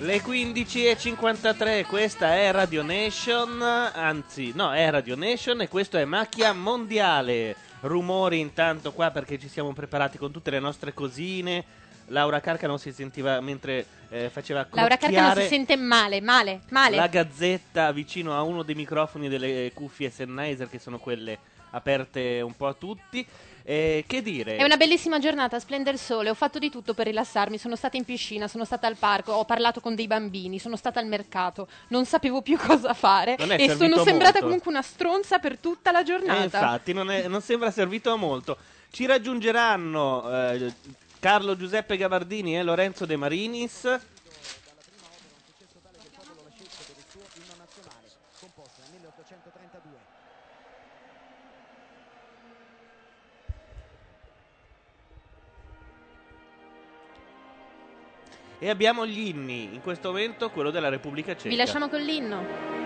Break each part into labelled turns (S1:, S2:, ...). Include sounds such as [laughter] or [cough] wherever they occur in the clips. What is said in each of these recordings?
S1: Le 15.53, questa è Radio Nation, anzi no, è Radio Nation e questo è Macchia Mondiale. Rumori intanto qua perché ci siamo preparati con tutte le nostre cosine. Laura Carca non si sentiva mentre eh, faceva
S2: Laura Carca non si
S1: crocchiare
S2: sente male, male, male.
S1: la gazzetta vicino a uno dei microfoni delle cuffie Sennheiser che sono quelle aperte un po' a tutti. Eh, che dire?
S2: È una bellissima giornata, splende il sole, ho fatto di tutto per rilassarmi, sono stata in piscina, sono stata al parco, ho parlato con dei bambini, sono stata al mercato, non sapevo più [laughs] cosa fare
S1: Non è
S2: e
S1: servito
S2: sono sembrata
S1: molto.
S2: comunque una stronza per tutta la giornata.
S1: Eh, infatti, non, è- non sembra servito a molto. Ci raggiungeranno eh, Carlo Giuseppe Gavardini e Lorenzo De Marinis. E abbiamo gli inni, in questo momento quello della Repubblica Ceca.
S2: Vi lasciamo con l'inno.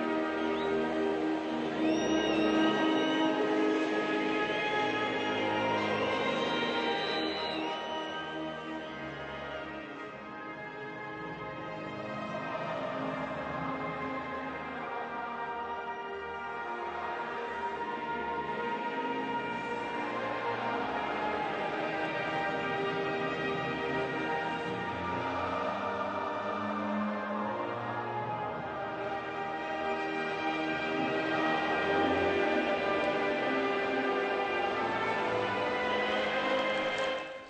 S2: [laughs]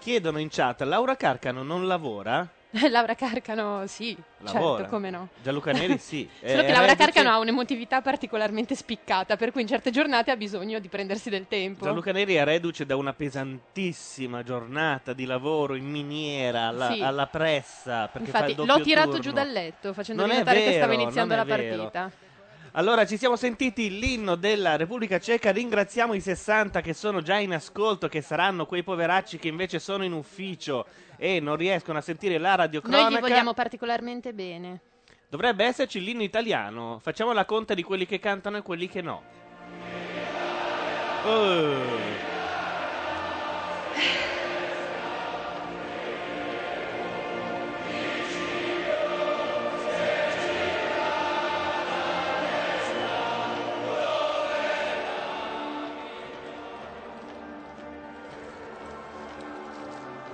S1: Chiedono in chat, Laura Carcano non lavora?
S2: Laura Carcano, sì,
S1: Lavora.
S2: certo, come no. [laughs]
S1: Gianluca Neri sì.
S2: Solo
S1: Eh,
S2: che Laura
S1: reduce-
S2: Carcano ha un'emotività particolarmente spiccata, per cui in certe giornate ha bisogno di prendersi del tempo.
S1: Gianluca Neri è reduce da una pesantissima giornata di lavoro in miniera alla,
S2: Sì.
S1: alla pressa. Perché fa
S2: Infatti,
S1: il doppio
S2: l'ho tirato
S1: turno.
S2: giù dal letto facendo
S1: Non è
S2: notare che
S1: vero,
S2: stava iniziando la
S1: non è vero.
S2: partita.
S1: Allora, ci siamo sentiti l'inno della Repubblica Ceca. Ringraziamo i 60 che sono già in ascolto, che saranno quei poveracci che invece sono in ufficio e non riescono a sentire la radiocronaca.
S2: Noi gli vogliamo particolarmente bene.
S1: Dovrebbe esserci l'inno italiano. Facciamo la conta di quelli che cantano e quelli che no. Oh.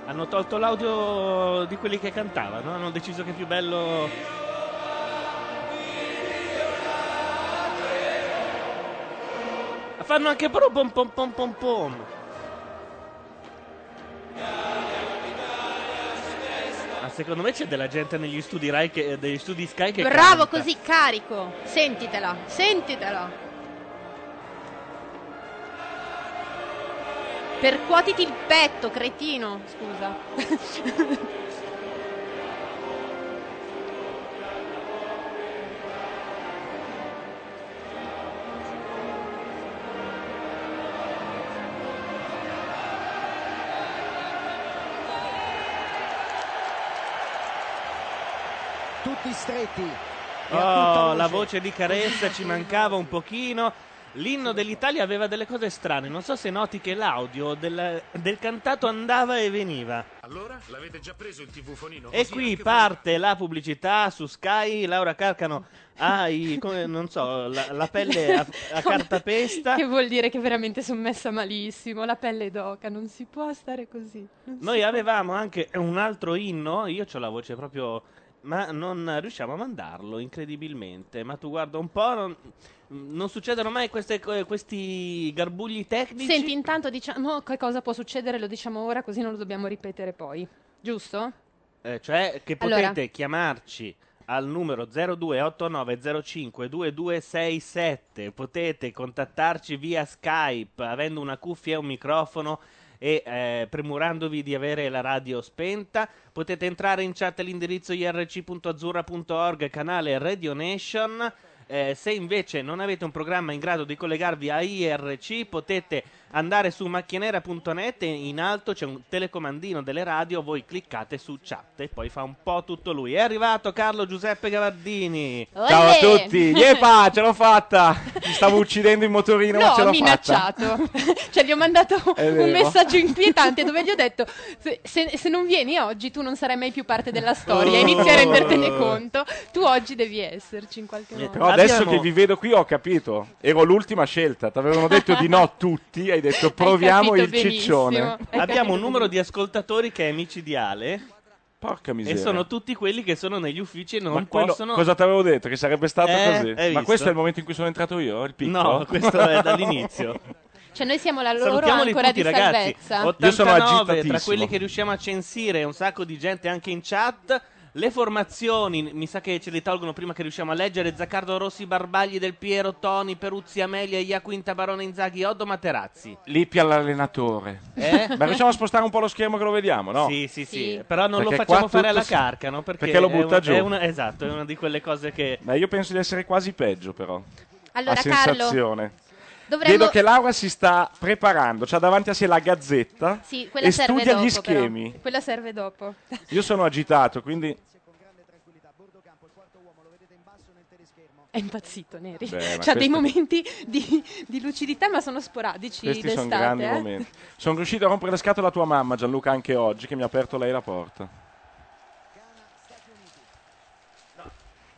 S1: Hanno tolto l'audio di quelli che cantavano, hanno deciso che è più bello... Fanno anche però pom pom pom pom pom. Ma secondo me c'è della gente negli studi Rai che, eh, degli studi Sky che
S2: Bravo,
S1: canta.
S2: così carico. Sentitela, sentitela. Percuotiti il petto, cretino.
S1: [laughs]
S2: Scusa.
S3: Tutti stretti. E a tutta
S1: Oh,
S3: voce.
S1: la voce di Caressa ci mancava un pochino. L'inno dell'Italia aveva delle cose strane. Non so se noti che l'audio del, del cantato andava e veniva.
S4: Allora, l'avete già preso il TV fonino?
S1: E qui parte la pubblicità su Sky. Laura Carcano ha i, come- non so, la, la pelle a, a cartapesta.
S2: Che vuol dire che veramente sono messa malissimo. La pelle è d'oca, non si può stare così. Non si
S1: Noi
S2: può.
S1: avevamo anche un altro inno. Io ho la voce proprio. Ma non riusciamo a mandarlo, incredibilmente. Ma tu guarda un po'. Non, non succedono mai queste co- questi garbugli tecnici.
S2: Senti, intanto diciamo che cosa può succedere, lo diciamo ora, così non lo dobbiamo ripetere poi. Giusto?
S1: Eh, cioè che potete
S2: Allora.
S1: chiamarci al numero 0289052267 potete contattarci via Skype avendo una cuffia e un microfono e eh, premurandovi di avere la radio spenta potete entrare in chat all'indirizzo irc.azzurra.org canale Radio Nation Eh, se invece non avete un programma in grado di collegarvi a IRC potete andare su macchianera.net e in alto c'è un telecomandino delle radio, voi cliccate su chat e poi fa un po' tutto lui. È arrivato Carlo Giuseppe Gavardini.
S5: Ciao a
S2: [laughs]
S5: tutti, yepa, ce l'ho fatta. Mi stavo uccidendo in motorino, ma ce
S2: No, ho
S5: l'ho fatta.
S2: minacciato. [laughs] cioè, gli ho mandato
S5: [laughs] È
S2: un
S5: vero.
S2: messaggio inquietante dove gli ho detto: se, se- se non vieni oggi, tu non sarai mai più parte della storia. Inizia a
S5: Oh.
S2: rendertene conto. Tu oggi devi esserci in qualche modo.
S5: Però adesso
S1: Abbiamo-
S5: che vi vedo qui ho capito, ero l'ultima scelta, ti avevano detto di no tutti,
S2: [laughs]
S5: hai detto proviamo
S2: capito
S5: il
S2: benissimo.
S5: ciccione.
S1: Abbiamo un numero di ascoltatori che è micidiale
S5: Porca
S1: e
S5: miseria.
S1: sono tutti quelli che sono negli uffici e non
S5: Ma quello-
S1: possono...
S5: Cosa ti avevo detto? Che sarebbe stato
S1: Eh, hai
S5: così?
S1: visto?
S5: Ma questo è il momento in cui sono entrato io, il piccolo?
S1: No, questo è dall'inizio.
S2: Cioè, noi siamo la loro
S1: Salutiamoli
S2: ancora
S1: tutti
S2: di
S1: ragazzi.
S2: salvezza.
S1: 89
S5: sono agitatissimo.
S1: tra quelli che riusciamo a censire, un sacco di gente anche in chat. Le formazioni, mi sa che ce le tolgono prima che riusciamo a leggere. Zaccardo Rossi, Barbagli, Del Piero, Toni, Peruzzi, Amelia, Iaquinta, Barone, Inzaghi, Oddo, Materazzi.
S5: [laughs] Lippi all'allenatore.
S1: Eh?
S5: Ma riusciamo a spostare un po' lo schermo che lo vediamo, no?
S1: Sì, sì, sì,
S2: Sì.
S1: Però non
S5: Perché
S1: lo facciamo
S5: qua
S1: fare
S5: tutto
S1: alla
S5: si-
S1: carca, no? Perché,
S5: perché lo
S1: è un-
S5: butta giù.
S1: è una- esatto, è una di quelle cose che...
S5: Ma io penso di essere quasi peggio, però.
S2: Allora,
S5: a
S2: Carlo,
S5: sensazione.
S2: dovremmo.
S5: Vedo che Laura si sta preparando, c'ha davanti a sé la gazzetta
S2: Sì, quella
S5: e
S2: serve
S5: studia
S2: dopo.
S5: gli
S2: però.
S5: schemi.
S2: Quella serve dopo. [laughs]
S5: Io sono agitato, quindi
S2: È impazzito, Neri.
S5: Beh, ma
S2: C'ha
S5: questo-
S2: dei momenti di, di lucidità, ma sono sporadici
S5: questi sono
S2: d'estate.
S5: grandi
S2: eh.
S5: momenti. Sono riuscito a rompere le scatole a tua mamma, Gianluca, anche oggi, che mi ha aperto lei la porta.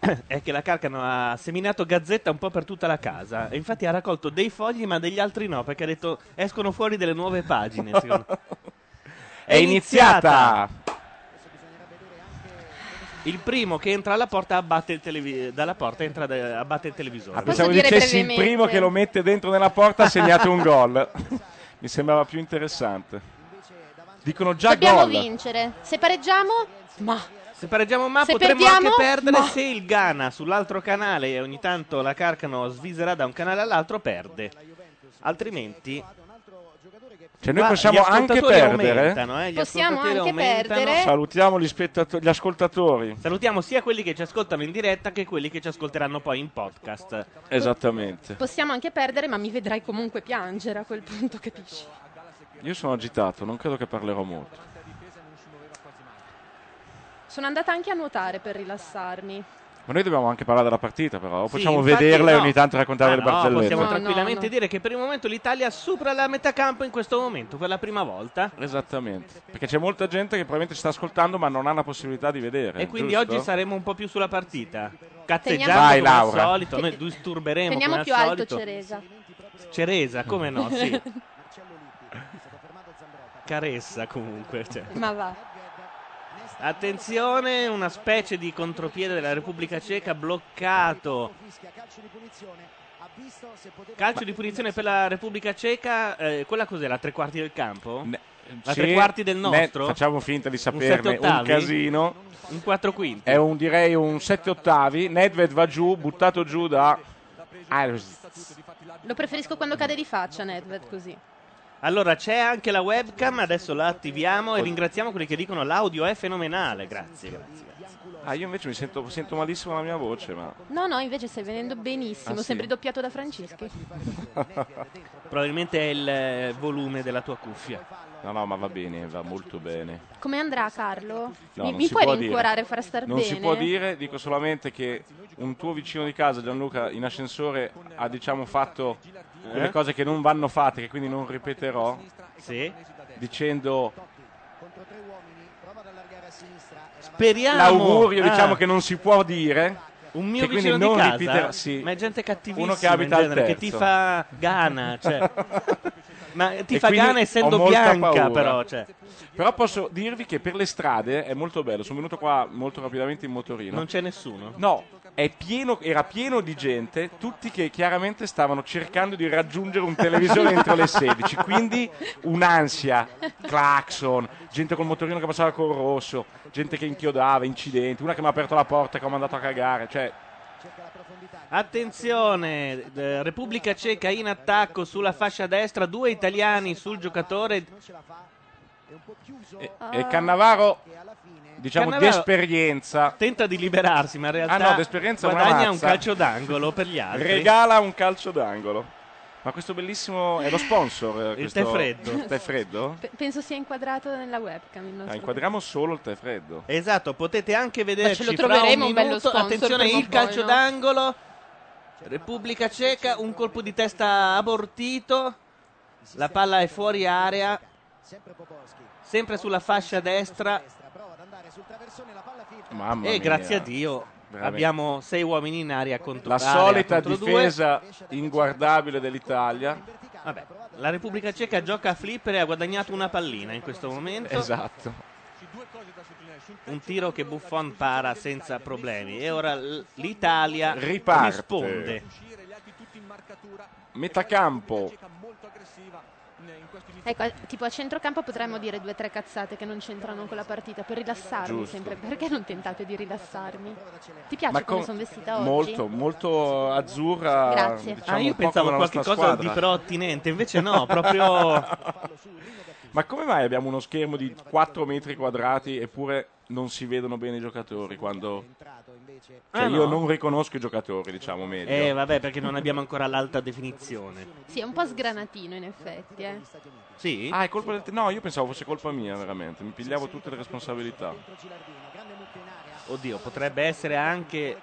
S1: [coughs] è che la Carcano ha seminato gazzetta un po' per tutta la casa. E infatti ha raccolto dei fogli, ma degli altri no, perché ha detto escono fuori delle nuove pagine. secondo-
S5: [laughs] È iniziata!
S1: Il primo che entra alla porta abbatte il televi- dalla porta entra da- abbatte il televisore.
S5: Ah, pensavo
S2: dire
S5: dicessi il
S2: brevemente?
S5: primo che lo mette dentro nella porta ha segnato un gol. [laughs] mi sembrava più interessante. Dicono già
S6: Dobbiamo
S5: gol.
S6: vincere. Se pareggiamo,
S2: Ma
S1: Se pareggiamo ma
S2: Se
S1: potremmo
S2: perdiamo,
S1: anche perdere
S2: ma-
S1: se il Ghana sull'altro canale e ogni tanto la Carcano sviserà da un canale all'altro perde. Altrimenti
S5: Cioè noi
S1: Guarda, gli
S5: possiamo anche
S1: ascoltatori
S5: perdere.
S1: aumentano, eh, gli
S6: Possiamo
S1: ascoltatori
S6: anche
S1: aumentano.
S6: perdere.
S5: Salutiamo gli, spettato- gli ascoltatori.
S1: Salutiamo sia quelli che ci ascoltano in diretta che quelli che ci ascolteranno poi in podcast.
S5: Esatto. Esattamente.
S2: possiamo anche perdere, ma mi vedrai comunque piangere a quel punto, capisci?
S5: Io sono agitato, non credo che parlerò molto.
S2: Sono andata anche a nuotare per rilassarmi.
S5: Ma noi dobbiamo anche parlare della partita, però. O
S1: Sì,
S5: possiamo
S1: infatti
S5: vederla e
S1: no.
S5: ogni tanto raccontare
S1: Ah,
S5: le
S1: no,
S5: barzellette.
S1: Possiamo
S2: No,
S1: tranquillamente
S2: no, no.
S1: dire che per il momento l'Italia supera la metà campo in questo momento per la prima volta.
S5: Esattamente. Perché c'è molta gente che probabilmente ci sta ascoltando, ma non ha la possibilità di vedere.
S1: E quindi
S5: Eh, giusto?
S1: oggi saremo un po' più sulla partita.
S2: Teniamo-
S1: Cazzeggiando
S5: Vai,
S1: come
S5: Laura.
S1: al solito, noi disturberemo
S6: teniamo
S1: come
S6: più
S1: al
S6: alto
S1: solito.
S6: Ceresa.
S1: Ceresa, come
S6: [laughs]
S1: no, sì.
S4: [laughs]
S1: Caressa comunque. cioè.
S2: Ma va.
S1: Attenzione, una specie di contropiede della Repubblica Ceca bloccato. Calcio di punizione per la Repubblica Ceca, eh, quella cos'è? La tre quarti del campo?
S5: Ne-
S1: La
S5: Sì,
S1: tre quarti del
S5: ne-
S1: nostro?
S5: facciamo finta di
S1: sette
S5: saperne. Un,
S1: ottavi?
S5: casino.
S1: Un 4 quinti.
S5: È un direi un 7 ottavi. Nedved va giù, buttato giù da. Arsens.
S2: Lo preferisco quando cade di faccia, Nedved, così.
S1: Allora c'è anche la webcam, adesso la attiviamo e ringraziamo quelli che dicono l'audio è fenomenale. Grazie, grazie. grazie.
S5: Ah, io invece mi sento, sento malissimo la mia voce, ma.
S2: No, no, invece stai venendo benissimo,
S5: Ah, sì?
S2: sempre doppiato da Franceschi.
S1: Probabilmente è il eh, volume della tua cuffia.
S5: No, no, ma va bene, va molto bene.
S2: Come andrà Carlo?
S5: No,
S2: mi
S5: non
S2: mi
S5: si
S2: puoi
S5: può dire.
S2: rincuorare, farà star
S5: Non
S2: bene?
S5: si può dire, dico solamente che un tuo vicino di casa, Gianluca, in ascensore ha diciamo fatto quelle
S1: Eh?
S5: cose che non vanno fatte, che quindi non ripeterò,
S1: Sì.
S5: dicendo
S1: Speriamo.
S5: l'augurio,
S1: Ah,
S5: diciamo che non si può dire.
S1: Un mio
S5: che quindi
S1: vicino di
S5: non
S1: casa,
S5: ripeterà- sì.
S1: ma è gente cattivissima
S5: Uno che abita
S1: in
S5: al
S1: genere, che
S5: terzo.
S1: tifa Ghana,
S5: [laughs]
S1: cioè. ma
S5: E
S1: tifa
S5: quindi
S1: Ghana essendo
S5: ho molta
S1: bianca
S5: paura.
S1: però, cioè.
S5: Però posso dirvi che per le strade è molto bello, sono venuto qua molto rapidamente in motorino.
S1: Non c'è nessuno.
S5: No, è pieno- era pieno di gente, tutti che chiaramente stavano cercando di raggiungere
S1: [laughs]
S5: un televisore entro le 16, quindi un'ansia, clacson, gente col motorino che passava col rosso, gente che inchiodava, incidenti, una che mi ha aperto la porta e che ho mandato a cagare, cioè
S1: Attenzione, eh, Repubblica Ceca in attacco sulla fascia destra, due italiani sul giocatore.
S5: e, e Cannavaro diciamo
S1: Cannavaro-
S5: d'esperienza
S1: Tenta di liberarsi, ma in realtà
S5: Ah, no, d'esperienza è una
S1: guadagna
S5: mazza.
S1: un calcio d'angolo per gli altri.
S5: regala un calcio d'angolo. Ma questo bellissimo è lo sponsor. eh,
S1: Il
S5: questo-
S1: tè freddo.
S5: Il tè freddo?
S2: Pe- penso sia inquadrato nella webcam il nostro.
S5: Ah, inquadriamo solo il tè freddo.
S1: Esatto, potete anche vederci
S2: Ma ce lo
S1: fra
S2: troveremo
S1: un
S2: un bello
S1: minuto.
S2: sponsor
S1: Attenzione,
S2: prima o
S1: il
S2: poi,
S1: calcio
S2: no?
S1: d'angolo. Repubblica Ceca, un colpo di testa abortito. La palla è fuori area. Sempre sulla fascia destra.
S5: Mamma
S1: e
S5: mia.
S1: grazie a Dio
S5: Veramente.
S1: abbiamo sei uomini in aria contro
S5: La
S1: area
S5: solita
S1: contro due.
S5: difesa inguardabile dell'Italia.
S1: Vabbè, la Repubblica Ceca gioca a flipper e ha guadagnato una pallina in questo momento.
S5: Esatto.
S1: Un tiro che Buffon para senza problemi. E ora l- l'Italia
S5: Riparte.
S1: risponde.
S5: Metà campo.
S6: Ecco, a- tipo a centrocampo potremmo dire due o tre cazzate che non c'entrano con la partita per rilassarmi
S5: Giusto.
S6: sempre. Perché non tentate di rilassarmi? Ti piace
S5: Ma
S6: come
S5: con-
S6: sono vestita oggi?
S5: Molto, molto azzurra.
S6: Grazie.
S5: diciamo,
S1: Ah,
S5: un
S1: io
S5: po'
S1: pensavo
S5: come la
S1: qualche
S5: nostra
S1: cosa
S5: squadra.
S1: di perottinente,
S5: [laughs]
S1: invece no, proprio
S5: Ma come mai abbiamo uno schermo di 4 metri quadrati eppure non si vedono bene i giocatori quando... Cioè,
S1: Ah,
S5: io
S1: no?
S5: non riconosco i giocatori, diciamo meglio.
S1: Eh, vabbè, perché non abbiamo ancora l'alta definizione.
S6: Sì, è un po' sgranatino in effetti, eh.
S1: Sì?
S5: Ah, è colpa del... te- No, io pensavo fosse colpa mia, veramente. Mi pigliavo tutte le responsabilità.
S1: Oddio, potrebbe essere anche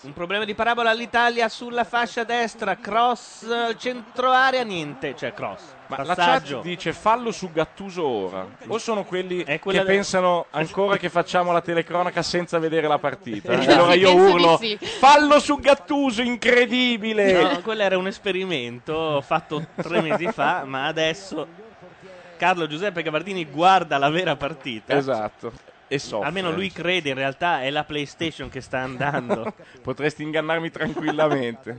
S1: un problema di parabola all'Italia sulla fascia destra, cross centro area, niente, cioè cross.
S5: Ma la
S1: passaggio.
S5: chat dice fallo su Gattuso ora. O sono quelli che
S1: quella del- [laughs]
S5: pensano ancora che facciamo la telecronaca senza vedere la
S1: [laughs]
S5: partita.
S1: Sì,
S5: E allora io
S2: penso di
S5: urlo:
S2: sì.
S5: fallo su Gattuso, incredibile!
S1: No, quello era un esperimento fatto tre mesi fa, ma adesso Carlo Giuseppe Gavardini guarda la vera partita.
S5: Esatto. E so.
S1: Almeno lui crede, in realtà è la PlayStation che
S5: [laughs]
S1: sta andando.
S5: Potresti ingannarmi tranquillamente.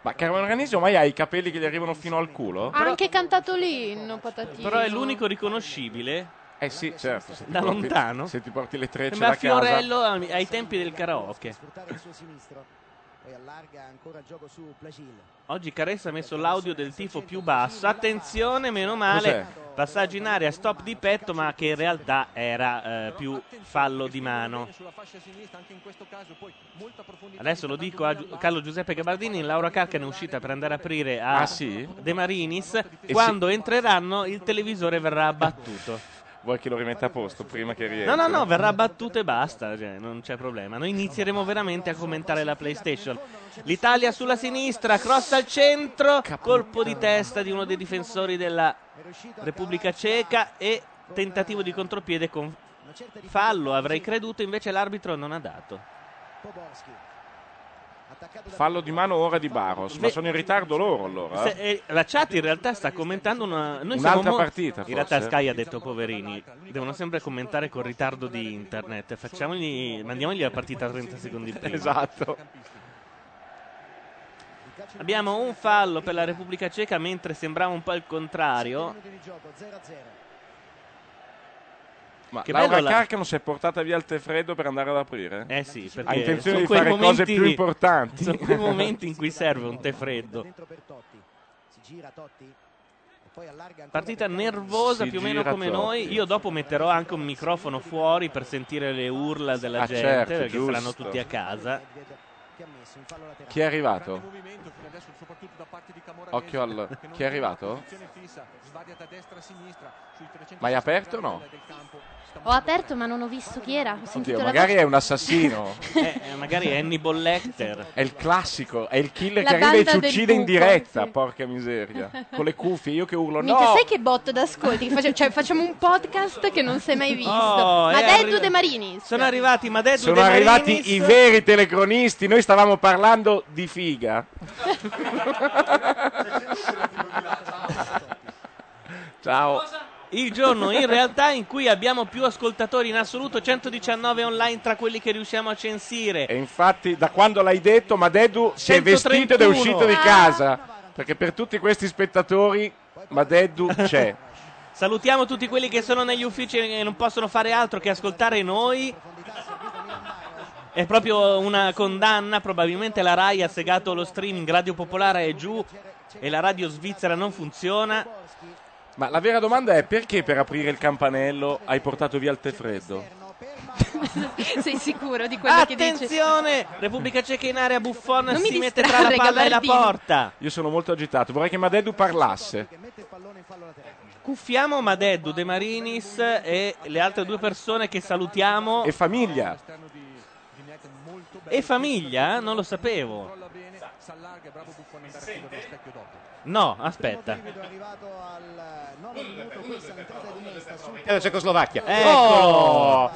S5: Ma Carmen Ranisi ormai ha i capelli che gli arrivano fino al culo?
S2: Ha anche cantato l'inno, patatino.
S1: Però è l'unico riconoscibile
S5: Eh sì, certo. se ti
S1: Da
S5: porti-
S1: lontano?
S5: Se ti porti le trecce
S1: Sembra
S5: da casa.
S1: Fiorello ai ai tempi del karaoke.
S3: Poi allarga ancora il gioco su Placil.
S1: Oggi Caressa ha messo l'audio del tifo più basso. Attenzione, meno male.
S5: Cos'è?
S1: Passaggio in aria, stop di petto, ma che in realtà era eh, più fallo di mano. Adesso lo dico a Gi- Carlo Giuseppe Gabardini, Laura Carcane è uscita per andare a aprire a
S5: Ah, sì?
S1: De Marinis. Quando entreranno il televisore verrà abbattuto.
S5: Vuoi che lo rimetta a posto prima che rientri?
S1: No, no, no, verrà battuto e basta, cioè, non c'è problema. Noi inizieremo veramente a commentare la PlayStation. L'Italia sulla sinistra, cross al centro, colpo di testa di uno dei difensori della Repubblica Ceca e tentativo di contropiede con fallo, avrei creduto, invece l'arbitro non ha dato.
S5: Fallo di mano ora di Baros. Ma
S1: Beh-
S5: sono in ritardo loro allora.
S1: Se- eh, la chat in realtà sta commentando una, noi
S5: Un'altra
S1: siamo mo-
S5: partita,
S1: In realtà
S5: forse.
S1: Sky ha detto poverini, devono sempre commentare con ritardo di internet, facciamogli, mandiamogli la partita 30
S5: [laughs]
S1: secondi prima.
S5: Esatto.
S1: Abbiamo un fallo per la Repubblica Ceca mentre sembrava un po' il contrario.
S5: Ma
S1: Che
S5: Laura
S1: bello la-
S5: Carcano si è portata via il tè freddo per andare ad aprire?
S1: Eh sì, perché
S5: ha intenzione
S1: sono
S5: di
S1: quei
S5: fare cose
S1: momenti-
S5: più importanti.
S1: Sono quei momenti in cui serve un tè freddo.
S3: Dentro per Totti. Si gira Totti. E poi allarga ancora
S1: Partita
S3: per
S1: nervosa
S5: Si
S1: più o meno
S5: gira
S1: come
S5: Totti.
S1: noi. Io dopo metterò anche un microfono fuori per sentire le urla della
S5: Ah,
S1: gente
S5: certo,
S1: perché
S5: giusto.
S1: saranno tutti a casa. [laughs]
S5: Chi è arrivato? Occhio al... Chi è arrivato? Ma hai aperto o no?
S6: Ho aperto ma non ho visto chi era. Ho sentito
S5: Oddio,
S6: la
S5: magari
S6: voce.
S5: è un assassino.
S1: [laughs] Eh, eh, magari Hannibal Lecter.
S5: È il classico, è il killer
S6: La
S5: che arriva e
S6: banda
S5: ci
S6: del
S5: uccide in
S6: buco,
S5: diretta,
S6: sì.
S5: porca
S6: [laughs]
S5: miseria. Con le cuffie, io che urlo
S6: Minchia,
S5: no!
S6: sai che botto d'ascolti? che facciamo? Cioè, facciamo un podcast che non si è
S1: [laughs]
S6: mai visto.
S1: Oh,
S6: ma
S1: è
S6: Deddu
S1: arri-
S6: De Marini.
S1: Sono arrivati Madeddu
S5: Sono
S1: De Marinis.
S5: arrivati i veri telecronisti, noi stavamo parlando di figa.
S6: [laughs]
S5: Ciao.
S1: [laughs] Il giorno in realtà in cui abbiamo più ascoltatori in assoluto, 119 online tra quelli che riusciamo a censire.
S5: E infatti da quando l'hai detto Madedu si è
S1: 131.
S5: vestito ed è uscito di
S6: Ah.
S5: casa. Perché per tutti questi spettatori Madedu c'è.
S1: Salutiamo tutti quelli che sono negli uffici e non possono fare altro che ascoltare noi. È proprio una condanna, probabilmente la RAI ha segato lo streaming, Radio Popolare è giù e la radio svizzera non funziona.
S5: Ma la vera domanda è perché per aprire il campanello hai portato via il tè freddo?
S2: [laughs] Sei sicuro di quello che dici?
S1: Attenzione! Repubblica Ceca in area, Buffon
S2: Non mi
S1: si mette tra la
S2: distrarre,
S1: palla e la
S2: Gabardini.
S1: porta.
S5: Io sono molto agitato, vorrei che Madeddu parlasse.
S1: Cuffiamo Madeddu, De Marinis e le altre due persone che salutiamo.
S5: E famiglia.
S1: E famiglia? Non lo sapevo. No, aspetta.
S7: E la Ecco, Cecoslovacchia.
S8: Ecco.
S1: Eccolo.
S3: Ecco.
S7: Oh!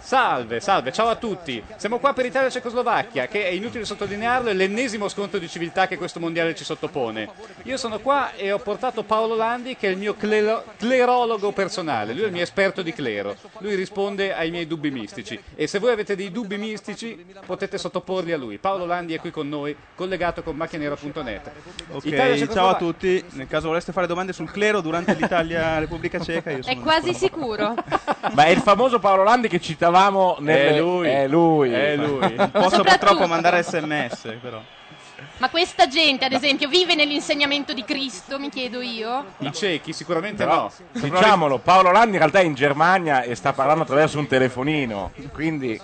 S7: Salve, salve, ciao a tutti. Siamo qua per Italia e Cecoslovacchia, che è inutile sottolinearlo, è l'ennesimo scontro di civiltà che questo mondiale ci sottopone. Io sono qua e ho portato Paolo Landi, che è il mio clero- clerologo personale, lui è il mio esperto di clero. Lui risponde ai miei dubbi mistici. E se voi avete dei dubbi mistici, potete sottoporli a lui. Paolo Landi è qui con noi, collegato con macchianera.net. Italia e
S9: Ok, ciao a
S7: Cecoslovacchia.
S9: tutti. Nel caso voleste fare domande sul clero
S2: [laughs]
S9: durante l'Italia Repubblica Ceca, io sono
S2: È quasi sicuro.
S5: Ma è il famoso Paolo Landi che citavamo nel...
S7: È lui.
S5: È lui.
S7: È lui.
S9: Non posso
S2: Soprattutto.
S9: purtroppo mandare sms, però.
S2: Ma questa gente, ad esempio, vive nell'insegnamento di Cristo, mi chiedo io?
S7: I ciechi sicuramente
S5: Però,
S7: no.
S5: diciamolo, Paolo Landi in realtà è in Germania e sta parlando attraverso un telefonino. Quindi...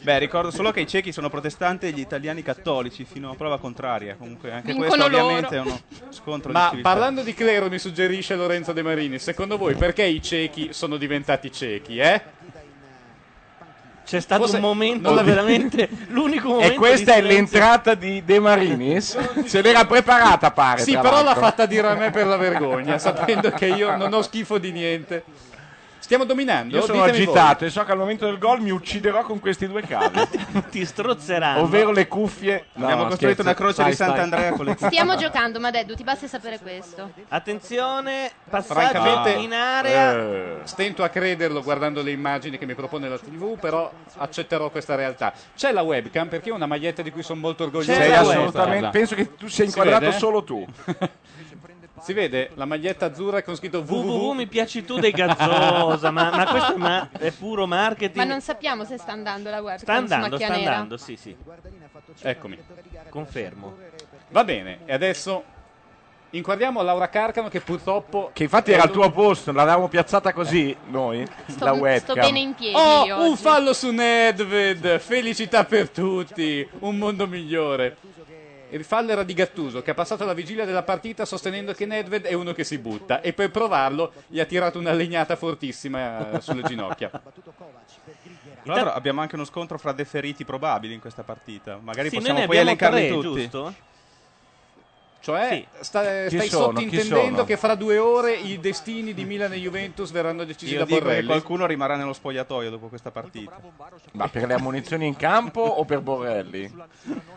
S9: Beh, ricordo solo che i cechi sono protestanti e gli italiani cattolici, fino a prova contraria. Comunque, anche
S2: Vincono
S9: questo
S2: loro.
S9: ovviamente è uno scontro di
S7: Ma
S9: civiltà.
S7: parlando di clero mi suggerisce Lorenzo De Marini, secondo voi perché i ciechi sono diventati ciechi, eh?
S1: C'è stato
S7: Forse
S1: un momento
S7: non la-
S1: veramente. L'unico
S5: [laughs]
S1: momento.
S5: E questa
S1: di
S5: è
S1: silenzio.
S5: l'entrata di De Marinis? Se l'era preparata, pare.
S7: Sì,
S5: tra
S7: però l'ha
S5: l'altro.
S7: fatta dire a me per la vergogna, sapendo che io non ho schifo di niente. Stiamo dominando?
S5: Io sono
S7: Ditemi voi.
S5: agitato e so che al momento del gol mi ucciderò con questi due cavi,
S1: Ti strozzeranno.
S5: ovvero le cuffie. No,
S9: Abbiamo costruito
S5: scherzo.
S9: una croce
S5: Stai,
S9: di Sant'Andrea
S5: stai. [laughs]
S9: con le
S6: Stiamo giocando, Madeddu, ti basta sapere questo.
S1: Attenzione, passaggio
S7: Francamente-
S1: in area.
S5: Eh,
S7: Stento a crederlo guardando le immagini che mi propone la TV, però accetterò questa realtà. C'è la webcam perché è una maglietta di cui sono molto orgoglioso.
S1: C'è
S5: sei
S1: la
S5: assolutamente. Penso che tu sia inquadrato
S7: vede?
S5: solo tu.
S9: [laughs]
S7: Si vede la maglietta azzurra con scritto
S1: www
S7: www.
S1: mi piaci tu dei gazzosa. ma, ma questo è, ma- è puro marketing.
S6: Ma non sappiamo se sta andando la webcam
S1: sta
S6: su
S1: andando, sta
S6: macchia nera.
S1: andando, sì, sì.
S7: Eccomi.
S1: Confermo.
S7: Va bene, e adesso inquadriamo Laura Carcano che purtroppo...
S5: Che infatti era al tuo posto, l'avevamo piazzata così noi,
S6: Sto,
S5: la
S6: sto
S5: webcam.
S6: bene in piedi io
S7: Oh,
S6: oggi.
S7: un fallo su Nedved! Felicità per tutti! Un mondo migliore! Il fallo era di Gattuso che ha passato la vigilia della partita sostenendo che Nedved è uno che si butta e per provarlo gli ha tirato una legnata fortissima eh, sulle ginocchia.
S9: Tra l'altro abbiamo anche uno scontro fra deferiti probabili in questa partita. Magari
S1: Sì, noi ne
S9: possiamo poi
S1: abbiamo
S9: elencarli
S1: tre,
S9: tutti.
S1: giusto?
S7: Cioè, sta-
S5: Chi sono? Chi
S7: stai
S5: sono?
S7: sottintendendo che fra due ore i destini di Milan e Juventus verranno decisi
S9: Io
S7: da
S9: dico che
S7: Borrelli.
S9: qualcuno rimarrà nello spogliatoio dopo questa partita.
S5: Ma per le ammunizioni in campo o per Borrelli?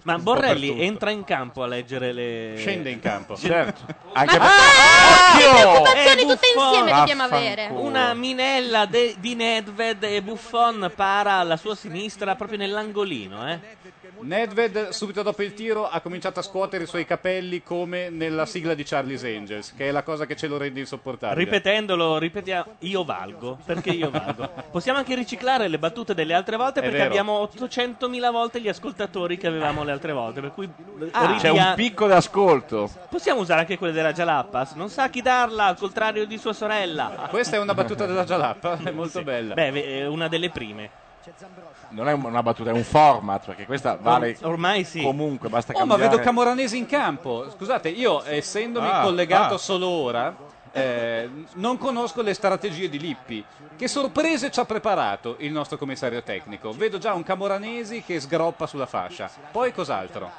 S1: Ma Borrelli
S9: tutto.
S1: entra in campo a leggere le.
S7: Scende in campo.
S5: Certo. Anche per...
S1: Eh,
S5: Occhio!
S6: Azioni tutte
S1: Buffon!
S6: insieme dobbiamo
S5: Vaffanculo.
S6: avere.
S1: Una minella de- di Nedved e Buffon para alla sua sinistra proprio nell'angolino, eh.
S7: Nedved subito dopo il tiro ha cominciato a scuotere i suoi capelli come nella sigla di Charlie's Angels, che è la cosa che ce lo rende insopportabile.
S1: Ripetendolo, ripetiamo, io valgo, perché io valgo. Possiamo anche riciclare le battute delle altre volte
S7: È
S1: perché
S7: vero.
S1: abbiamo 800.000 volte gli ascoltatori che avevamo le altre volte, per cui eh,
S6: ah,
S7: Ah.
S1: ridia-
S5: C'è un picco d'ascolto.
S1: possiamo usare anche quelle della Jalappas, non sa chi darla, al contrario di sua sorella.
S7: Questa è una battuta della Jalappa, è molto bella.
S1: Beh, ve- è una delle prime.
S5: Non è un- una battuta, è un format, perché questa vale
S1: Ormai sì.
S5: comunque, basta
S7: oh, ma
S5: cambiare.
S7: vedo Camoranesi in campo. Scusate, io essendomi
S9: Ah,
S7: collegato
S9: ah.
S7: solo ora, eh, non conosco le strategie di Lippi. Che sorprese ci ha preparato il nostro commissario tecnico. Vedo già un Camoranesi che sgroppa sulla fascia. Poi cos'altro?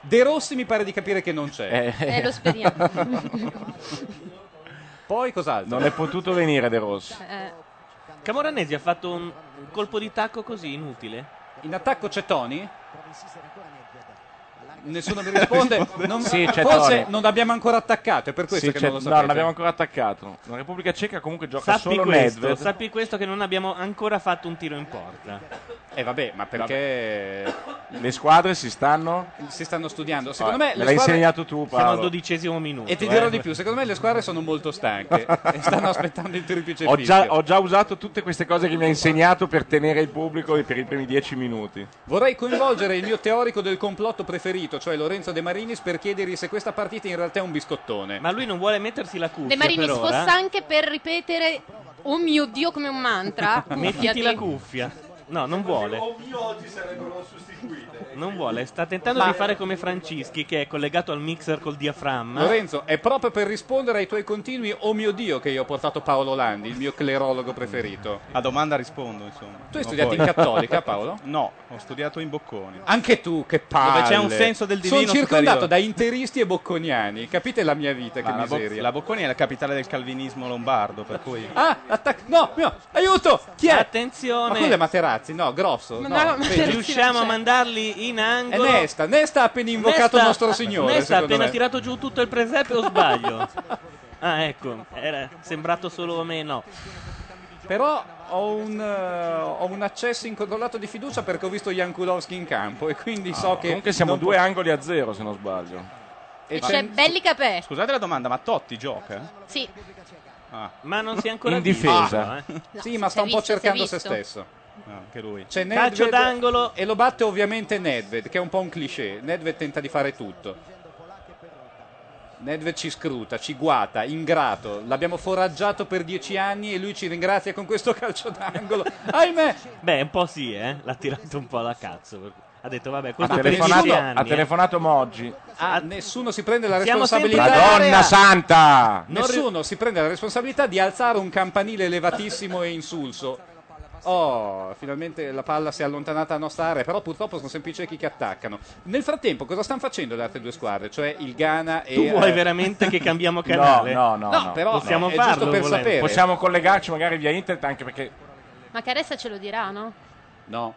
S7: De Rossi mi pare di capire che non c'è.
S5: Eh,
S6: Eh, lo speriamo.
S7: [laughs]
S5: [laughs]
S6: [laughs]
S7: Poi cos'altro?
S5: non è potuto venire De Rossi.
S6: Eh,
S1: Camoranesi ha fatto un, un colpo di tacco così inutile.
S7: In attacco c'è Tony? Nessuno mi risponde. Non-
S5: Sì, c'è
S7: forse
S5: Tony.
S7: non abbiamo ancora attaccato, è per questo
S5: Sì,
S7: che
S5: c'è-
S7: non lo
S5: no,
S7: sapete.
S5: non abbiamo ancora attaccato. La Repubblica Ceca comunque gioca
S1: Sappi
S5: solo
S1: questo,
S5: Nedved.
S1: sappi questo che non abbiamo ancora fatto un tiro in porta.
S7: Eh vabbè, ma perché
S5: Le squadre si stanno...
S7: si stanno studiando? Secondo
S5: Ah,
S7: me le
S5: l'hai
S7: squadre-
S5: insegnato tu,
S1: Siamo al
S5: Paolo.
S1: dodicesimo minuto.
S7: E ti
S1: eh.
S7: dirò di più, secondo me le squadre sono molto
S1: [laughs]
S7: stanche e stanno aspettando il triplice
S5: Ho
S7: fischio.
S5: già, ho già usato tutte queste cose che mi ha insegnato per tenere il pubblico e per i primi dieci minuti.
S7: Vorrei coinvolgere il mio teorico del complotto preferito, cioè Lorenzo De Marinis, per chiedergli se questa partita in realtà è un biscottone.
S1: Ma lui non vuole mettersi la cuffia
S6: De Marinis
S1: per ora.
S6: fosse anche per ripetere
S2: Oh mio Dio, come un
S1: [laughs]
S2: mantra.
S1: Mettiti
S2: Cuffiati.
S1: la cuffia. No, non vuole.
S9: Io oggi sarebbero sostituite.
S1: Non vuole. Sta tentando
S7: Ma-
S1: di fare come Francischi, che è collegato al mixer col diaframma.
S7: Lorenzo, è proprio per rispondere ai tuoi continui oh mio Dio che io ho portato Paolo Landi, il mio clerologo preferito.
S9: A domanda rispondo, insomma.
S7: Tu
S9: Ma
S7: hai studiato
S9: poi-
S7: in cattolica, Paolo?
S9: [laughs] No, ho studiato in Bocconi.
S7: Anche tu, che palle.
S9: Dove c'è un senso del divino
S7: Sono circondato
S9: superiore.
S7: da interisti e bocconiani. Capite la mia vita, che
S9: Ma la, Bo-
S7: miseria.
S9: la Bocconi è la capitale del calvinismo lombardo, per cui...
S7: Ah, attac- no, no, aiuto! Chi è?
S1: Attenzione!
S7: Ma quello è Materazzi, no, grosso.
S2: Ma
S7: No,
S2: no,
S7: vedi?
S2: Materazzi-
S1: Riusciamo a
S2: Cioè-
S1: mandarli in
S7: È
S1: angolo.
S7: Nesta, Nesta ha appena invocato il
S1: Nesta-
S7: nostro signore.
S1: Nesta ha
S7: secondo
S1: appena
S7: me.
S1: tirato giù tutto il presepe o sbaglio? [laughs] Ah, ecco, era sembrato solo a me, no.
S7: [laughs] Però ho un, eh, ho un accesso incontrollato di fiducia perché ho visto Jankulowski in campo e quindi
S9: Ah,
S7: so che...
S5: Comunque siamo
S7: non po-
S5: due angoli a zero, se non sbaglio.
S7: e
S2: C'è Belli Capè.
S9: Scusate la domanda, ma Totti gioca?
S2: Sì.
S9: Ah,
S1: Ma non si è ancora
S5: In
S1: visto,
S5: difesa.
S1: eh.
S2: No,
S7: sì, ma
S2: si
S7: sta
S2: è
S7: un po'
S2: visto, si è
S7: cercando se
S2: visto.
S7: stesso.
S9: no, Ah, anche lui.
S7: C'è
S1: Calcio
S7: Cioè, Nedved
S1: d'angolo.
S7: E lo batte ovviamente Nedved, che è un po' un cliché. Nedved tenta di fare tutto. Nedved ci scruta, ci guata, ingrato. L'abbiamo foraggiato per dieci anni e lui ci ringrazia con questo [laughs] calcio d'angolo. Ahimè!
S1: Beh, un po' sì, eh. L'ha tirato un po' alla cazzo. per- Ha detto, vabbè,
S5: Ha
S1: questo per
S5: telefonato,
S1: 10
S5: ha
S1: anni. eh.
S5: telefonato Moggi.
S7: Ah, nessuno si prende la
S1: Siamo sempre
S7: responsabilità.
S1: in area.
S5: Madonna santa!
S1: Non ri-
S7: Nessuno si prende la responsabilità di alzare un campanile elevatissimo e insulso. Oh, finalmente la palla si è allontanata dalla nostra area, però purtroppo sono sempre i ciechi che attaccano. Nel frattempo, cosa stanno facendo le altre due squadre? Cioè il Ghana e.
S1: Tu vuoi
S7: eh,
S1: veramente che
S5: [laughs]
S1: cambiamo
S5: No,
S1: canale?
S5: no, no.
S7: No,
S5: no.
S7: però
S1: Possiamo
S7: è giusto
S1: farlo,
S7: per
S1: volendo.
S7: sapere.
S5: Possiamo collegarci magari via internet anche perché
S6: Ma Caressa ce lo dirà, no?
S7: No.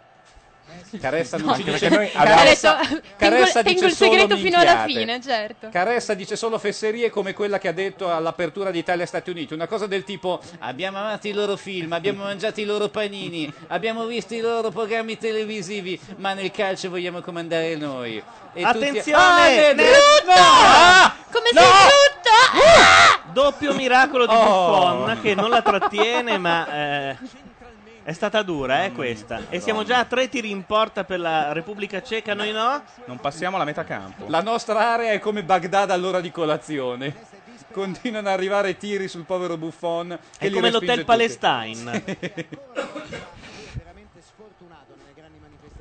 S7: Caressa non
S5: No,
S7: ci
S5: anche
S7: dice.
S5: perché noi abbiamo-
S7: Caressa,
S6: Adesso-
S7: Caressa
S6: tengo,
S7: dice
S6: tengo il segreto
S7: solo
S6: fino alla
S7: minchiate.
S6: fine, certo.
S7: Caressa dice solo fesserie come quella che ha detto all'apertura di Italia e Stati Uniti, una cosa del tipo abbiamo amato i loro film, abbiamo mangiato i loro panini, abbiamo visto i loro programmi televisivi, ma nel calcio vogliamo comandare noi. E tutti-
S1: Attenzione!
S7: Ah, Nedved!
S1: Brutto!
S7: Ah!
S6: Come sei brutto!
S1: Doppio miracolo
S7: Oh.
S1: di Buffon che non la trattiene, ma eh, è stata dura, eh, questa. E siamo già a tre tiri in porta per la Repubblica Ceca, noi no?
S9: Non passiamo alla metà campo.
S7: La nostra area è come Baghdad all'ora di colazione. Continuano ad arrivare tiri sul povero Buffon. che
S1: È
S7: li
S1: come
S7: respinge
S1: l'hotel
S7: tutti.
S1: Palestine.
S7: [laughs]
S1: [laughs]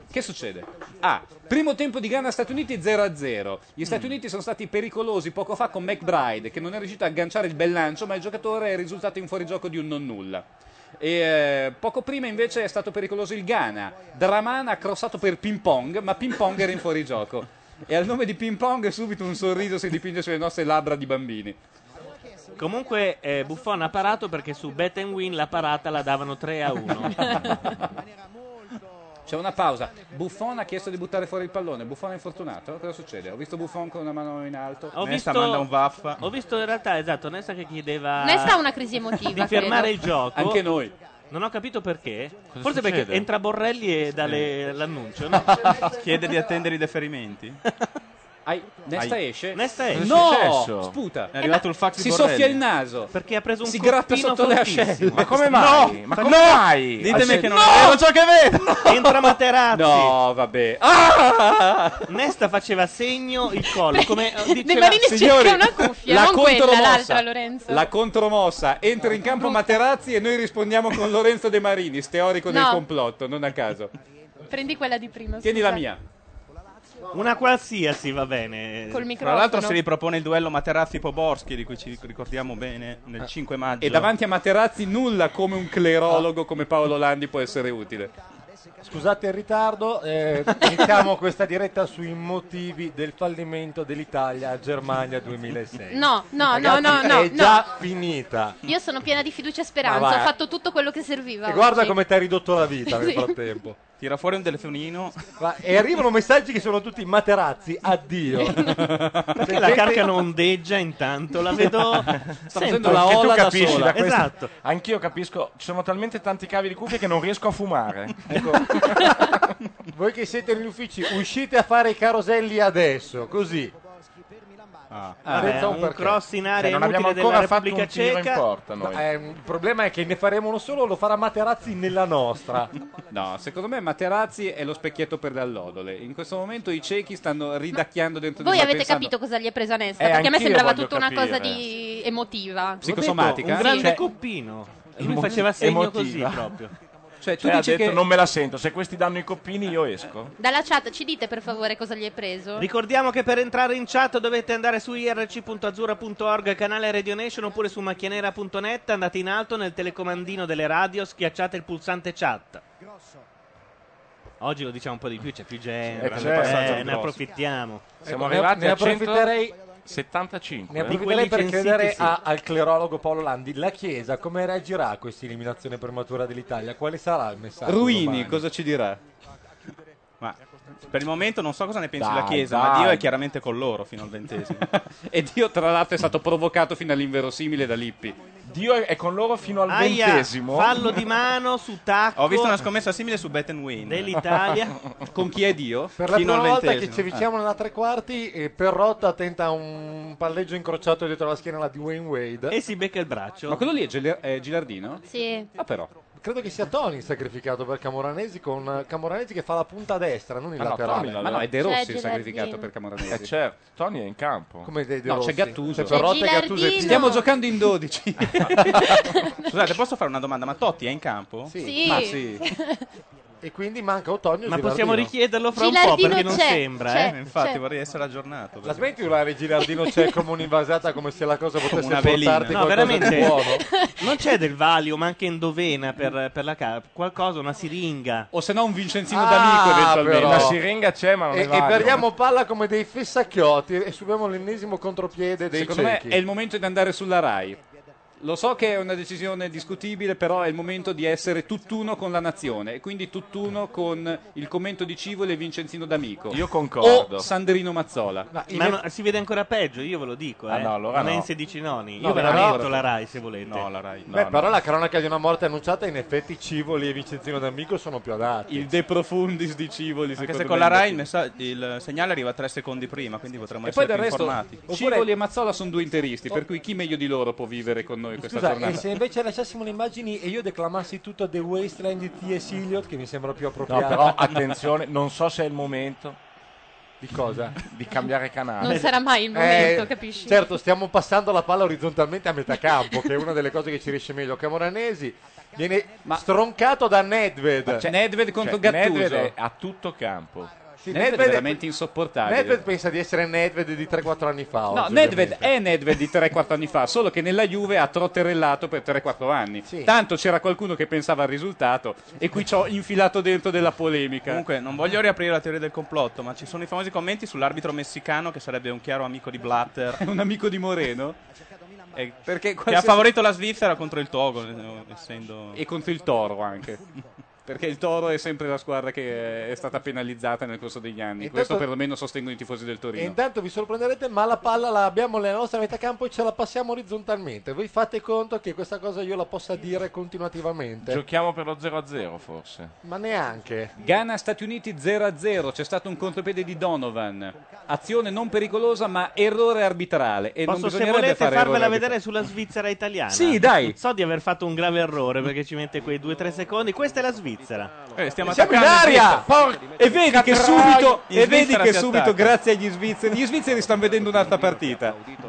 S7: Che succede? Ah, primo tempo di Ghana Stati Uniti 0-0. Gli Stati Uniti sono stati pericolosi poco fa con McBride che non è riuscito a agganciare il bel lancio, ma il giocatore è risultato in fuorigioco di un non nulla. E, eh, poco prima invece è stato pericoloso il Ghana. Draman ha crossato per ping pong, ma ping pong era in fuorigioco. E al nome di ping pong subito un sorriso si dipinge sulle nostre labbra di bambini.
S1: Comunque eh, Buffon ha parato perché su Bet and Win la parata la davano 3 a 1.
S7: [laughs] C'è una pausa. Buffon ha chiesto di buttare fuori il pallone. Buffon è infortunato? Cosa succede? Ho visto Buffon con una mano in alto.
S1: Ho
S9: Nesta
S1: visto-
S9: manda un vaffa.
S1: Ho visto in realtà, esatto, Nesta che chiedeva
S6: Nesta ha una crisi emotiva,
S1: di fermare il
S6: credo.
S1: gioco.
S7: Anche noi.
S1: Non ho capito perché. Forse perché
S5: succede?
S1: entra Borrelli e dà le- l'annuncio, no?
S9: [laughs] Chiede di attendere i deferimenti.
S7: [laughs] Ai, Nesta
S9: Ai.
S7: esce.
S1: Nesta esce.
S7: No!
S5: Cosa è successo?
S7: Sputa.
S9: È arrivato il fax di
S7: Si
S9: Borrelli.
S7: soffia il naso.
S1: Perché ha preso un
S7: Si gratta
S1: colpino
S7: sotto le
S1: fortissimo.
S7: ascelle.
S5: Ma come mai? Ma come mai?
S9: Ditemi
S5: Acce-
S9: che non è vero ciò che vedo.
S1: Entra Materazzi.
S7: No, vabbè. Ah!
S1: Nesta faceva segno il collo. Come eh,
S2: De
S1: diceva,
S2: Marini
S7: Signori,
S2: cerca una cuffia,
S7: la
S2: non quella,
S7: contromossa.
S2: l'altra, Lorenzo.
S7: La contromossa. Entra in campo Materazzi e noi rispondiamo con Lorenzo De Marinis, teorico del
S2: No.
S7: complotto, non a caso.
S2: Prendi quella di prima.
S7: Tieni la
S2: scusa.
S7: mia.
S1: una qualsiasi va bene.
S2: Col
S9: Tra
S2: microfono.
S9: l'altro si ripropone il duello Materazzi-Poborski, di cui ci ricordiamo bene nel 5 maggio.
S7: Ah. E davanti a Materazzi nulla come un clerologo come Paolo Landi può essere utile.
S10: Scusate il ritardo, eh, iniziamo questa diretta sui motivi del fallimento dell'Italia a Germania 2006.
S6: No, no, no,
S10: Ragazzi,
S6: no, no,
S10: È
S6: no.
S10: già finita.
S6: Io sono piena di fiducia e
S10: Ma
S6: speranza,
S10: vai.
S6: ho fatto tutto quello che serviva.
S10: E guarda
S6: oggi.
S10: come ti hai ridotto la vita nel
S6: Sì.
S10: frattempo.
S9: Tira fuori un telefonino.
S10: Ma- e arrivano messaggi che sono tutti materazzi, addio.
S6: [laughs]
S1: Perché la carca non ondeggia intanto? La
S5: [laughs]
S1: vedo.
S7: facendo
S1: Sento
S7: la
S5: Perché tu
S7: ola da
S5: capisci
S7: sola.
S5: da questo-
S1: Esatto.
S5: Anch'io capisco, ci sono talmente tanti cavi di cuffie che non riesco a fumare.
S10: Ecco. Voi che siete negli uffici, uscite a fare i caroselli adesso, così.
S1: Vabbè,
S10: Senza un
S1: un
S10: perché.
S1: cross in
S5: Cioè,
S1: area
S5: non abbiamo
S1: inutile della
S5: ancora fatto
S1: Repubblica
S5: un tiro in
S1: Ceca.
S5: porta
S10: No,
S5: noi.
S10: ehm, il problema è che ne faremo uno solo, lo farà Materazzi nella nostra.
S7: No, secondo me Materazzi è lo specchietto per le allodole. In questo momento i ciechi stanno ridacchiando dentro di
S6: Voi
S7: me
S6: avete
S7: pensando-
S6: capito cosa gli è presa Nesta?
S5: Eh,
S6: perché a me
S5: anch'io
S6: sembrava
S5: voglio
S6: tutta una cosa
S5: capire.
S6: di emotiva.
S7: Psicosomatica?
S1: Un grande
S7: Cioè,
S1: coppino. Lui
S5: emo-
S1: faceva segno
S5: emotiva.
S1: così proprio.
S5: [laughs] Cioè,
S1: tu
S5: ha
S1: dici
S5: detto
S1: che-
S5: non me la sento, se questi danno i coppini io esco.
S2: Dalla chat ci dite per favore cosa gli hai preso?
S1: Ricordiamo che per entrare in chat dovete andare su irc.azzurra.org, canale Radio Nation oppure su macchianera.net, andate in alto nel telecomandino delle radio, schiacciate il pulsante chat. Oggi lo diciamo un po' di più, c'è più gente,
S5: Eh,
S1: eh,
S5: c'è. Passaggio
S1: ne
S5: grosso.
S1: approfittiamo.
S5: Siamo arrivati a 175.
S10: Ne approfitterei per chiedere a- al clerologo Paolo Landi la Chiesa come reagirà a questa eliminazione prematura dell'Italia? Quale sarà il messaggio?
S9: Ruini,
S10: domani?
S9: cosa ci dirà? Ma per il momento non so cosa ne pensi
S10: Dai,
S9: la Chiesa, ma
S10: dai.
S9: Dio è chiaramente con loro fino al ventesimo.
S7: [laughs] E Dio, tra l'altro, è stato provocato fino all'inverosimile da Lippi.
S5: Dio è con loro fino al
S1: Aia, fallo di mano su tacco.
S9: Ho visto una scommessa simile su Bet and Win.
S1: Dell'Italia.
S9: [laughs] con chi è Dio?
S10: Per la
S9: fino
S10: prima
S9: al
S10: volta che
S9: ventesimo. Ah.
S10: ci avviciniamo alla tre quarti, eh, Perrotta tenta un palleggio incrociato dietro la schiena alla di Wayne Wade.
S1: E si becca il braccio.
S10: Ma
S7: quello lì è, Gilardino?
S2: Sì.
S7: Ah, però.
S10: Credo che sia Tony sacrificato per Camoranesi, con Camoranesi che fa la punta a destra, non il
S5: Ah, no,
S10: laterale.
S5: Tony, Cioè, ma no, è De C'è
S10: Cioè,
S5: Rossi il Gerardino. sacrificato per
S7: Camoranesi.
S5: Eh certo, Tony è in campo.
S10: Come De, De
S5: No, c'è
S10: Rossi.
S5: Gattuso.
S10: C'è
S5: C'è
S10: Perrotta e Gattuso e
S9: Gilardino.
S7: Stiamo giocando in 12.
S10: [laughs]
S9: Scusate, posso fare una domanda? Ma Totti è in campo?
S10: Sì.
S9: Ma sì.
S10: E quindi manca Otonio
S9: Ma
S10: Gilardino.
S9: possiamo
S1: richiederlo
S9: fra un po', Gilardino perché non c'è,
S10: sembra,
S9: Eh,
S10: c'è,
S9: infatti
S10: c'è.
S9: vorrei essere aggiornato.
S10: La smetti di urlare Gilardino c'è come un'invasata, come se la cosa potesse
S9: una velina.
S10: portarti
S1: No,
S10: qualcosa di
S1: veramente.
S10: buono.
S1: [laughs] Non c'è del Valium anche in Dovena per, per la ca- qualcosa, una siringa.
S7: O se no un Vincenzino
S10: Ah, D'Amico eventualmente. però.
S5: La siringa c'è, ma non
S10: E,
S5: è
S10: e
S5: Valium.
S10: perdiamo palla come dei fessacchiotti e subiamo l'ennesimo contropiede dei
S7: Secondo
S10: ciechi.
S7: me è il momento di andare sulla Rai. Lo so che è una decisione discutibile, però è il momento di essere tutt'uno con la nazione e quindi tutt'uno con il commento di Civoli e Vincenzino D'Amico.
S5: Io concordo.
S7: O Sandrino Mazzola.
S1: Ma no, si vede ancora peggio, io ve lo dico.
S7: Ah,
S1: eh.
S7: no, allora
S1: non è
S7: no.
S1: in 16 noni.
S7: No,
S1: io ve la
S7: però-
S1: metto la Rai se volete. No,
S9: la Rai.
S10: Beh, però la cronaca di una morte annunciata, in effetti Civoli e Vincenzino D'Amico sono più adatti.
S7: Il De Profundis di Civoli,
S9: Anche se con la Rai il, messa- il segnale arriva tre secondi prima, quindi potremmo
S7: E poi
S9: essere
S7: del
S9: più
S7: resto,
S9: informati.
S7: Civoli e Mazzola sono due interisti, per cui chi meglio di loro può vivere con noi questa
S10: Scusa, e
S7: giornata?
S10: se invece lasciassimo le immagini e io declamassi tutto a The Wasteland di T.S. Eliot, che mi sembra più
S5: No,
S10: appropriato.
S5: però attenzione, non so se è il momento.
S10: Di cosa?
S5: Di cambiare canale.
S2: Non sarà mai il momento, capisci?
S10: Certo, stiamo passando la palla orizzontalmente a metà campo, che è una delle cose che ci riesce meglio. Camoranesi viene stroncato da Nedved.
S5: Ma c'è- cioè, Nedved è a tutto campo.
S10: Sì, Nedved Nedved è veramente
S7: insopportabile.
S10: Nedved pensa di essere Nedved di 3-4 anni fa.
S7: No,
S10: oggi,
S7: Nedved
S10: ovviamente.
S7: è Nedved di 3-4 anni fa, solo che nella Juve ha trotterellato per 3-4 anni. Tanto c'era qualcuno che pensava al risultato e qui ci ho infilato dentro della polemica.
S9: Comunque, non
S7: [laughs]
S9: voglio riaprire la teoria del complotto, ma ci sono i famosi commenti sull'arbitro messicano che sarebbe un chiaro amico di
S10: [laughs]
S9: Blatter.
S7: un amico di Moreno.
S9: E- Che
S7: perché
S9: ha
S7: qualsiasi-
S9: favorito la Svizzera contro il Togo, eh, essendo...
S7: E contro il Toro anche. Perché il Toro è sempre la squadra che è stata penalizzata nel corso degli anni.
S10: Intanto-
S7: Questo perlomeno sostengono i tifosi del
S10: E
S7: Torino.
S10: intanto vi sorprenderete, ma la palla la abbiamo nella nostra metà campo e ce la passiamo orizzontalmente. Voi fate conto che questa cosa io la possa dire continuativamente.
S5: Giochiamo per lo 0-0 forse.
S10: ma neanche.
S7: Ghana Stati Uniti 0-0, c'è stato un contropiede di Donovan. Azione non pericolosa, ma errore arbitrale e non
S1: Posso, se
S7: bisognerebbe
S1: volete,
S7: fare errori
S1: farvela
S7: arbitrali.
S1: vedere sulla Svizzera italiana.
S7: Sì, dai.
S1: So di aver fatto un grave errore perché ci mette quei 2-3 secondi. Questa è la Svizzera.
S9: stiamo
S7: Siamo in aria! Por- e vedi che subito,
S1: In
S7: e vedi
S1: Svizzera
S7: che
S1: si
S7: subito
S1: attacca.
S7: grazie agli svizzeri, gli svizzeri stanno vedendo un'altra partita.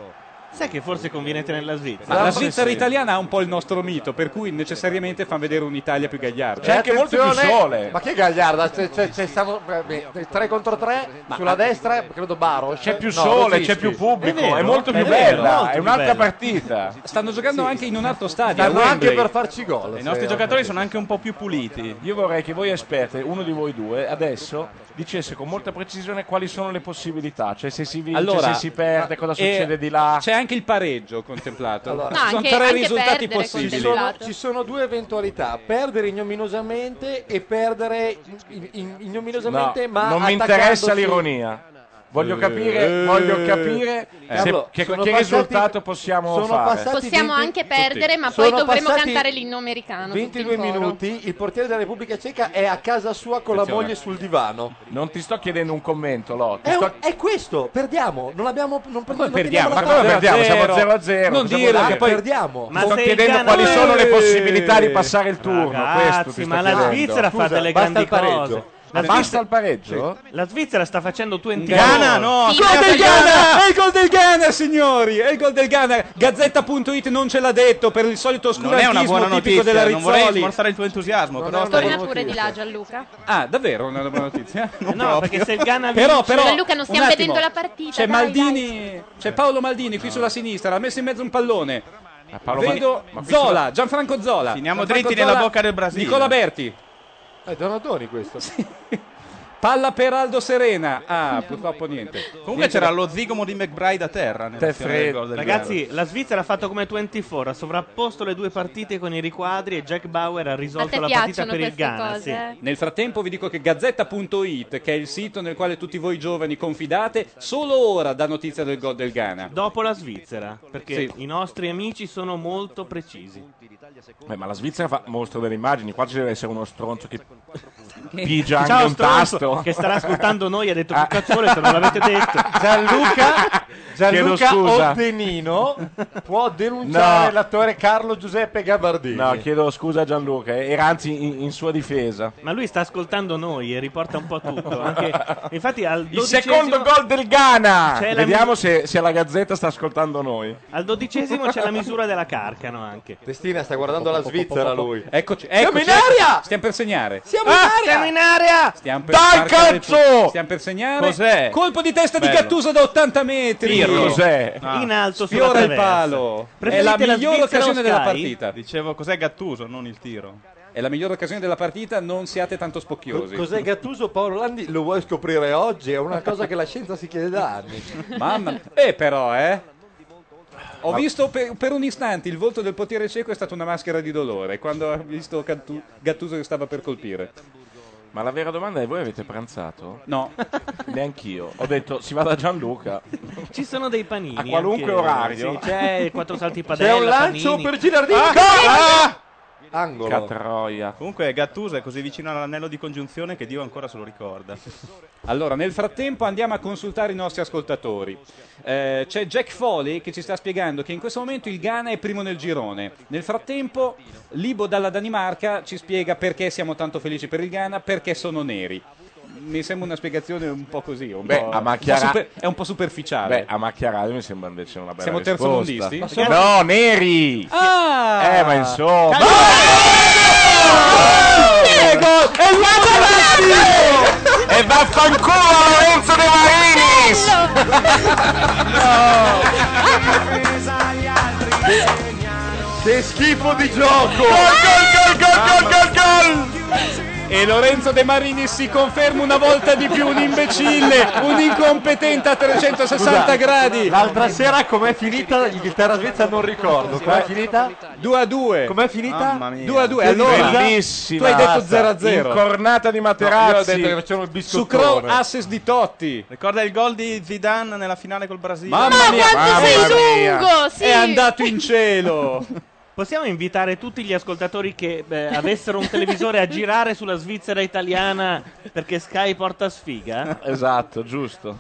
S1: Sai che forse convenete nella Svizzera?
S7: Ma la Svizzera italiana ha un po' il nostro mito, per cui necessariamente fa vedere un'Italia più gagliarda.
S10: E attenzione- Ma che gagliarda? C'è, c'è, c'è stato 3 eh, contro 3 sulla destra, credo Baro. eh?
S5: C'è più sole, c'è più pubblico, eh. è, molto più bella, è un'altra [laughs] partita.
S7: Stanno giocando anche in un altro stadio.
S5: Stanno
S7: a
S5: anche
S7: Wembley.
S5: per farci gol,
S7: I
S5: se
S7: nostri
S5: ho
S7: giocatori
S5: capito.
S7: sono anche un po' più puliti.
S5: Io vorrei che voi esperte, uno di voi due, adesso dicesse con molta precisione quali sono le possibilità, cioè se si vince, se
S7: Allora,
S5: si perde, cosa
S7: eh,
S5: succede di là.
S7: C'è anche il pareggio contemplato.
S10: Allora,
S7: Ci sono tre risultati possibili.
S10: Ci sono, ci sono due eventualità: perdere ignominiosamente e perdere in- in-
S5: No,
S10: ignominiosamente, ma
S5: non mi
S10: attaccandosi-
S5: interessa l'ironia. Voglio
S10: Eh,
S5: capire,
S10: eh,
S5: voglio capire se-
S10: Pablo,
S5: che,
S10: eh, sono
S5: che
S10: passati-
S5: risultato possiamo
S10: sono
S5: fare.
S10: passati
S2: Possiamo anche perdere, ma poi
S10: Sono
S2: dovremo
S10: passati
S2: cantare l'inno americano. tutti in
S10: 22
S2: coro.
S10: minuti, il portiere della Repubblica Ceca è a casa sua con la
S5: Attenzione.
S10: moglie sul divano.
S5: Non ti sto chiedendo un commento, Lot.
S10: È, un- è questo, perdiamo, non abbiamo non pre-
S5: perdiamo?
S10: non teniamo la
S5: Ma
S10: palla.
S5: come perdiamo? Siamo a 0 a 0.
S10: Non
S5: Cosa
S10: dirlo
S5: vuol
S10: che
S5: dire?
S10: poi Ah, perdiamo.
S5: sto chiedendo quali
S10: Eh.
S5: sono le possibilità di passare il turno. questo ti
S1: Ragazzi,
S5: sto
S1: ma la
S5: chiedendo.
S1: Svizzera fa delle grandi cose. Ma
S5: Basta il pareggio?
S1: La Svizzera sta facendo due in
S7: Ghana, no! Gol del Ghana! È il gol del Ghana, signori! È il gol del Ghana! Gazzetta.it non ce l'ha detto per il solito
S9: Non è una buona
S7: oscurantismo tipico della
S9: notizia, non vorrei
S7: Rizzoli.
S9: smorzare il tuo entusiasmo, però
S2: Torna pure di là Gianluca.
S7: Ah, davvero non è una buona
S9: [laughs]
S7: notizia? Non
S1: No,
S7: proprio.
S1: perché se il Ghana
S7: però,
S1: vince-
S7: però,
S2: Gianluca, non stiamo
S7: un attimo.
S2: vedendo la partita, dai,
S7: C'è Maldini, c'è Paolo Maldini qui sulla sinistra, l'ha messo in mezzo un pallone.
S9: Eh,
S5: Paolo
S7: Vedo
S5: Maldini- ma qui
S7: Zola, Gianfranco Zola.
S9: Finiamo
S7: Gianfranco
S9: dritti nella
S7: Zola,
S9: bocca del Brasile. Eh,
S7: Nicola Berti.
S10: È Donadoni questo.
S7: [laughs] Palla per Aldo Serena. Ah, purtroppo niente.
S9: Comunque c'era lo zigomo di McBride a terra nel
S5: Te freddo.
S9: gol del Ghana.
S1: Ragazzi, la Svizzera ha fatto come 24, ha sovrapposto le due partite con i riquadri e Jack Bauer ha
S2: A te
S1: risolto la partita
S2: piacciono
S1: per
S2: queste
S1: il Ghana.
S2: cose?
S1: sì.
S2: eh?
S7: Nel frattempo vi dico che gazzetta.it, che è il sito nel quale tutti voi giovani confidate, solo ora dà notizia del gol del Ghana.
S1: Dopo la Svizzera, perché
S7: Sì.
S1: i nostri amici sono molto precisi.
S5: Beh, Eh, ma la Svizzera fa mostro delle immagini, qua ci deve essere uno stronzo che pigia anche
S1: Ciao,
S5: un
S1: stronzo,
S5: tasto. Ah.
S1: che starà
S5: [laughs]
S1: ascoltando noi ha detto che cazzo vuole se non l'avete detto.
S10: Gianluca,
S5: Chiedo
S10: Gianluca
S5: scusa.
S10: Oddenino [laughs] può denunciare
S5: No.
S10: l'attore Carlo Giuseppe Gabardini.
S5: No, chiedo scusa a Gianluca, eh, era anzi in, in sua difesa.
S1: Ma lui sta ascoltando noi e riporta un po' tutto. anche- Infatti, al
S5: Il
S1: dodicesimo,
S5: secondo gol del Ghana!
S1: C'è la
S5: Vediamo
S1: mi-
S5: se, se la Gazzetta sta ascoltando noi.
S1: al dodicesimo c'è la misura della carcano anche.
S10: Testina sta guardando la Svizzera lui.
S7: Eccoci, eccoci.
S10: Siamo in aria!
S7: Stiamo per segnare.
S10: Siamo
S1: Ah, siamo in area!
S7: Stiamo per
S5: Dai,
S7: marcare il
S5: cazzo!
S7: pu- Stiamo per segnare.
S9: Cos'è?
S7: Colpo di testa di
S9: Bello.
S7: Gattuso da 80 metri.
S9: Pirlo.
S5: Cos'è?
S9: Ah.
S1: In alto sulla
S7: Sfiora il
S1: traversa.
S7: palo. È
S1: Preferite
S7: la
S1: la
S7: migliore
S1: Svizzera
S7: occasione
S1: o
S7: della
S1: Sky?
S7: partita.
S9: Dicevo, cos'è Gattuso, non il tiro.
S7: È la migliore occasione della partita, non siate tanto
S10: Co-
S7: spocchiosi.
S10: Cos'è Gattuso Paolo Landi? Lo vuoi scoprire oggi? È una cosa che la [laughs] scienza si chiede da anni.
S7: Mamma mia. Eh però, eh. Ho visto per, per un istante il volto del potere cieco è stata una maschera di dolore quando ha visto Gattu- Gattuso che stava per colpire.
S5: Ma la vera domanda è voi avete pranzato?
S7: No,
S5: [laughs] Neanch'io. Ho detto si va da Gianluca.
S1: Ci sono dei panini.
S5: A qualunque
S1: anche-
S5: orario.
S1: Sì, c'è il quattro salti padella.
S10: C'è un lancio
S1: panini. Ah,
S10: per Girardini. Gol! Ah! Angolo.
S5: Catroia.
S9: Comunque Gattuso è così vicino all'anello di congiunzione che Dio ancora se lo ricorda.
S7: Allora, nel frattempo andiamo a consultare i nostri ascoltatori. Eh, c'è Jack Foley che ci sta spiegando che in questo momento il Ghana è primo nel girone. Nel frattempo, Libo dalla Danimarca ci spiega perché siamo tanto felici per il Ghana, perché sono neri. Mi sembra una spiegazione un po' così, un
S5: Beh,
S7: po'-
S5: ah, ma
S7: un po'
S5: Chiara-
S7: super- è un po' superficiale.
S5: Beh, a macchia radio mi sembra invece una bella
S7: Siamo
S5: risposta.
S7: terzomondisti? Ma
S5: No, neri!
S7: Ah!
S5: Eh, ma insomma...
S7: È il
S5: E vaffanculo Lorenzo De Marinis!
S10: Che schifo di gioco!
S5: Gol, gol, gol, gol, gol!
S7: E Lorenzo De Marini si conferma una volta di più un imbecille, un incompetente a 360 gradi.
S10: L'altra sera com'è finita Inghilterra-Svezia non ricordo. Com'è finita?
S7: 2 a 2.
S10: Com'è finita?
S9: Mamma mia.
S7: 2 a 2.
S10: Bellissima.
S7: Allora,
S5: Bellissima!
S7: tu hai detto 0 a 0.
S5: Incornata di [laughs]
S10: Io ho
S5: Materazzi!
S10: detto che facevano il
S7: su crow
S10: biscottone.
S7: assist di Totti.
S9: Ricorda il gol di Zidane nella finale col Brasile?
S7: Mamma mia,
S6: Quanto
S5: Mamma
S6: sei
S5: mia.
S6: lungo! Sì.
S7: è andato in cielo.
S1: [laughs] Possiamo invitare tutti gli ascoltatori che beh, avessero un televisore a girare sulla Svizzera italiana perché Sky porta sfiga?
S5: Esatto, giusto.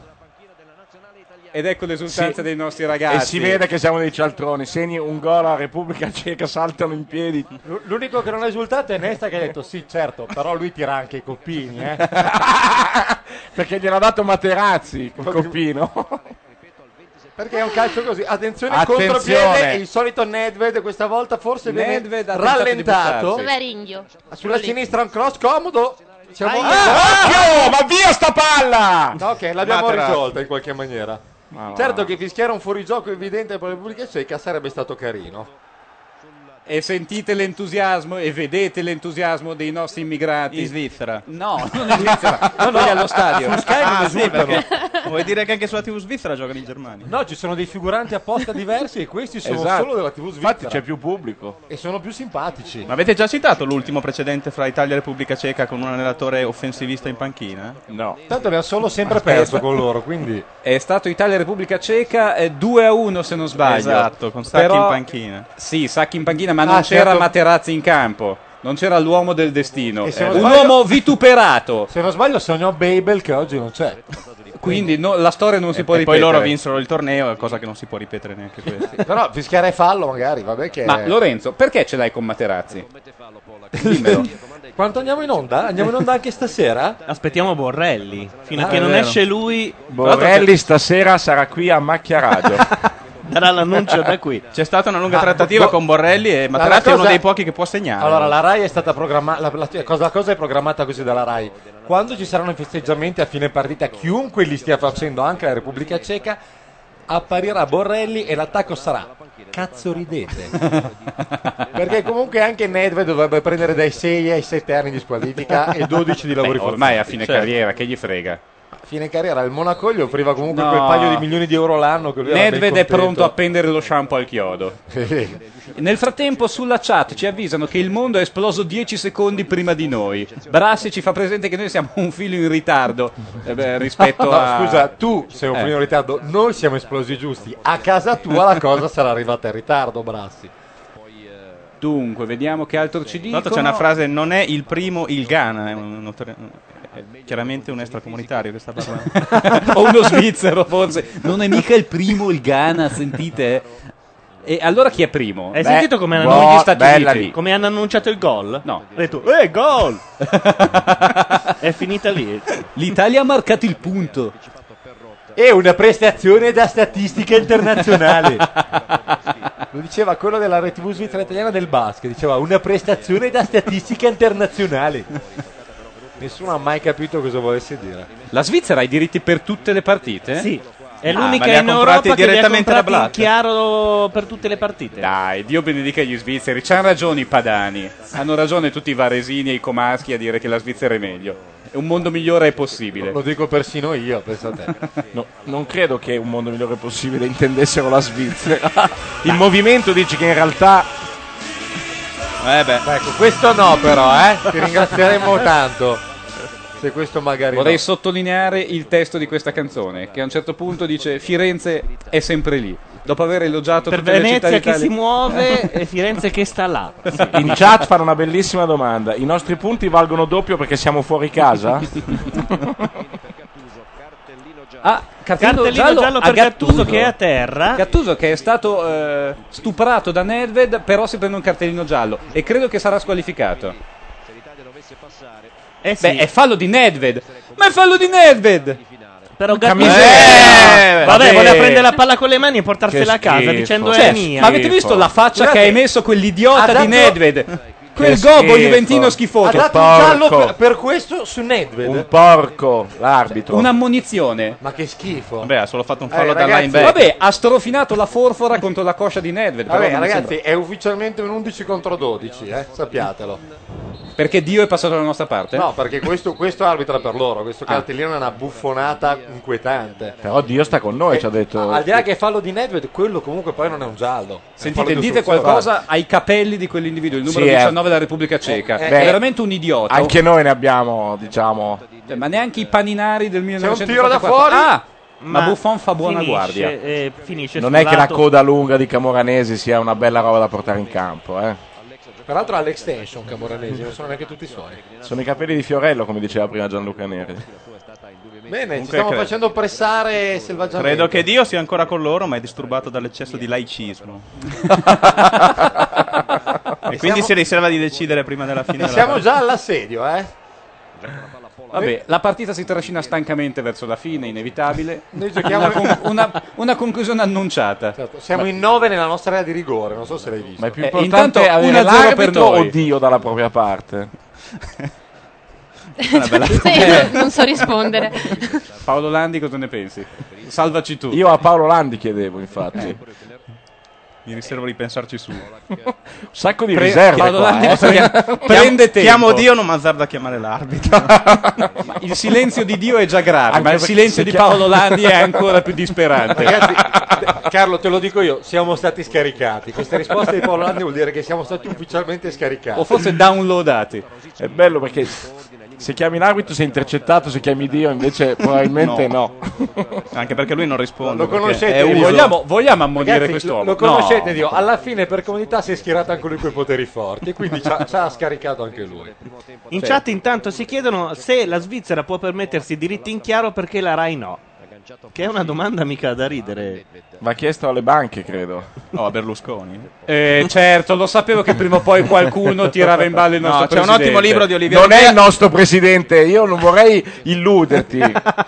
S7: Ed ecco l'esultanza
S5: Sì.
S7: dei nostri ragazzi.
S5: E si vede che siamo dei cialtroni. Segni un gol alla Repubblica [laughs] Ceca, saltano in piedi.
S10: L- L'unico che non ha esultato è Nesta che ha detto sì certo, però lui tira anche i coppini.
S7: [laughs]
S10: Eh.
S5: Perché gliel'ha dato Materazzi, il coppino.
S10: Perché è un calcio così. Attenzione,
S5: Attenzione.
S10: contropiede, il solito Nedved questa volta forse
S7: Nedved ha
S10: viene
S7: tentato di
S10: rallentato.
S7: buttarsi.
S2: Dov'è Ringhio?
S10: Sulla sinistra un cross comodo.
S7: Ah!
S10: Siamo
S5: Ah, Occhio, ma via sta palla!
S10: No, ok, l'abbiamo
S9: Materazzi.
S10: risolta in qualche maniera.
S5: Ma va.
S10: Certo che fischiare un fuorigioco evidente per la Repubblica Ceca sarebbe stato carino.
S7: E sentite l'entusiasmo e vedete l'entusiasmo dei nostri immigrati.
S9: In Svizzera.
S7: No, non
S9: [laughs]
S7: in Svizzera, no, no, allo stadio.
S9: Ah, sì, perché vuoi dire che anche sulla TV svizzera giocano in Germania?
S10: No, ci sono dei figuranti apposta diversi e questi sono
S5: Esatto.
S10: solo della TV svizzera.
S5: Infatti c'è più pubblico.
S10: E sono più simpatici.
S9: Ma avete già citato l'ultimo precedente fra Italia e Repubblica Ceca con un allenatore offensivista in panchina?
S5: No.
S10: Tanto abbiamo solo sempre perso con loro, quindi...
S7: È stato Italia-Repubblica Ceca eh, 2 a 1 se non sbaglio.
S9: Esatto, con Sacchi
S7: Però-
S9: in panchina.
S7: Sì, sacchi in panchina, ma
S10: Ah,
S7: non c'era
S10: certo.
S7: Materazzi in campo. Non c'era l'uomo del destino.
S10: E se
S7: Eh,
S10: non
S7: un
S10: sbaglio-
S7: uomo vituperato.
S10: Se non sbaglio sognò Babel che oggi non c'è.
S7: Quindi no- la storia non si
S9: E,
S7: può
S9: e poi
S7: ripetere.
S9: loro vinsero il torneo, cosa che non si può ripetere neanche questi.
S10: [laughs] Però
S9: Eh.
S10: fischiare fallo magari, vabbè che...
S7: Ma Lorenzo, perché ce l'hai con Materazzi? Dimmelo.
S10: Quanto andiamo in onda? Andiamo in onda anche stasera?
S1: Aspettiamo Borrelli. Fino
S5: [laughs]
S1: a
S10: Ah,
S1: che
S10: è
S1: non
S10: vero.
S1: esce lui,
S5: Borrelli stasera sarà qui a Macchia [laughs] Radio.
S1: darà l'annuncio da qui.
S9: C'è stata una lunga trattativa con Borrelli e
S10: Ma
S9: Materazzi
S10: la
S9: è uno
S10: cosa-
S9: dei pochi che può segnare.
S10: Allora, la RAI è stata programmata. La, la- cosa, la cosa è programmata così dalla RAI. Quando ci saranno i festeggiamenti a fine partita, chiunque li stia facendo, anche la Repubblica Ceca, apparirà Borrelli e l'attacco sarà. Cazzo ridete. Perché comunque anche Nedved dovrebbe prendere dai 6 ai 7 anni di squalifica e 12 di lavori
S7: Beh, Ormai è a
S10: forzati.
S7: fine
S10: Cioè,
S7: carriera, che gli frega.
S10: a fine carriera il Monaco gli offriva comunque
S7: No.
S10: quel paio di milioni di euro l'anno che lui era ben
S7: Nedved è
S10: contento. [laughs]
S7: pronto a pendere lo shampoo al chiodo. Nel frattempo, sulla chat ci avvisano che il mondo è esploso 10 secondi prima di noi. Brassi ci fa presente che noi siamo un filo in ritardo eh beh, rispetto
S10: [laughs] No,
S7: a.
S10: scusa, tu sei un
S7: Eh.
S10: primo in ritardo, noi siamo esplosi giusti. A casa tua la cosa sarà arrivata in ritardo, Brassi.
S7: Dunque, vediamo che altro
S9: Tra
S7: ci dicono.
S9: l'altro c'è una frase, non è il primo il Ghana, è, un- un- è chiaramente un extracomunitario che sta parlando.
S7: [laughs] o uno svizzero forse. Non è mica il primo il Ghana, sentite? eh. E allora chi è primo?
S1: Hai
S7: Beh,
S1: sentito come hanno,
S7: buo-
S1: annunciato gli Stati
S7: bella
S1: Uniti?
S7: lì.
S1: Come hanno annunciato il gol?
S7: No.
S1: Ha detto,
S7: [laughs]
S1: eh, gol! È finita lì.
S7: L'Italia ha marcato il punto.
S10: È una prestazione da statistica
S1: [laughs]
S10: internazionale.
S7: [laughs]
S10: Lo diceva quello della RTV svizzera italiana del basket, diceva una prestazione da statistica internazionale. Nessuno ha mai capito cosa volesse dire.
S7: La Svizzera ha i diritti per tutte le partite?
S1: Sì. È
S7: Ah, ma
S1: l'unica
S7: li ha
S1: in
S7: comprati
S1: Europa che li ha
S7: direttamente da
S1: comprati in
S7: Blatter.
S1: chiaro per tutte le partite.
S7: Dai, Dio benedica gli svizzeri. C'hanno ragione i padani. Hanno ragione tutti i varesini e i comaschi a dire che la Svizzera è meglio. Un mondo migliore è possibile.
S10: Lo dico persino io, pensa a te.
S5: No, non credo che un mondo migliore possibile intendessero la Svizzera. [laughs] Il movimento dice che in realtà.
S9: Eh beh.
S10: Ecco, questo no però, eh. Ti ringrazieremo tanto. Se questo magari no.
S7: Vorrei sottolineare il testo di questa canzone, che a un certo punto dice Firenze è sempre lì. Dopo aver elogiato
S1: Per
S7: tutte
S1: Venezia
S7: le
S1: che
S7: città d'Italia-
S1: si muove e Firenze che sta là.
S5: In chat fanno una bellissima domanda. I nostri punti valgono doppio perché siamo fuori [laughs] casa?
S7: Ah, cartellino,
S1: Cartellino giallo, per Gattuso, che è a terra.
S7: Gattuso che è stato eh, stuprato da Nedved, però si prende un cartellino giallo e credo che sarà squalificato.
S1: Eh sì,
S7: Beh, è fallo di Nedved. Ma è fallo di Nedved!
S1: però Gattuso...
S7: miseria!
S1: Eh, vabbè,
S7: Vabbè.
S1: voleva prendere la palla con le mani e portarsela a
S5: Che
S1: casa
S5: schifo.
S1: dicendo
S7: Cioè,
S1: è mia.
S7: ma avete visto la faccia
S10: "Eh, Guardate,
S7: che ha emesso quell'idiota
S10: ha dato-
S7: di Nedved? Quel
S5: schifo.
S7: gobbo juventino
S10: ha
S7: schifoso.
S10: dato un giallo
S5: porco.
S10: per, per questo su Nedved.
S5: Un porco, l'arbitro.
S7: Un'ammonizione.
S10: Ma che schifo.
S9: Certo. Vabbè, ha solo fatto un fallo
S10: Eh,
S9: da
S10: ragazzi,
S9: linebacker.
S7: Vabbè, ha strofinato la forfora contro la coscia di Nedved. però
S10: Vabbè,
S7: non mi
S10: ragazzi, è ufficialmente un 11 contro 12, eh? sappiatelo.
S7: sembra. Perché Dio è passato dalla nostra parte?
S10: No, perché questo, questo arbitra per loro, questo
S9: Ah.
S10: cartellino è una buffonata inquietante.
S5: Però Dio Eh, sta con
S10: Eh,
S5: noi, ci ha
S9: Ah,
S5: detto.
S10: Al di là che fallo di Nedved, quello comunque poi non è un giallo.
S7: Sentite, dite qualcosa ai capelli di quell'individuo, il numero
S5: Sì, eh.
S7: 19 della Repubblica Ceca.
S10: Eh, eh,
S7: è
S5: beh,
S7: veramente un idiota.
S5: Anche noi ne abbiamo, diciamo.
S7: Cioè, ma neanche i paninari del
S10: tiro
S7: 1984.
S10: da fuori.
S7: Ah, ma, Buffon fa buona
S1: finisce,
S7: guardia.
S1: eh, finisce
S5: Non
S1: sul
S5: è che la
S1: lato.
S5: coda lunga di Camoranesi sia una bella roba da portare in campo, eh.
S10: Peraltro ha l'extension camoranesi, non sono neanche tutti i suoi.
S5: Sono i capelli di Fiorello, come diceva prima Gianluca Neri.
S10: Bene, ci stiamo
S9: credo-
S10: facendo pressare selvaggiamente.
S9: Credo che Dio sia ancora con loro, ma è disturbato dall'eccesso di laicismo. e quindi si riserva di decidere prima della fine.
S10: E
S9: della
S10: siamo
S9: partita.
S10: già all'assedio, eh?
S7: Vabbè, la partita si trascina stancamente verso la fine, inevitabile.
S10: Noi giochiamo-
S7: una, con-
S10: [laughs]
S7: una- una conclusione annunciata.
S10: Esatto, Siamo in 9 nella nostra area di rigore, non so se l'hai visto.
S5: Ma è più
S7: Eh,
S5: importante
S7: intanto
S5: avere
S7: 1-0
S5: l'arbitro
S7: per
S5: o
S7: noi.
S5: Dio dalla propria
S7: [laughs] Eh.
S5: parte?
S2: Sì, non- Eh, non so rispondere.
S7: Paolo Landi, cosa ne pensi? Salvaci tu.
S5: Io a Paolo Landi chiedevo, infatti. Un
S9: Mi riservo di pensarci su.
S5: sacco di
S7: Pre-
S5: riserve
S7: Paolo
S5: qua,
S7: Landi,
S5: eh.
S7: chiam- prende tempo.
S9: Chiamo Dio, non mazzarda a chiamare l'arbitro.
S7: Il silenzio di Dio è già grave,
S5: Anche
S7: ma il
S5: perché
S7: silenzio
S5: se
S7: di
S5: chiama-
S7: Paolo Landi [laughs]
S10: [laughs]
S7: è ancora più disperante.
S10: Ragazzi, eh, Carlo, te lo dico io, siamo stati scaricati. Questa risposta di Paolo Landi vuol dire che siamo stati ufficialmente scaricati.
S7: O forse downloadati.
S5: È bello perché se chiami l'arbitro sei intercettato, se chiami Dio invece probabilmente no.
S9: Anche perché lui non risponde.
S10: Lo
S9: perché
S10: conoscete,
S9: è
S10: Dio?
S9: uso.
S7: Vogliamo, vogliamo ammonire
S10: Ragazzi,
S7: quest'uomo?
S10: lo, lo conoscete
S7: No.
S10: Dio, alla fine per comodità si è schierato anche lui coi poteri forti, quindi ci ha, ci ha scaricato anche lui.
S1: In chat intanto si chiedono se la Svizzera può permettersi diritti in chiaro perché la Rai no. Che è una domanda mica da ridere.
S5: Va chiesto alle banche, credo. No, a Berlusconi.
S7: Eh, certo, lo sapevo che prima o poi qualcuno tirava in ballo il nostro
S5: cioè,
S7: presidente.
S5: Non è il nostro presidente, io non vorrei
S7: [laughs]
S5: illuderti. Ah,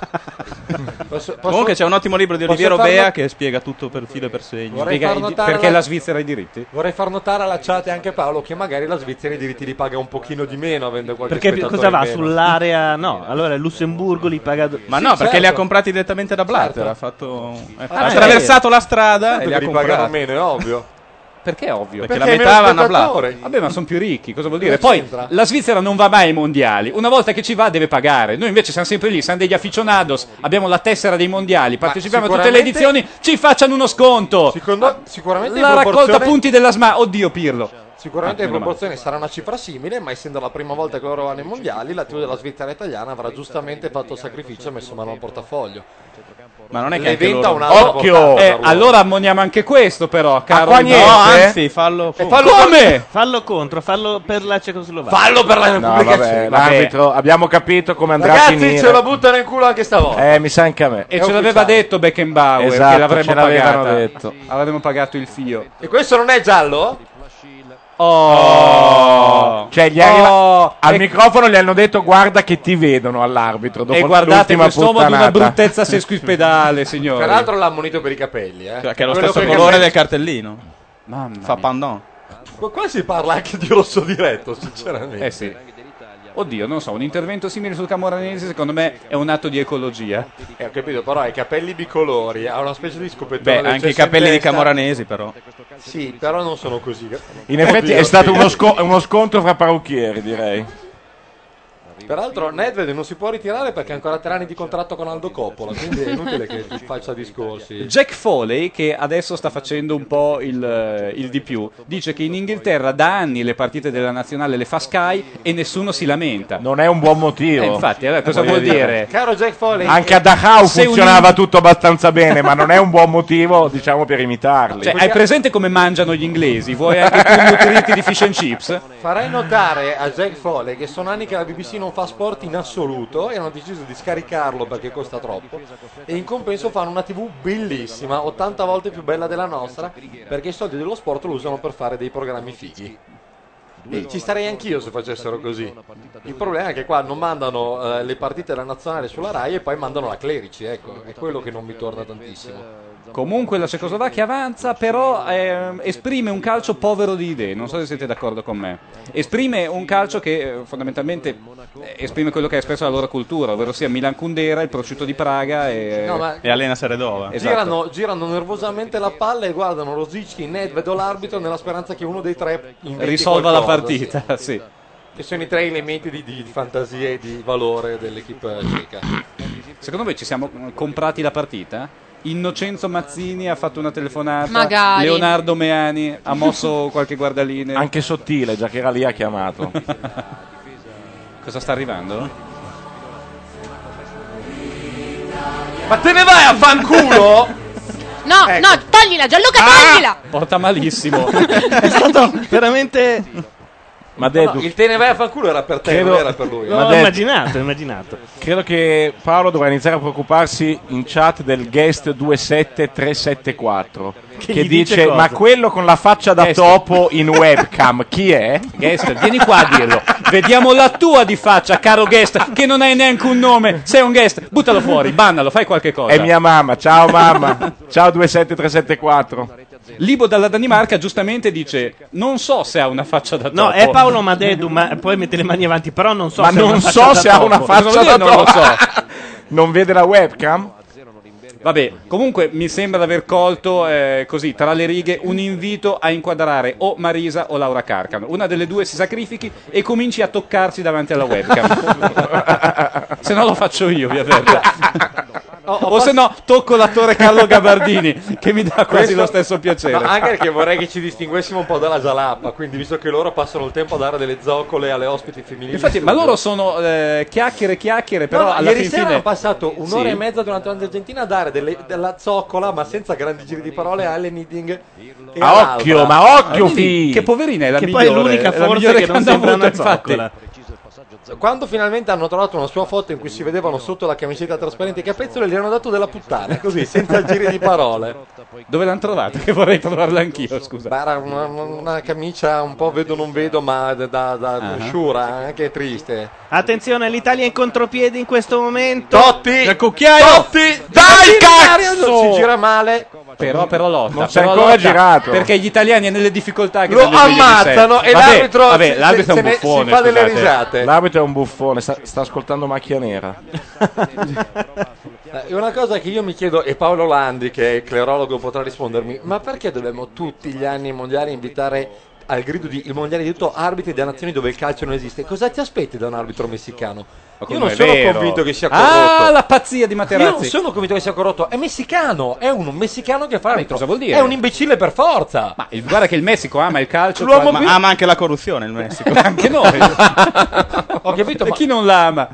S9: Comunque c'è un ottimo libro di
S10: posso
S9: Oliviero
S10: farlo-
S9: Bea che spiega tutto per filo e per segno.
S10: Vorrei far notare alla-
S7: Svizzera ha i diritti?
S10: Vorrei far notare alla chat e anche a Paolo che magari la Svizzera i diritti li paga un pochino di meno avendo qualche
S1: Perché pi-
S10: spettatore
S1: cosa va?
S10: in meno.
S1: Sull'area? No, allora il Lussemburgo li paga. certo.
S10: Ma no, perché li ha
S9: comprati direttamente da Blatter. Ha, fatto, ha
S1: Ah,
S9: attraversato
S1: eh.
S9: la strada e
S10: Certo
S9: li ha
S10: che li pagano
S9: comprati.
S10: meno, è ovvio.
S7: Perché è ovvio?
S9: Perché la metà vanno a Blatter.
S7: Vabbè, ma sono più ricchi, cosa vuol dire?
S9: Cosa
S7: Poi
S9: c'entra?
S7: la Svizzera non va mai ai mondiali. Una volta che ci va deve pagare. Noi invece siamo sempre lì, siamo degli afficionados, abbiamo la tessera dei mondiali, partecipiamo a tutte le
S10: sicuramente-
S7: edizioni, ci facciano uno sconto.
S10: sicuramente
S7: la
S10: in proporzione-
S7: raccolta punti della SMA. Oddio Pirlo.
S10: Sicuramente
S7: Ah,
S10: in
S7: meno male.
S10: proporzione sarà una cifra simile, ma essendo la prima volta che loro vanno ai mondiali, la TV della Svizzera italiana avrà giustamente fatto il sacrificio e messo mano al portafoglio.
S9: Ma non è
S10: Le
S9: che anche
S10: venta
S9: loro-
S10: un'altra portata,
S7: Eh,
S10: Ruolo. Ah,
S7: allora ammoniamo anche questo però, caro.
S9: qua
S7: Rudy.
S9: niente,
S7: No,
S9: eh?
S7: anzi,
S9: fallo
S7: contro. Come?
S1: Fallo contro, fallo per la Cecoslovacchia.
S5: No, vabbè, l'arbitro, abbiamo capito come andrà a
S10: Ragazzi,
S5: finire.
S10: ce la buttano in culo anche stavolta.
S5: Eh, mi sa anche a me.
S7: E ce l'aveva detto Beckenbauer
S5: Esatto,
S7: che l'avremmo
S5: ce l'avevano
S7: pagata.
S5: detto.
S7: Avremmo pagato il fio.
S10: E questo non è giallo?
S7: Oh,
S5: Cioè, gli arriva- al microfono gli hanno detto guarda che ti vedono all'arbitro dopo
S7: e guardate
S5: l'ultima
S7: quest'uomo di una
S5: puttanata.
S7: bruttezza sesquispedale, signori.
S10: Peraltro l'ha ammonito per i capelli, eh.
S9: Cioè, che è lo
S10: Quello
S9: stesso
S10: coi
S9: colore
S10: capelli-
S9: del cartellino.
S7: Mamma
S9: Fa
S7: mia.
S9: pandon.
S10: Qua- Qua si parla anche di rosso diretto, sinceramente.
S7: Eh sì. Oddio, non so, un intervento simile sul Camoranesi secondo me è un atto di ecologia.
S10: Eh, ho capito, però ha i capelli bicolori, ha una specie di scopettone.
S9: Beh,
S10: del cesso
S9: anche i
S10: in
S9: capelli di
S10: testa.
S9: Camoranesi, però.
S10: Sì, però non sono così.
S5: In effetti
S10: Oddio,
S5: è stato
S10: sì.
S5: uno, sco- uno scontro fra parrucchieri, direi.
S10: Peraltro Nedved non si può ritirare perché ha ancora tre anni di contratto con Aldo Coppola, quindi è inutile che ti faccia discorsi.
S7: Jack Foley, che adesso sta facendo un po' il, eh, il di più, dice che in Inghilterra da anni le partite della nazionale le fa Sky e nessuno si lamenta.
S5: Non è un buon motivo.
S7: Eh, infatti, allora, cosa
S5: Voglio
S7: vuol dire?
S10: Caro Jack Foley,
S5: Anche a Dachau
S7: Se un-
S5: funzionava tutto abbastanza bene, ma non è un buon motivo, diciamo, per imitarli.
S7: Cioè, hai presente come mangiano gli inglesi? Vuoi anche tu nutrirti di fish and chips?
S10: farei notare a Jack Foley che sono anni che la BBC non fa sport in assoluto e hanno deciso di scaricarlo perché costa troppo e in compenso fanno una TV bellissima, 80 volte più bella della nostra, perché i soldi dello sport lo usano per fare dei programmi fighi. E ci starei anch'io se facessero così. Il problema è che qua non mandano eh, le partite della nazionale sulla Rai e poi mandano la Clerici, ecco, è quello che non mi torna tantissimo.
S7: Comunque la Cecoslovacchia avanza, però ehm, esprime un calcio povero di idee, non so se siete d'accordo con me. Esprime un calcio che eh, fondamentalmente eh, esprime quello che ha espresso la loro cultura, ovvero sia Milan Kundera, il prosciutto di Praga e...
S10: No, ma
S9: E Alena Saredova.
S7: Esatto.
S10: Girano, girano nervosamente la palla e guardano Rosicchi, Nedved o l'arbitro nella speranza che uno dei tre inventi
S7: Risolva la
S10: qualcosa,
S7: partita, sì.
S10: sì. Che sono i tre elementi di, di fantasia e di valore dell'equipe ceca.
S7: Secondo voi ci siamo eh, comprati la partita? Innocenzo Mazzini ha fatto una telefonata.
S2: Magari.
S7: Leonardo Meani ha mosso qualche guardaline.
S5: Anche sottile, già che era lì ha chiamato.
S7: Cosa sta arrivando?
S10: Ma te ne vai a fanculo?
S2: No, no, toglila, Gianluca, toglila!
S7: Porta malissimo.
S1: [laughs] È stato veramente.
S5: Ma Deddu,
S10: il te ne vai a fanculo era per te,
S5: Credo-
S10: non era per lui.
S5: No. Ma
S1: L'ho
S5: detto-
S1: immaginato, ho immaginato.
S5: credo che Paolo dovrà iniziare a preoccuparsi in chat del guest 27374 che,
S1: gli dice
S5: dice,
S1: cosa?
S5: ma quello con la faccia da
S7: Guest.
S5: topo in webcam, chi è?
S7: Guest, vieni qua a dirlo. Vediamo la tua di faccia, caro guest, che non hai neanche un nome. Sei un guest, buttalo fuori, bannalo, fai qualche cosa.
S5: È mia mamma, ciao mamma, ciao 27374.
S7: Libo dalla Danimarca giustamente dice: Non so se ha una faccia da topo.
S1: No, è Paolo Madedu, ma poi mette le mani avanti. Però non so
S5: ma
S1: se ha
S5: non
S1: una
S5: so
S1: faccia
S5: se
S1: da
S5: ha una
S1: topo.
S5: faccia
S7: Cosa vuol
S5: da
S7: dire non lo
S5: topo.
S7: so?
S5: non vede la webcam?
S7: Vabbè, comunque mi sembra di aver colto eh, così tra le righe un invito a inquadrare o Marisa o Laura Carcano. Una delle due si sacrifichi e cominci a toccarsi davanti alla webcam.
S10: [laughs]
S7: se no lo faccio io, via verga. o se no tocco l'attore Carlo
S10: [laughs]
S7: Gabardini che mi dà quasi lo stesso piacere.
S10: No, anche perché vorrei che ci distinguessimo un po' dalla Jalappa, quindi visto che loro passano il tempo a dare delle zoccole alle ospiti femminili.
S7: [laughs] Infatti,
S10: in
S7: ma
S10: studio.
S7: loro sono eh, chiacchiere, chiacchiere, però
S10: No, no,
S7: alla
S10: ieri
S7: fin
S10: sera
S7: fine...
S10: hanno passato un'ora
S7: Sì.
S10: e mezza durante la Argentina a dare delle- della zoccola, ma senza grandi giri di parole, a Helen Hiddink e
S5: Ma occhio,
S10: all'Alba.
S5: ma occhio,
S7: Quindi,
S5: fi!
S7: che poverina è la
S1: Che
S7: migliore.
S1: poi è l'unica
S7: la
S1: forza
S7: migliore
S1: che non
S7: hanno
S1: sembra
S7: avuto,
S1: una
S7: infatti.
S1: zoccola.
S10: Quando finalmente hanno trovato una sua foto in cui si vedevano sotto la camisetta trasparente i capezzoli, gli hanno dato della puttana, [laughs] così, senza giri di parole.
S9: Dove l'hanno trovata? Che vorrei trovarla anch'io, scusa.
S10: Ma era una, una camicia un po' vedo non vedo, ma da, da, da sciura, anche triste.
S1: Attenzione, l'Italia in contropiede in questo momento.
S10: Totti!
S1: Dal cucchiaio!
S10: Totti! Dai, cazzo! Si gira male.
S9: Però, però lotta.
S5: Non c'è
S9: però
S5: ancora
S9: lotta,
S5: girato.
S9: Perché gli italiani è nelle difficoltà che
S10: Lo
S9: sono nel 2007.
S10: ammazzano e
S9: certo. Vabbè,
S10: l'arbitro
S9: Vabbè,
S10: se-
S9: l'arbitro è
S10: se
S9: un
S10: ne- si
S9: buffone.
S10: fa delle
S9: scusate.
S10: risate.
S5: L'arbitro è un buffone, sta, sta ascoltando macchia nera.
S10: Eh, È una cosa che io mi chiedo, e Paolo Landi, che è il clerologo, potrà rispondermi: ma perché dobbiamo tutti gli anni ai mondiali invitare al grido di il mondiale di tutto arbitri da nazioni dove il calcio non esiste? Cosa ti aspetti da un arbitro messicano? Io
S9: come
S10: non
S9: è
S10: sono
S9: vero?
S10: convinto che sia corrotto.
S9: Ah, la pazzia di
S10: Io non
S9: Materazzi.
S10: sono convinto che sia corrotto, è messicano, è un messicano che fa arbitro.
S7: cosa vuol dire?
S10: È
S7: [laughs]
S10: un imbecille per forza.
S7: Ma il- guarda che il Messico ama il calcio,
S9: L'uomo
S7: ma
S9: più- [laughs] ama anche la corruzione il
S10: [laughs]
S9: Messico.
S7: anche noi.
S10: Ho capito,
S9: E
S10: ma
S9: chi non la ama?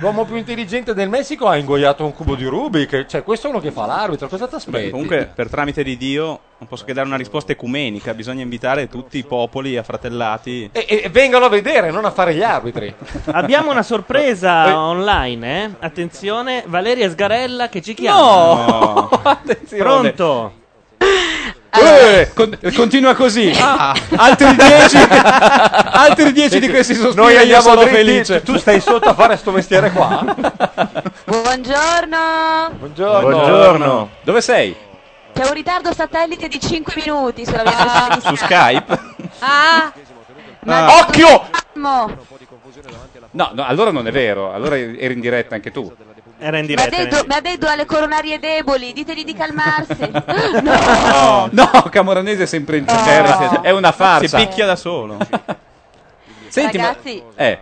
S10: l'uomo più intelligente del Messico ha ingoiato un cubo di Rubik. Cioè, questo è uno che fa l'arbitro, cosa ti aspetti?
S9: Beh, comunque, per tramite di Dio, non posso che dare una risposta ecumenica. Bisogna invitare tutti i popoli affratellati.
S10: E, e- e vengano a vedere, non a fare gli [laughs] arbitri.
S1: Abbiamo una sorpresa Ah, online, eh? Attenzione, Valeria Sgarella che ci chiama.
S9: No! [laughs]
S1: Pronto?
S7: Eh, Ah. con- continua così.
S9: [laughs] Altri
S7: [laughs]
S9: 10 Altri 10 di questi sospiri
S10: Noi
S9: io
S10: andiamo
S9: sono
S10: dritti,
S9: felice.
S10: tu stai sotto a fare sto mestiere qua.
S11: Buongiorno!
S10: Buongiorno.
S5: Buongiorno.
S9: Dove sei?
S11: C'è un ritardo satellite di 5 minuti
S7: Ah!
S11: sulla mia versione
S9: Su Skype?
S11: Ah!
S9: Ah.
S11: Occhio! Ma
S7: No, no, allora non è vero. Allora eri in diretta anche tu.
S1: Era in diretta.
S11: dei,
S1: eh.
S11: do- ma dei due alle coronarie deboli, ditegli di calmarsi.
S7: No, Camoranese è sempre in cerca. È una
S9: Si
S7: farsa.
S9: picchia da solo.
S7: [laughs] Senti, ma-
S11: Ragazzi,
S7: Eh.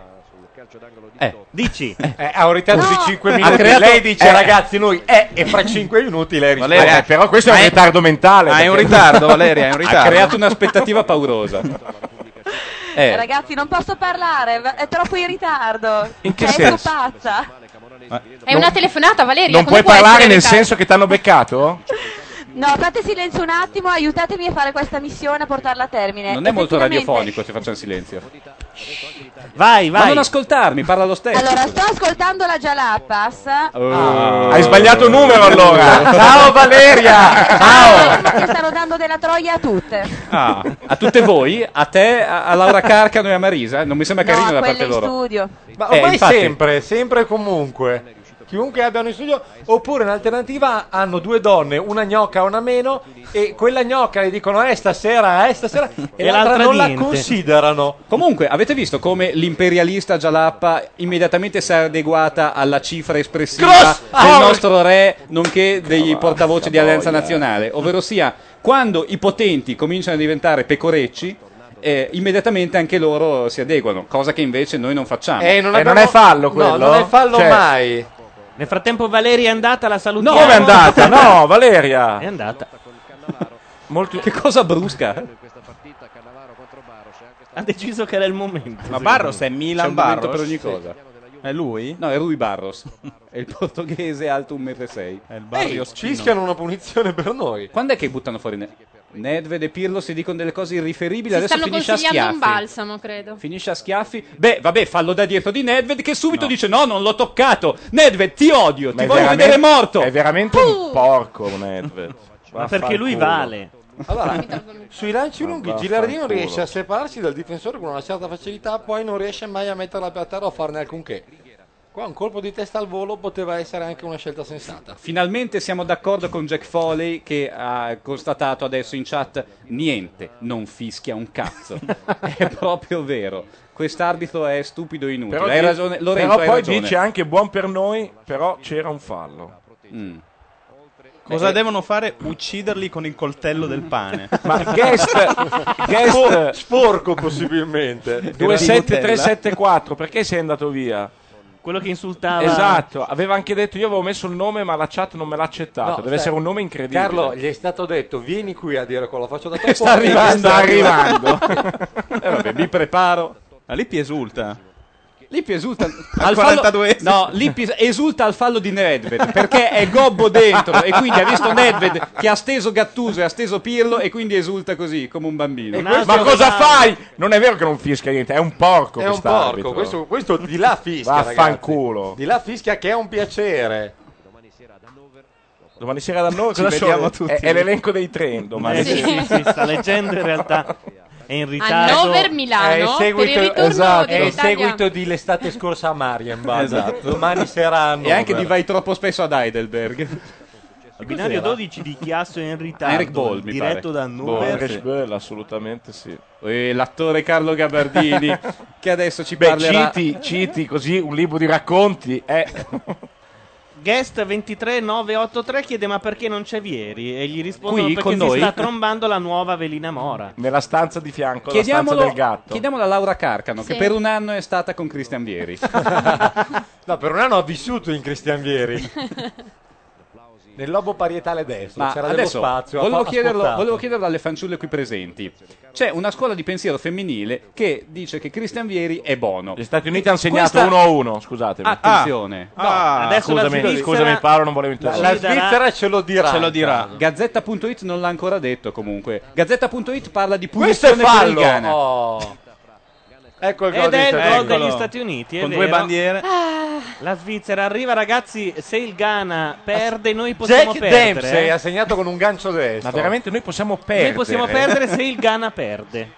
S7: Eh.
S1: Dici.
S10: Eh, ha un ritardo
S11: No.
S10: di 5
S7: Ha
S10: minuti.
S7: creato-
S10: Lei dice,
S7: eh.
S10: ragazzi, noi è e fra 5 minuti lei risponde.
S9: Valeria,
S10: Eh, però questo
S9: hai-
S10: ritardo mentale.
S9: Hai un
S10: perché- [laughs]
S9: ritardo,
S5: [laughs]
S9: Valeria, hai un
S7: ha
S9: ritardo.
S7: creato un'aspettativa paurosa. Eh,
S11: ragazzi, non posso parlare, va- è troppo in ritardo.
S5: In che
S11: Cioè,
S5: senso?
S11: Esco pazza.
S2: È una telefonata, Valeria.
S5: Non
S2: come
S5: puoi
S2: può
S5: parlare
S2: essere
S5: nel
S2: tale?
S5: senso che t'hanno beccato?
S11: No, fate silenzio un attimo, aiutatemi a fare questa missione, a portarla a termine.
S7: non è molto
S11: Effettivamente-
S7: radiofonico se faccio un silenzio.
S1: Vai,
S7: Ma
S1: vai.
S7: non ascoltarmi, parla lo stesso.
S11: Allora, sto ascoltando la Jalapas.
S5: Hai sbagliato numero allora. Ciao Valeria.
S11: Che stanno dando della troia a tutte.
S7: Ah, a tutte voi, a te, a a Laura Carcano e a Marisa. eh, Non mi sembra
S11: No,
S7: carino da
S11: quelle
S7: parte
S11: in
S7: loro.
S11: studio.
S10: Ma ormai
S7: Eh, infatti.
S10: sempre, sempre e comunque. Chiunque abbiano in studio, oppure in alternativa hanno due donne, una gnocca e una meno, e quella gnocca le dicono eh stasera, eh stasera, e,
S1: E
S10: l'altra,
S1: l'altra
S10: non
S1: niente.
S10: la considerano.
S7: Comunque, avete visto come l'imperialista Gialappa immediatamente si è adeguata alla cifra espressiva
S10: Gross!
S7: del
S10: Ah,
S7: nostre re, nonché dei portavoce di Alleanza Nazionale? Ovvero sia, quando i potenti cominciano a diventare pecorecci, eh, immediatamente anche loro si adeguano, cosa che invece noi non facciamo.
S10: E Eh, non,
S5: E Eh, non
S10: abbiamo-
S5: è fallo
S10: no,
S5: quello?
S10: non è fallo
S5: Cioè,
S10: mai.
S1: Nel frattempo Valeria è andata, la salutiamo.
S5: Come è andata? No, Valeria.
S1: È andata.
S5: Molto...
S7: Che cosa brusca!
S1: Ha deciso che era il momento.
S9: Ma Barros è
S7: C'è
S9: Milan
S7: un momento
S9: Barros?
S7: per ogni cosa.
S9: È lui?
S7: No, è Rui Barros. [laughs] È il portoghese alto 1,6 m.
S9: È il
S10: Ehi,
S9: Barrios Cino.
S10: fischiano una punizione per noi.
S7: Quando è che buttano fuori Ne- Nedved e Pirlo si dicono delle cose irriferibili?
S2: Si
S7: Adesso
S2: stanno
S7: finisce a
S2: consigliando un
S7: schiaffi.
S2: balsamo, credo.
S7: Finisce a schiaffi. Beh, vabbè, fallo da dietro di Nedved che subito dice: No, non l'ho toccato. Nedved, ti odio,
S5: Ma
S7: ti
S5: è
S7: voglio
S5: veramente-
S7: vedere morto.
S5: È veramente un porco Nedved.
S1: Ma perché lui
S5: Vaffanculo.
S1: vale.
S10: Allora, sui lanci lunghi Gilardino
S5: vaffanculo.
S10: riesce a separarsi dal difensore con una certa facilità, poi non riesce mai a metterla per terra o a farne alcunché. Qua un colpo di testa al volo poteva essere anche una scelta sensata.
S7: Finalmente siamo d'accordo con Jack Foley che ha constatato adesso in chat: Niente, non fischia un
S5: [laughs]
S7: cazzo. è proprio vero. Quest'arbitro è stupido e inutile.
S5: Però,
S7: hai
S5: di-
S7: ragione, Lorenzo.
S5: però
S7: hai
S5: poi
S7: ragione.
S5: dice
S7: [laughs]
S5: anche buon per noi, però c'era un fallo.
S7: Mm.
S5: Eh,
S7: Eh,
S9: Cosa devono fare? Ucciderli con il coltello del pane.
S5: [laughs] Ma
S10: [laughs]
S5: guest, guest
S10: Sporco possibilmente.
S5: 27374, perché sei andato via?
S1: Quello che insultava.
S5: Esatto, aveva anche detto io avevo messo il nome ma la chat non me l'ha accettato.
S10: No,
S5: Deve
S10: stai-
S5: essere un nome incredibile.
S10: Carlo, gli è stato detto, vieni qui a dire con
S5: [laughs]
S10: la faccia da troppo.
S7: Sta arrivando.
S10: [laughs]
S5: sta arrivando.
S7: Eh, vabbè, mi preparo.
S9: Ma lì Pi esulta.
S7: Lippi [laughs] esulta al,
S9: Al
S7: fallo-
S9: 42esimo.
S7: No, Lippi esulta al fallo di Nedved perché è gobbo dentro e quindi ha visto Nedved che ha steso Gattuso e ha steso Pirlo e quindi esulta così come un bambino.
S5: E questo- ma cosa fai? Non è vero che non fischia niente, è un porco.
S10: È un
S5: quest'arbitro.
S10: porco, questo, questo di là fischia.
S5: Vaffanculo.
S10: ragazzi. Di là fischia che è un piacere.
S5: Domani sera da noi
S10: Ci
S5: cosa
S10: vediamo
S5: sono?
S10: tutti.
S5: È, è l'elenco dei trend domani.
S1: Eh, sì, sì, sì, sta leggendo in realtà. È in ritardo.
S2: Hannover, Milano,
S10: è il seguito,
S2: per il ritorno
S10: esatto, è il
S2: dell'Italia.
S10: seguito di l'estate scorsa a
S7: [laughs]
S10: Marienbad.
S7: Esatto.
S10: Domani sera a
S7: E anche
S10: Hannover.
S7: di vai troppo spesso ad Heidelberg.
S12: Il binario 12 di Chiasso è in ritardo.
S7: Eric Ball, mi
S12: diretto
S7: pare.
S12: da Hannover.
S7: Boll, sì.
S5: Bell, assolutamente sì.
S7: E l'attore
S5: [laughs]
S7: Carlo Gabardini che adesso ci
S5: Beh,
S7: parlerà
S5: citi, citi così un libro di racconti. Eh.
S1: Guest 23983 chiede ma perché non c'è Vieri? E gli rispondono
S5: Qui,
S1: perché
S5: con
S1: si
S5: noi?"
S1: sta trombando la nuova Velina Mora.
S5: [laughs] Nella stanza di fianco,
S7: Chiediamolo-
S5: la stanza del gatto.
S7: chiediamolo a Laura Carcano
S5: Sì.
S7: che per un anno è stata con Cristian Vieri.
S10: [laughs] No, per un anno ha vissuto in Cristian Vieri. Nel lobo parietale destro
S7: Ma
S10: c'era
S7: adesso
S10: dello spazio. ha
S7: volevo,
S10: fa- ha
S7: chiederlo,
S10: scottato.
S7: volevo chiederlo alle fanciulle qui presenti. C'è una scuola di pensiero femminile che dice che Cristian Vieri è bono. Gli
S5: Stati Uniti hanno segnato 1 a 1, scusatemi.
S7: Ah, Attenzione.
S5: Ah, ah,
S7: adesso la
S5: scusami,
S7: Svizzera-
S5: scusami Paolo, non volevo interrompere.
S7: Ce lo dirà. Gazzetta.it non l'ha ancora detto comunque. Gazzetta.it parla di
S10: Questo è
S7: punizione per il
S10: fallo.
S7: Ghana.
S10: Oh. Ecco il gol
S1: Ed è
S10: degli
S1: il gol
S10: Stati Uniti.
S1: degli Stati Uniti, è
S10: Con
S1: vero. Ah.
S10: due bandiere.
S1: La Svizzera arriva, ragazzi. Se il Ghana perde, noi possiamo
S10: Jack
S1: perdere.
S10: Dempsey
S1: eh.
S10: ha segnato con un gancio destro.
S1: Ma veramente
S5: noi possiamo
S1: Noi possiamo perdere se il Ghana perde.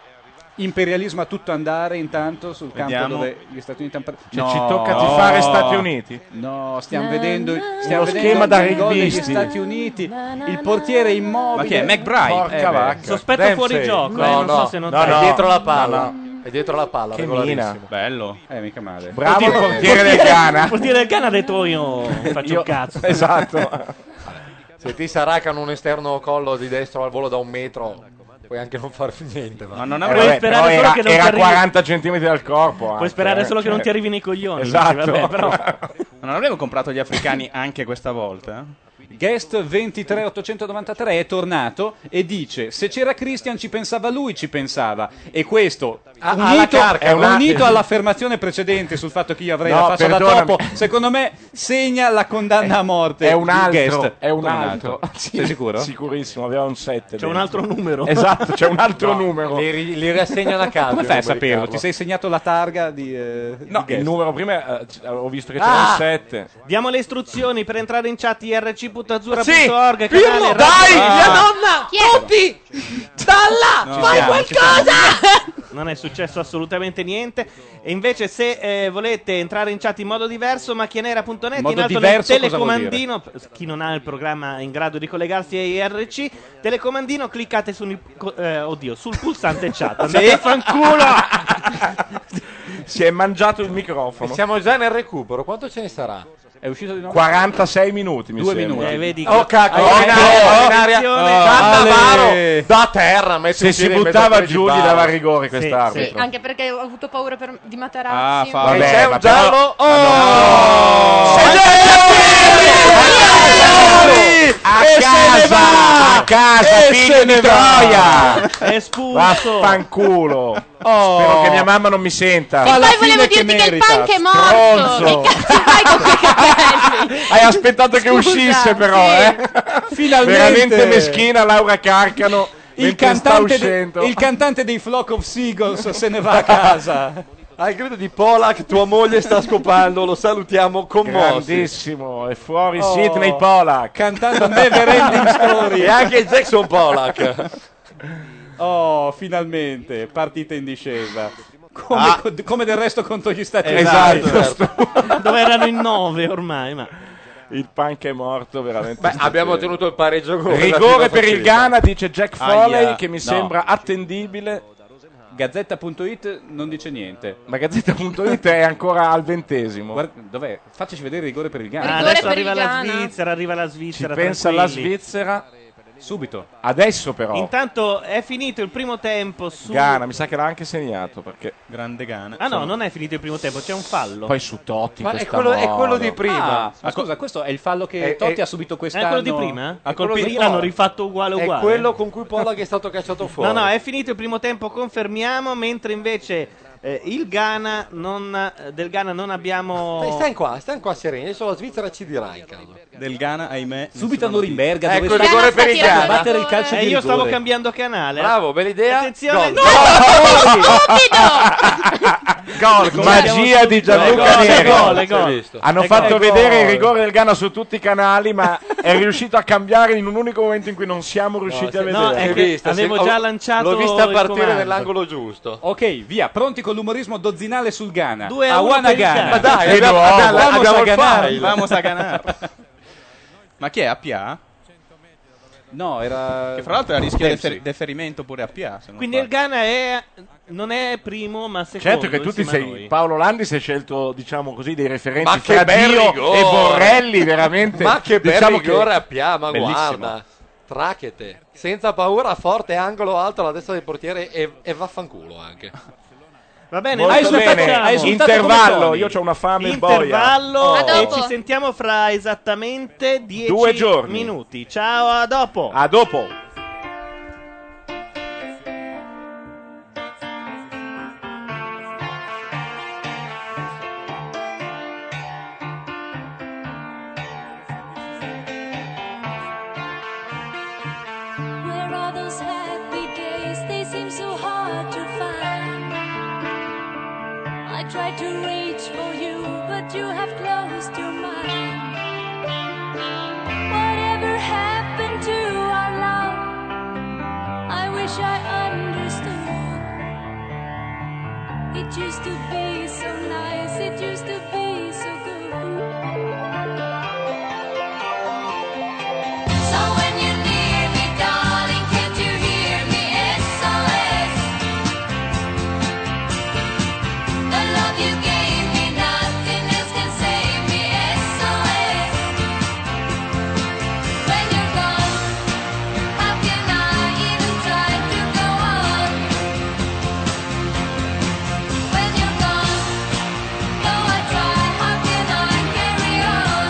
S7: Imperialismo a tutto andare intanto sul campo
S5: Vediamo.
S7: dove gli Stati Uniti hanno par-
S5: Cioè, ci tocca tifare Stati Uniti?
S7: No, stiamo vedendo stiamo
S5: Uno
S7: vedendo
S5: schema da
S7: il gol degli
S5: rugbyisti.
S7: Stati Uniti. Il portiere immobile.
S5: Ma chi è? McBride? Eh, beh. Sospetto fuori gioco,
S7: No,
S5: eh, non
S7: no.
S5: so se non No, te- no.
S10: È dietro la palla.
S5: No,
S10: È dietro la palla,
S5: Che
S10: regolarissimo.
S5: mina.
S7: Bello. Eh, mica male.
S5: Bravo il portiere del
S10: [laughs]
S5: Ghana.
S1: Il portiere del Ghana ha detto io faccio
S10: Io- Esatto.
S1: un
S10: [laughs]
S1: cazzo.
S10: Se ti saracano un esterno collo di destro al volo da un metro, puoi anche non far niente. Ma,
S5: Eh, vabbè, però era, era 40 centimetri dal corpo. anche, eh, cioè. Esatto. [laughs]
S9: non avremmo comprato gli africani anche questa volta?
S7: Guest 23893 è tornato e dice: Se c'era Christian ci pensava lui, ci pensava. E questo
S10: A- alla
S7: unito,
S10: carca, è un attimo.
S5: [laughs]
S7: unito all'affermazione precedente sul fatto che io avrei
S5: No,
S7: la faccia da
S5: perdonami.
S7: topo, secondo me segna la condanna a morte.
S5: È un
S7: di Guest.
S5: altro, è un
S7: Come
S5: altro. [laughs] Sì,
S7: Sei sicuro?
S5: Sicurissimo, aveva un 7.
S7: C'è un altro numero.
S5: Esatto, c'è un altro
S7: No,
S5: numero.
S7: li ri- li riassegnano a
S10: caso,
S7: Come fai a
S5: Riccardo.
S7: saperlo? Ti sei segnato la targa di. eh, di
S5: No,
S7: Guest?
S5: il numero prima eh, c- [laughs] ho visto che
S1: Ah!
S5: c'era un 7.
S1: Diamo le istruzioni per entrare in chat irc.azzurra.org.
S5: Sì,
S1: canale
S5: Pirlo,
S1: Radio-
S5: dai,
S1: Ah.
S5: mia
S13: Madonna! Tutti! Dalla!
S1: No,
S13: fai
S1: siamo,
S13: qualcosa!
S1: Non è successo assolutamente niente. E invece, se eh, volete entrare in chat in modo diverso, macchianera.net
S7: Modo
S1: in alto nel
S7: diverso cosa vuol
S1: telecomandino. Chi non ha il programma in grado di collegarsi a IRC, telecomandino, cliccate sul, eh, oddio, sul
S5: [laughs]
S1: pulsante chat. Andate
S5: Sì.
S1: a
S5: [laughs]
S1: fanculo!
S5: Si è mangiato il microfono.
S10: Siamo già nel recupero, quanto ce ne sarà?
S7: È uscito di nuovo?
S5: 46 minuti, mi
S10: Due
S5: sembra.
S10: minuti. Eh, vedi-
S5: Oh, cacchio,
S10: Oh,
S5: in aria,
S10: no,
S5: in aria.
S10: attenzione.
S5: Oh,
S10: Cannavaro,
S5: Ale.
S10: da terra, metti
S5: Se
S10: un
S5: si
S10: piede in mezzo a
S5: buttava
S10: quelli di
S5: giù, gli
S10: Bari.
S5: dava rigore
S10: Sì,
S5: quest'arbitro. Ah,
S2: Sì, anche perché ho avuto paura per- di Matarazzi.
S5: Vabbè,
S10: c'è un
S5: ma però-
S10: giallo.
S5: ma no.
S8: oh!
S5: A casa, a casa, figlio di Troia.
S1: Espulso.
S5: Vaffanculo. Spero che mia mamma non mi senta.
S13: E poi volevo dirti che il punk è morto!
S5: stronzo.
S13: Che cazzo fai con quei capelli?
S5: Hai aspettato che
S13: Scusa,
S5: uscisse, però,
S13: sì.
S5: eh?
S7: Finalmente.
S5: Veramente meschina Laura Carcano.
S7: Il
S5: mentre sta
S7: cantante, de-
S5: uscendo.
S7: il cantante dei Flock of Seagulls se ne va a casa.
S10: Al grido di Polak, tua moglie sta scopando, lo salutiamo commossi.
S5: Grandissimo, è fuori
S10: Oh.
S5: Sidney Polak.
S7: Cantando Never Ending Story.
S5: [laughs]
S10: E anche Jackson Polak.
S7: Oh, finalmente, partita in discesa. Come,
S1: Ah.
S7: co- come del resto contro gli Stati
S5: Esatto,
S7: Uniti.
S10: certo.
S1: Dove erano in nove ormai, ma...
S5: Il punk è morto veramente.
S10: Beh, abbiamo ottenuto il pareggio con
S5: Rigore per il Ghana, dice Jack Foley,
S7: Aia,
S5: che mi
S7: no.
S5: sembra attendibile.
S7: Gazzetta.it non dice niente.
S5: Ma Gazzetta.it è ancora al ventesimo.
S7: Guarda, dov'è? Faccici vedere il rigore per il Ghana.
S1: Ah, adesso arriva la Svizzera, arriva la
S5: Ci
S1: Svizzera.
S5: pensa la
S1: tranquilli.
S5: Svizzera.
S7: Subito.
S5: Adesso però.
S1: Intanto è finito il primo tempo su...
S5: Ghana, mi sa che l'ha anche segnato perché...
S9: Grande Ghana.
S1: Ah no, non è finito il primo tempo, c'è un fallo.
S5: Poi su Totti
S1: Ma è
S5: questa
S1: quello- è
S5: moda.
S1: quello di prima.
S7: Ah, ma scusa, questo è il fallo che
S1: È-
S7: Totti
S1: è-
S7: ha subito quest'anno.
S1: è quello di prima?
S7: Ha
S1: È quello
S7: colpito.
S1: di- l'hanno rifatto uguale uguale.
S10: È quello con cui Polak è stato cacciato fuori.
S1: No, no, è finito il primo tempo, confermiamo, mentre invece eh, il Ghana non, del Ghana non abbiamo...
S10: Stai, stai qua, stai qua sereni, adesso la Svizzera ci dirà in caso.
S9: Del Ghana, ahimè.
S7: Subito a Norimberga,
S10: Ecco il rigore per il Ghana.
S1: Eh, io stavo cambiando canale.
S10: Bravo, bella idea. Gol.
S1: Attenzione. No,
S5: Gol, magia di Gianluca
S1: Gol,
S5: Neri.
S1: gol, gol, gol.
S5: Hanno
S1: Gol,
S5: fatto
S1: gol.
S5: vedere il rigore del Ghana su tutti i canali, ma è riuscito a cambiare in un unico momento in cui non siamo riusciti a
S1: se-
S5: vedere.
S1: no, è Hai che visto? avevo Sì, ho- già lanciato l'ho vista il partire comando. nell'angolo
S10: giusto.
S7: Ok, via, pronti con l'umorismo dozzinale sul Ghana.
S1: Due a
S7: a
S1: uno
S7: Wana
S1: per il
S7: Ghana.
S1: Ghana. Ma dai,
S7: Eh,
S1: abbiamo-
S7: no,
S1: abbiamo-
S7: vamos
S1: abbiamo
S7: a
S1: il
S7: ganar.
S1: file.
S9: Vamos a ganar. Ma chi è? APA?
S7: No, era.
S9: Che fra l'altro era rischio
S7: Dempsey.
S9: defer- deferimento pure APA. Se non
S1: Quindi il Ghana è, non è primo, ma secondo.
S5: Certo che tu ti
S1: insieme a
S5: sei,
S1: noi.
S5: Paolo Landi si è scelto, diciamo così, dei referenti
S10: Ma che
S5: fra
S10: bel
S5: Dio
S10: rigore!
S5: e Borrelli, veramente.
S10: [laughs] Ma che bel
S5: diciamo
S10: rigore a Pia, ma
S5: Bellissimo.
S10: guarda. Trachete. Senza paura, forte, angolo alto alla destra del portiere e, e vaffanculo anche.
S1: Va bene,
S10: Molto
S1: noi cosa
S10: bene,
S1: facciamo?
S10: hai esultato Intervallo, come Tony. io c'ho una fame in boia.
S1: Intervallo
S10: Oh. A
S1: e
S10: dopo.
S1: ci sentiamo fra esattamente 10
S5: Due giorni.
S1: minuti. Ciao, a dopo.
S5: A dopo.
S8: Where are those happy days? They seem so hard to find. I try to reach for you, but you have closed your mind. Whatever happened to our love? I wish I understood. It used to be so nice, it used to be so good. So when you're near me, darling, can't you hear me? SOS. The love you gave me, nothing else can save me. SOS. When you're gone, how can I even try to go on? When you're gone, though I try, how can I carry on?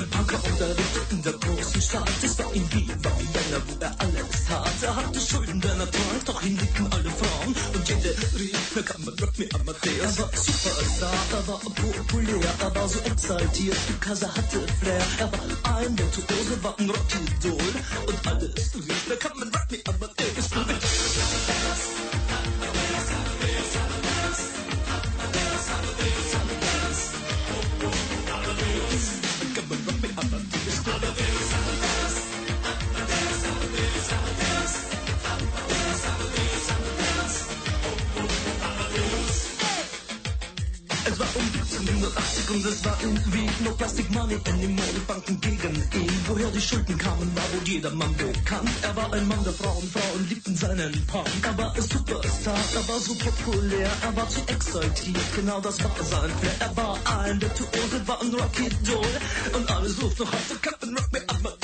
S14: der großen Stadt ist da in Wien, war ein Männer, wo er alles hat. Er hatte Schulden, denn er trank, doch ihn liebten alle Frauen. Und jede rief, na kann man Rock Me Amadeus. Er war Superstar, er war populär, er war so exaltiert, die Kasse hatte Flair. Er war ein Virtuose, war ein Rockidol. Und alles rief, na kann man Rock Me Amadeus. Es war um 1780 und es war in Wien No Plastic Money in den Modebanken gegen ihn Woher die Schulden kamen, war wohl jedermann bekannt Er war ein Mann der Frauen, Frauen liebten seinen Punk Er war ein Superstar, er war so populär Er war zu exaltiert, genau das war sein Flair Er war ein Virtuose, war ein Rocky-Doll Und alles ruft noch heute Captain Rock Me Up,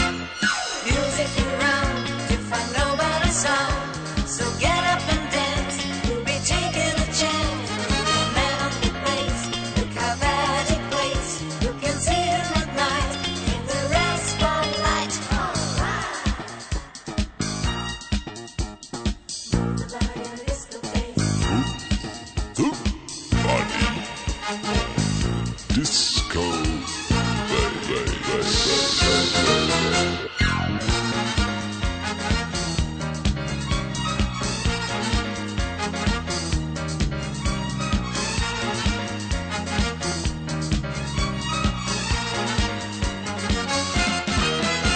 S8: Music around, you find no better sound. So get up and dance, you'll be taking a chance. The man on the place, look how bad it plays. You can see him at night in the red spotlight. Alright. Move the body a little bit.
S15: Disco.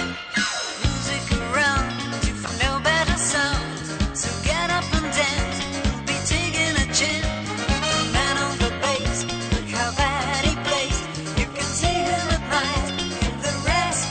S8: Music around, you find no better sound. So get up and dance, you'll be taking a chance. The man on the bass, look how bad he plays. You can see him at night in the rest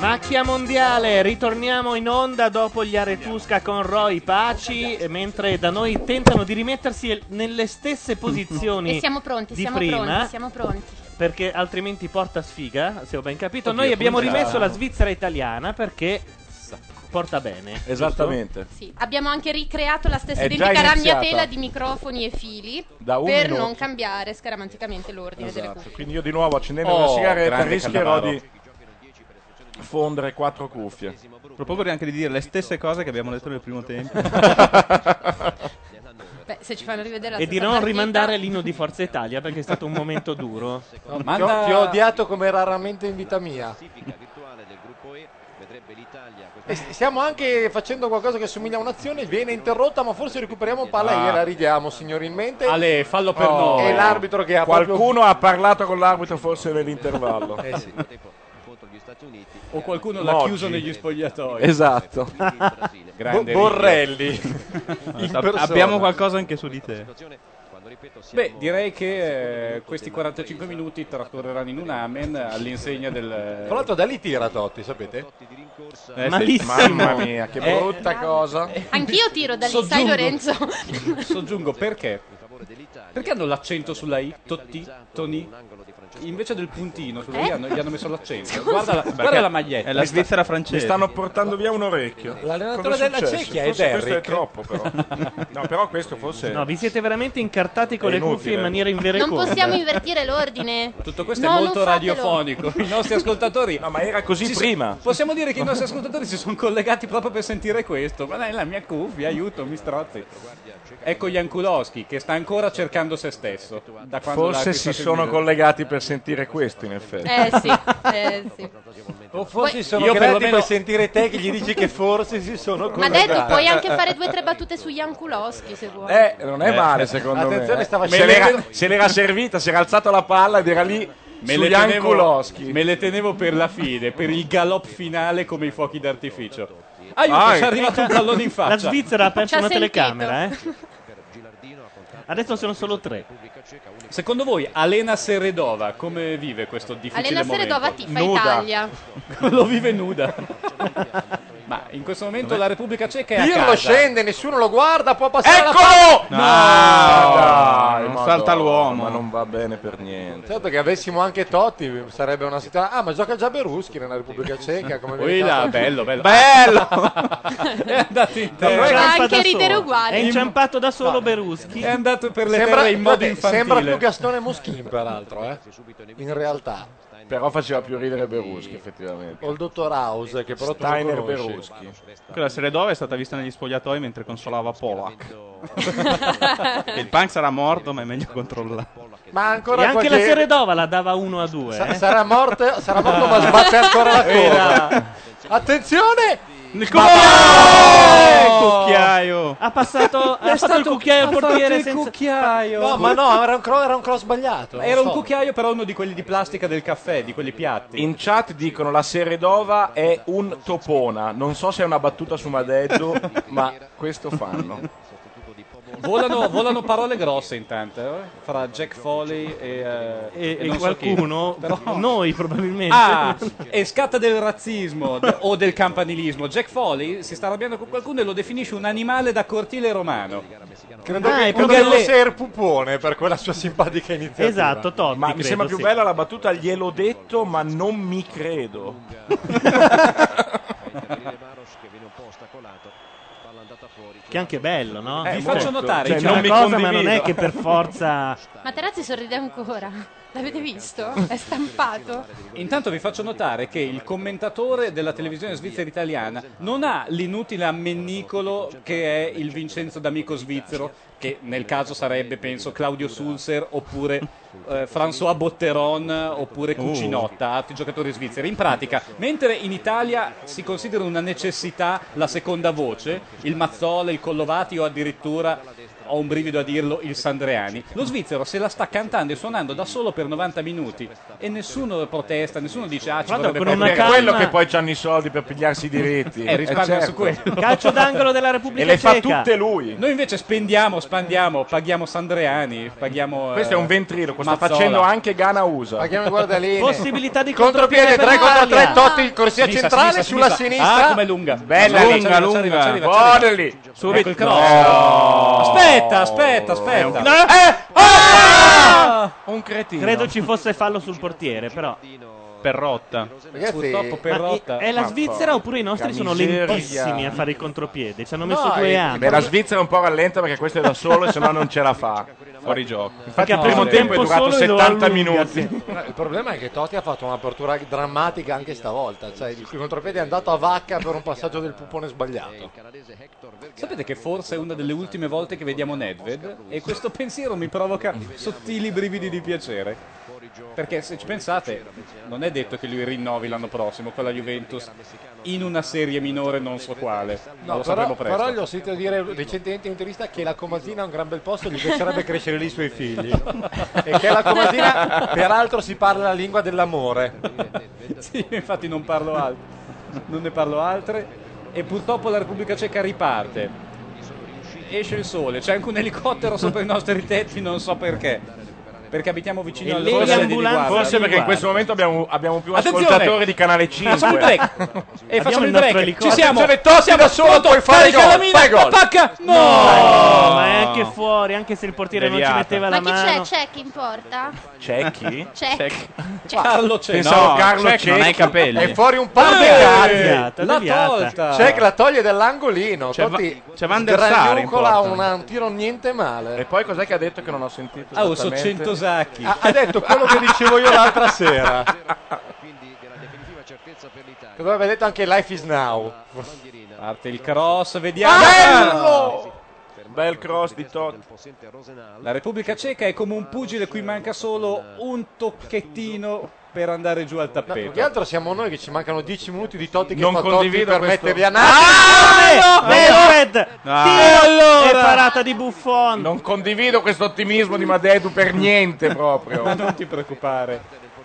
S1: Macchia mondiale, ritorniamo in onda dopo gli Aretusca con Roy Paci, eh, mentre da noi tentano di rimettersi el-
S2: [laughs]
S1: nelle stesse posizioni
S2: E siamo pronti,
S1: di
S2: siamo
S1: prima,
S2: pronti, siamo pronti.
S1: perché altrimenti porta sfiga, se ho ben capito.
S5: Oddio,
S1: noi abbiamo
S5: come
S1: rimesso
S5: già.
S1: la Svizzera italiana perché porta bene.
S5: Esattamente.
S2: Sì, abbiamo anche ricreato la stessa
S1: È già
S2: identica
S1: iniziata.
S2: ragnatela di microfoni e fili
S5: Da un
S2: per
S5: minuto.
S2: non cambiare scaramanticamente l'ordine delle
S5: Esatto.
S2: cose.
S5: Quindi io di nuovo accendendo
S9: Oh,
S5: una sigaretta
S9: grande
S5: rischierò
S9: Cannavaro.
S5: di fondere quattro cuffie.
S9: Proporrei anche di dire le stesse cose che abbiamo detto nel primo
S5: [laughs]
S9: tempo.
S2: Beh, se ci fanno rivedere la
S1: E di
S2: stessa
S1: non
S2: partita-
S1: rimandare l'inno di Forza Italia perché è stato un momento duro.
S10: Ti ho- Ti, ho, odiato come raramente in vita mia. E s- stiamo anche facendo qualcosa che somiglia a un'azione, viene interrotta, ma forse recuperiamo palla
S5: Ah.
S10: e gliela ridiamo signorilmente.
S7: Ale, Eh, fallo
S10: per noi. E l'arbitro che ha
S5: Qualcuno
S10: proprio-
S5: ha parlato con l'arbitro
S8: [laughs]
S5: forse nell'intervallo.
S7: Eh sì. O qualcuno l'ha
S5: Moggi.
S7: chiuso negli spogliatoi.
S5: Esatto.
S7: Grande
S5: Bo- Borrelli. In
S9: Ab-
S5: persona.
S9: abbiamo qualcosa anche su di te.
S7: Beh, direi che eh, questi 45 minuti trascorreranno in un amen all'insegna del...
S10: Tra l'altro da lì tira Totti, sapete?
S7: Eh, sì.
S5: Mamma mia, che
S7: Eh,
S5: brutta cosa.
S2: Anch'io tiro da lì, sai
S7: Soggiungo.
S2: Lorenzo?
S7: Soggiungo perché? Perché hanno l'accento sulla I, Totti, Toni? Invece del puntino sulla I
S5: Eh?
S7: hanno, gli hanno messo l'accento. Guarda la, guarda la maglietta.
S9: È la Svizzera francese.
S5: Mi stanno portando via un orecchio.
S7: L'allenatore
S5: Cosa
S7: della
S5: successo?
S7: Cechia è
S5: Forse Questo è
S7: Derrick.
S5: troppo, però. No, però questo forse.
S1: No, vi siete veramente incartati con
S5: È
S1: le
S5: inutile.
S1: cuffie in maniera invereconda. Eh,
S2: Non possiamo invertire l'ordine.
S7: Tutto questo
S2: No,
S7: è
S2: non
S7: molto
S2: fatelo.
S7: radiofonico. I nostri ascoltatori.
S5: No, ma era [laughs] così prima.
S7: possiamo dire che i nostri ascoltatori si sono collegati proprio per sentire questo. Guarda, è la mia cuffia, aiuto, mi strozzi. Ecco Jankulowski che sta ancora cercando se stesso. da quando l'ha
S5: Forse si
S7: acquistato il
S5: sono
S7: Milan.
S5: collegati per sentire questo, in effetti.
S2: Eh sì, eh sì.
S10: O forse
S2: Poi-
S10: sono
S5: Io
S10: creati
S5: perlomeno-
S10: per sentire te che gli dici che forse si sono
S2: Ma
S10: collegati.
S2: Dedo puoi anche fare due o tre battute su Jankulowski se vuoi.
S5: Eh, non è
S10: Eh.
S5: male secondo
S10: Attenzione,
S5: Eh, me.
S10: stava
S5: se,
S10: scendendo.
S5: l'era, se l'era servita, si era alzato la palla ed era lì
S7: Me
S5: su
S7: le,
S5: Jan
S7: tenevo,
S5: Kulowski.
S7: me le tenevo per la fine, per il galop finale come i fuochi d'artificio. Aiuto,
S1: Vai.
S7: ci è arrivato un
S1: [laughs]
S7: pallone in faccia.
S1: La Svizzera ha perso
S7: Ci ha
S1: una
S7: sentito.
S1: telecamera, eh. Adesso sono solo tre.
S7: Secondo voi Alena Seredova come vive questo difficile
S2: Alena
S7: momento?
S2: Seredova tifa Italia.
S7: [laughs] Lo vive nuda. Ma in questo momento la Repubblica Ceca è a
S10: Pirlo
S7: casa.
S10: scende, nessuno lo guarda, può passare la
S7: Eccolo!
S10: palla.
S5: Ah, dai,
S10: non
S5: Madonna,
S10: salta l'uomo.
S5: ma non va bene per niente.
S10: Certo che avessimo anche Totti sarebbe una situazione. Ah, ma gioca già Beruschi nella Repubblica Ceca. Come
S7: Ui là,
S10: là,
S7: bello, bello.
S10: Bello!
S7: [laughs] È andato in
S10: Ma
S7: terra.
S10: anche
S1: da
S10: ridere
S1: solo.
S10: uguale.
S1: È inciampato da solo Beruschi.
S7: È andato per
S10: Sembra, vabbè, sembra più Gastone Muschini, peraltro, eh. in realtà.
S5: Però faceva più ridere Beruschi, effettivamente.
S10: O il dottor House, che però tu non
S7: Cioè,
S5: Steiner
S10: conosci.
S5: Beruschi.
S9: Quella Seredova è stata vista negli spogliatoi mentre consolava Polak. Che [laughs] il punk sarà morto, ma è meglio controllare.
S10: Ma ancora
S1: E anche
S10: qualche-
S1: la Seredova la dava 1 a 2.
S7: eh?
S10: Sa- sarà, morto, sarà morto, ma sbatte ancora la
S1: Era.
S10: coda. Attenzione!
S9: cucchiaio!
S7: [laughs]
S1: Ha passato, ha fatto il cucchiaio al portiere senza...
S10: No, ma no, era un, cro- era un cross sbagliato.
S7: Era
S10: non
S7: un
S10: so.
S7: cucchiaio però uno di quelli di plastica del caffè, di quelli piatti.
S5: In chat dicono la Seredova è un topona. Non so se è una battuta su
S7: [laughs]
S5: Madeddu, ma questo fanno.
S7: Volano, volano parole grosse intanto, eh, fra Jack Foley e, eh,
S1: E, e
S7: non so chi.
S1: qualcuno,
S7: [laughs] Però-
S1: noi probabilmente...
S7: Ah, e scatta del razzismo d- o del campanilismo. Jack Foley si sta arrabbiando con qualcuno e lo definisce un animale da cortile romano.
S10: Credo
S7: Ah,
S10: che
S7: è proprio
S10: credo
S7: lei.
S10: fosse il pupone per quella sua simpatica iniziativa.
S1: Esatto,
S7: Esatto,
S5: Ma mi sembra più bella la battuta, gliel'ho detto, ma non mi [laughs] credo.
S1: Che è anche bello, no?
S7: Eh, Vi molto. faccio
S8: certo.
S7: notare,
S1: Cioè,
S7: cioè,
S1: non
S7: non mi
S1: cosa, ma non è
S7: condivido.
S1: che per forza...
S2: Materazzi sorride ancora. L'avete visto? È stampato.
S7: Intanto vi faccio notare che il commentatore della televisione svizzera italiana non ha l'inutile ammennicolo che è il Vincenzo d'amico svizzero, che nel caso sarebbe penso Claudio Sulzer oppure eh, François Botteron oppure Cucinotta, altri giocatori svizzeri. In pratica, mentre in Italia si considera una necessità la seconda voce, il Mazzola, il Collovati o addirittura ho un brivido a dirlo, il Sandreani. Lo svizzero se la sta cantando e suonando da solo per 90 minuti e nessuno protesta, nessuno dice ah ci
S5: Guarda,
S7: vorrebbe
S5: con una
S7: perdere".
S5: calma... quello che poi hanno i soldi per pigliarsi i diritti.
S7: [laughs] Eh, risparmio
S5: certo. Eh,
S7: su [laughs] quello.
S5: E le fa tutte lui.
S7: Noi invece spendiamo, spandiamo, paghiamo Sandreani, paghiamo... eh,
S5: Questo è un ventriloquo, sta
S7: Mazzola.
S5: facendo anche Gana USA.
S7: Paghiamo i guardalini.
S1: Possibilità di
S7: Contropiede,
S1: contropiede per
S7: tre contro
S1: l'Italia.
S7: tre, Totti in corsia Sinistra, centrale, sinistra, sulla sinistra. sinistra. Ah, com'è lunga.
S5: Bella
S7: Lunga,
S5: lunga,
S7: lunga.
S5: lunga.
S7: Buona
S5: lì. Ecco.
S7: Subito. il cross. Aspetta, aspetta, aspetta. Eh,
S5: Un cretino.
S1: Credo ci fosse fallo sul portiere, però.
S9: Perrotta.
S1: Ragazzi,
S9: Purtroppo Perrotta.
S1: Ma i- È la
S9: Mamma
S1: Svizzera oppure i nostri
S5: porca
S1: sono
S5: miseria.
S1: lentissimi a fare i contropiedi? Ci hanno messo
S5: No,
S1: due
S5: eh,
S1: anni.
S5: Beh, la Svizzera un po' rallenta perché questo è da solo e se no non ce la fa.
S9: Fuori gioco.
S5: Infatti il primo tempo è durato 70 minuti.
S10: Il problema è che Totti ha fatto un'apertura drammatica anche stavolta. Cioè, il contropiede è andato a vacca per un passaggio del pupone sbagliato.
S7: Sapete che forse è una delle ultime volte che vediamo Nedved e questo pensiero mi provoca sottili brividi di piacere. Perché se ci pensate, non è detto che lui rinnovi l'anno prossimo con la Juventus in una serie minore non so quale. ma
S10: No,
S7: lo
S10: però,
S7: sapremo presto.
S10: però gli ho sentito dire recentemente in intervista che la comatina è un gran bel posto, gli [laughs] piacerebbe crescere lì i suoi figli. e che la comatina, peraltro, si parla la lingua dell'amore.
S7: Sì, infatti non parlo altro. Non ne parlo altre. E purtroppo la Repubblica Ceca riparte. Esce il sole, c'è anche un elicottero sopra i nostri tetti, non so perché. Perché abitiamo vicino alle
S5: forse,
S7: forze di riguardo.
S5: forse perché in questo momento abbiamo, abbiamo più
S7: Attenzione!
S5: ascoltatori di Canale 5.
S7: Facciamo il break. E facciamo il break. Ci siamo.
S5: Attenzione, Totti
S7: Siamo
S5: da solo
S7: pronto.
S5: puoi fare
S7: Carica
S5: gol.
S7: la mina,
S5: Fai gol.
S7: attacca. No!
S1: No, ma è anche fuori, anche se il portiere non
S5: Deviata.
S1: ci metteva
S6: Ma
S1: la
S6: chi c'è?
S1: mano.
S6: C'è chi in porta?
S5: C'è chi?
S6: C'è.
S7: Carlo Cecchi.
S5: Pensavo
S7: No,
S5: Carlo
S7: Cecchi non
S5: Cecchi.
S7: ha i capelli.
S5: È
S10: Fuori un par di
S5: Eh,
S10: cazzi.
S5: deviata, deviata.
S10: C'è che la toglie dall'angolino.
S5: C'è
S10: Totti
S5: Va- c'è Van der Sar in
S10: sgraniocola
S5: porta.
S10: una- un tiro niente male.
S5: E poi cos'è che ha detto che non ho sentito?
S10: Ah, oh,
S5: esattamente?
S10: so cento sacchi. Ha- ha detto quello che dicevo io l'altra [laughs] sera.
S3: Quindi della definitiva certezza per l'Italia.
S10: Cosa aveva detto anche Life is Now.
S7: Parte il cross,
S10: Ah,
S7: vediamo.
S5: Bello! Bel cross di Totti.
S7: La Repubblica Ceca è come un pugile cui manca solo un tocchettino per andare giù al
S10: No, più
S7: tappeto.
S10: che altro siamo noi che ci mancano 10 minuti di Totti che
S7: Non
S10: fa Totti
S7: condivido
S10: per
S7: questo-
S10: mettervi a
S1: Ah, Nedved!
S5: No.
S1: Tiro e parata di Buffon.
S5: Non condivido questo ottimismo di Madedu per niente proprio.
S7: Ma non ti preoccupare.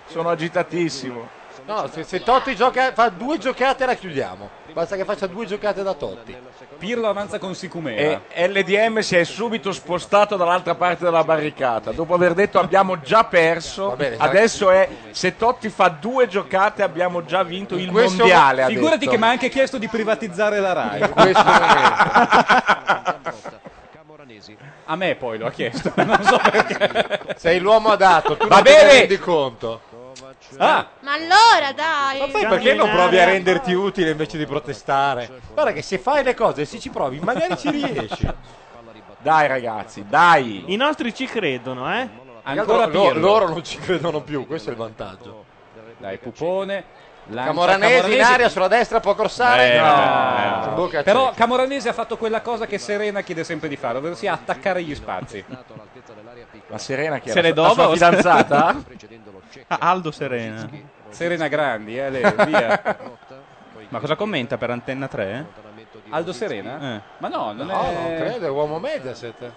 S5: Sono agitatissimo.
S10: No, se, se Totti gioca, fa due giocate la chiudiamo. Basta che faccia due giocate da Totti.
S7: Pirlo avanza con Sicumera.
S5: E LDM si è subito spostato dall'altra parte della barricata. Dopo aver detto abbiamo già perso,
S10: bene, sarà-
S5: adesso è se Totti fa due giocate abbiamo già vinto il
S7: Questo-
S5: mondiale. ha
S7: Figurati
S5: detto.
S7: che mi ha anche chiesto di privatizzare la [laughs] Rai. a me poi lo ha chiesto, [laughs] non so perché.
S10: Sei l'uomo adatto, tu
S7: Va
S10: non te
S7: bene.
S10: ne rendi conto.
S7: Ah,
S6: Ma allora dai! Ma
S10: perché non provi a renderti utile invece di protestare? Guarda che se fai le cose, se ci provi, magari ci riesci.
S5: Dai ragazzi, dai.
S1: I nostri ci credono, eh?
S10: Ancora loro, loro non ci credono più, questo è il vantaggio.
S7: Dai, Pupone. lancia
S10: Camoranesi, in
S7: Camoranesi.
S10: aria sulla destra può crossare.
S7: Eh,
S10: no.
S7: no.
S10: Bocca
S7: Però
S10: cieca.
S7: Camoranesi ha fatto quella cosa che Serena chiede sempre di fare, ovvero sia attaccare gli spazi.
S5: La Serena
S7: che
S5: chi era? La sua fidanzata?
S9: Ah, Aldo Serena.
S7: Serena Grandi, eh, lei, via.
S9: Ma cosa commenta per Antenna 3?
S7: Aldo Serena?
S9: Eh.
S7: Ma no, non
S10: No,
S7: è...
S10: non credo, è uomo Mediaset.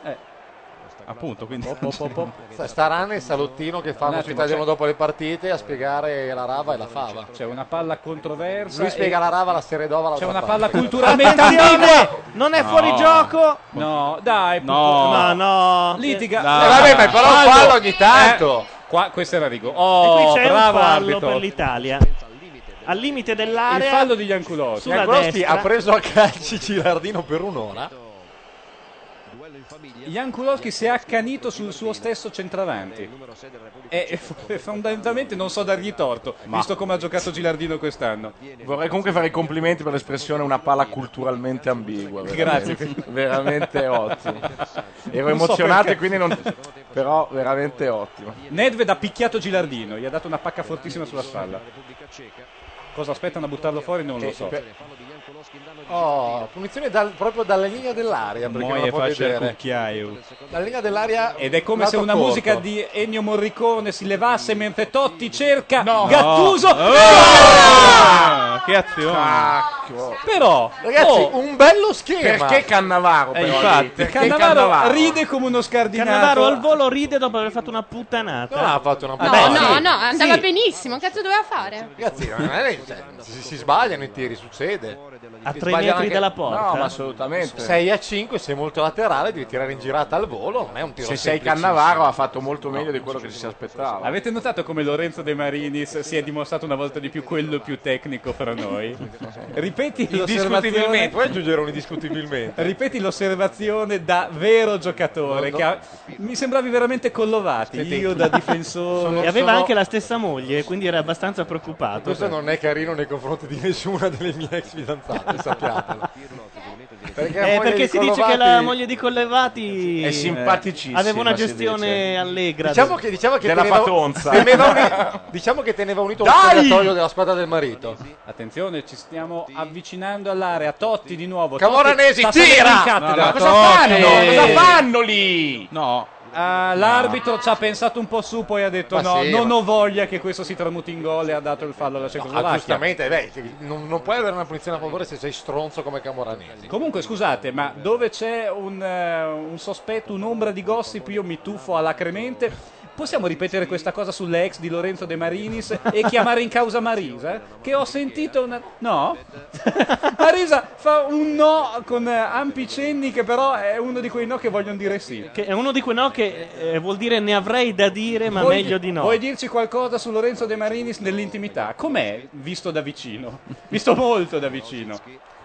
S9: Appunto, quindi... [laughs]
S10: Sta- Starà nel salottino che
S7: Un
S10: fanno su
S7: attimo,
S10: Italiano
S7: c'è-
S10: dopo le partite a spiegare la rava e la fava.
S7: C'è una palla controversa.
S10: Lui
S7: e-
S10: spiega la rava, la seredova, la
S7: C'è una palla
S10: [laughs]
S7: culturalmente ambigua.
S1: Non è
S7: No.
S1: fuori gioco.
S7: No, dai.
S1: No.
S7: Pupone.
S1: Ma no.
S7: Litiga.
S1: No. Eh, vabbè, ma però
S7: Fallo.
S1: fallo ogni tanto.
S7: Eh, Qua, questo era Rigo.
S1: e
S7: Oh,
S1: qui c'è
S7: bravo
S1: un fallo
S7: arbitro.
S1: per l'Italia. Al limite
S7: Il
S1: dell'area.
S7: fallo di Ianculotti.
S1: Sulla destra.
S10: ha preso a calci Girardino per un'ora.
S7: Jan Kulowski si è accanito sul suo stesso centravanti e e f- e [laughs] fondamentalmente non so dargli torto,
S5: Ma-
S7: visto come ha giocato Gilardino quest'anno.
S5: Vorrei comunque fare i complimenti per l'espressione una palla culturalmente ambigua. veramente.
S7: Grazie. [laughs]
S5: Veramente ottimo. Ero
S7: Non so
S5: emozionato e
S7: perché.
S5: quindi non... Però veramente ottimo.
S7: Nedved ha picchiato Gilardino, gli ha dato una pacca fortissima sulla spalla. Cosa aspettano a buttarlo fuori non lo
S10: Eh,
S7: so.
S10: per- Oh, punizione dal- proprio dalla linea dell'aria. Perché non la
S9: Moie
S10: può
S9: faccia il
S10: vedere.
S9: cucchiaio.
S10: Dalla linea dell'aria.
S7: Ed è come
S10: lato
S7: se una
S10: corto.
S7: musica di Ennio Morricone si levasse mentre Totti cerca Gattuso.
S9: Ah, Oh, che azione.
S5: Cacchio.
S9: Però,
S10: Ragazzi,
S9: oh,
S10: un bello schema.
S5: Perché Cannavaro,
S9: Eh,
S5: però,
S9: infatti,
S5: lì? Perché
S9: Cannavaro
S5: ride
S9: come uno scardinato.
S1: Cannavaro al volo ride dopo aver fatto una puttanata.
S10: No, ha fatto una
S2: No,
S10: Vabbè,
S2: no,
S10: sì.
S2: no, andava
S10: Sì.
S2: benissimo. Che cazzo doveva fare?
S10: [laughs] Ragazzi, non è- cioè, si, si sbagliano i tiri, succede.
S1: A
S10: Si
S1: tre
S10: sbagliano
S1: metri dalla porta?
S10: No, ma
S5: assolutamente.
S10: 6 a 5, sei molto laterale, devi tirare in girata al volo, non è un tiro
S5: Se sei
S10: semplicissimo.
S5: Cannavaro ha fatto molto meglio di quello che ci si aspettava.
S7: Avete notato come Lorenzo De Marinis si è dimostrato una volta di più quello più tecnico fra noi? Ripeti
S10: Indiscutibilmente,
S7: l'osservazione,
S10: puoi aggiungere un indiscutibilmente.
S7: ripeti l'osservazione da vero giocatore.
S10: No, no.
S7: Che ha- mi sembravi veramente collovati. Io da difensore.
S1: e aveva anche la stessa moglie, quindi era abbastanza preoccupato.
S10: Questo non è carino nei confronti di nessuna delle mie ex [laughs] fidanzate, sappiatelo.
S1: Eh,
S10: la moglie
S1: perché
S10: di
S1: si dice che
S10: Collovati-
S1: la moglie di Collevati
S10: È
S1: eh,
S10: simpaticissima,
S1: Aveva una
S10: si
S1: gestione
S10: dice.
S1: allegra.
S10: Diciamo che, diciamo che teneva- teneva uni- [laughs] diciamo che teneva unito
S7: Dai!
S10: un spogliatoio della squadra del marito.
S7: Attenzione, ci stiamo avvicinando all'area. Totti di nuovo.
S10: Camoranesi,
S7: Totti sta
S10: tira!
S7: salendo in cattedra.
S10: No, no,
S7: cosa
S10: Totti!
S7: fanno? Cosa fanno lì?
S9: No.
S7: Ah, l'arbitro ci ha pensato un po' su, poi ha detto
S10: Ma
S7: no,
S10: sì,
S7: non
S10: ma-
S7: ho voglia che questo si tramuti in gol e ha dato il fallo alla
S10: Ah,
S7: Cecoslovacchia.
S10: giustamente, beh, che non, non puoi avere una punizione a favore se sei stronzo come Camoranesi.
S7: Comunque, scusate, ma dove c'è un, eh, un sospetto, un'ombra di gossip, io mi tuffo alacremente. Possiamo ripetere questa cosa sulle ex di Lorenzo De Marinis e chiamare in causa Marisa? Che ho sentito una. No? [laughs] Marisa fa un no con eh, ampi cenni, che però è uno di quei no che vogliono dire sì.
S1: Che è uno di quei no che eh, vuol dire ne avrei da dire, ma
S7: Vuoi-
S1: meglio di no.
S7: Vuoi dirci qualcosa su Lorenzo De Marinis nell'intimità? Com'è visto da vicino? [laughs] Visto molto da vicino.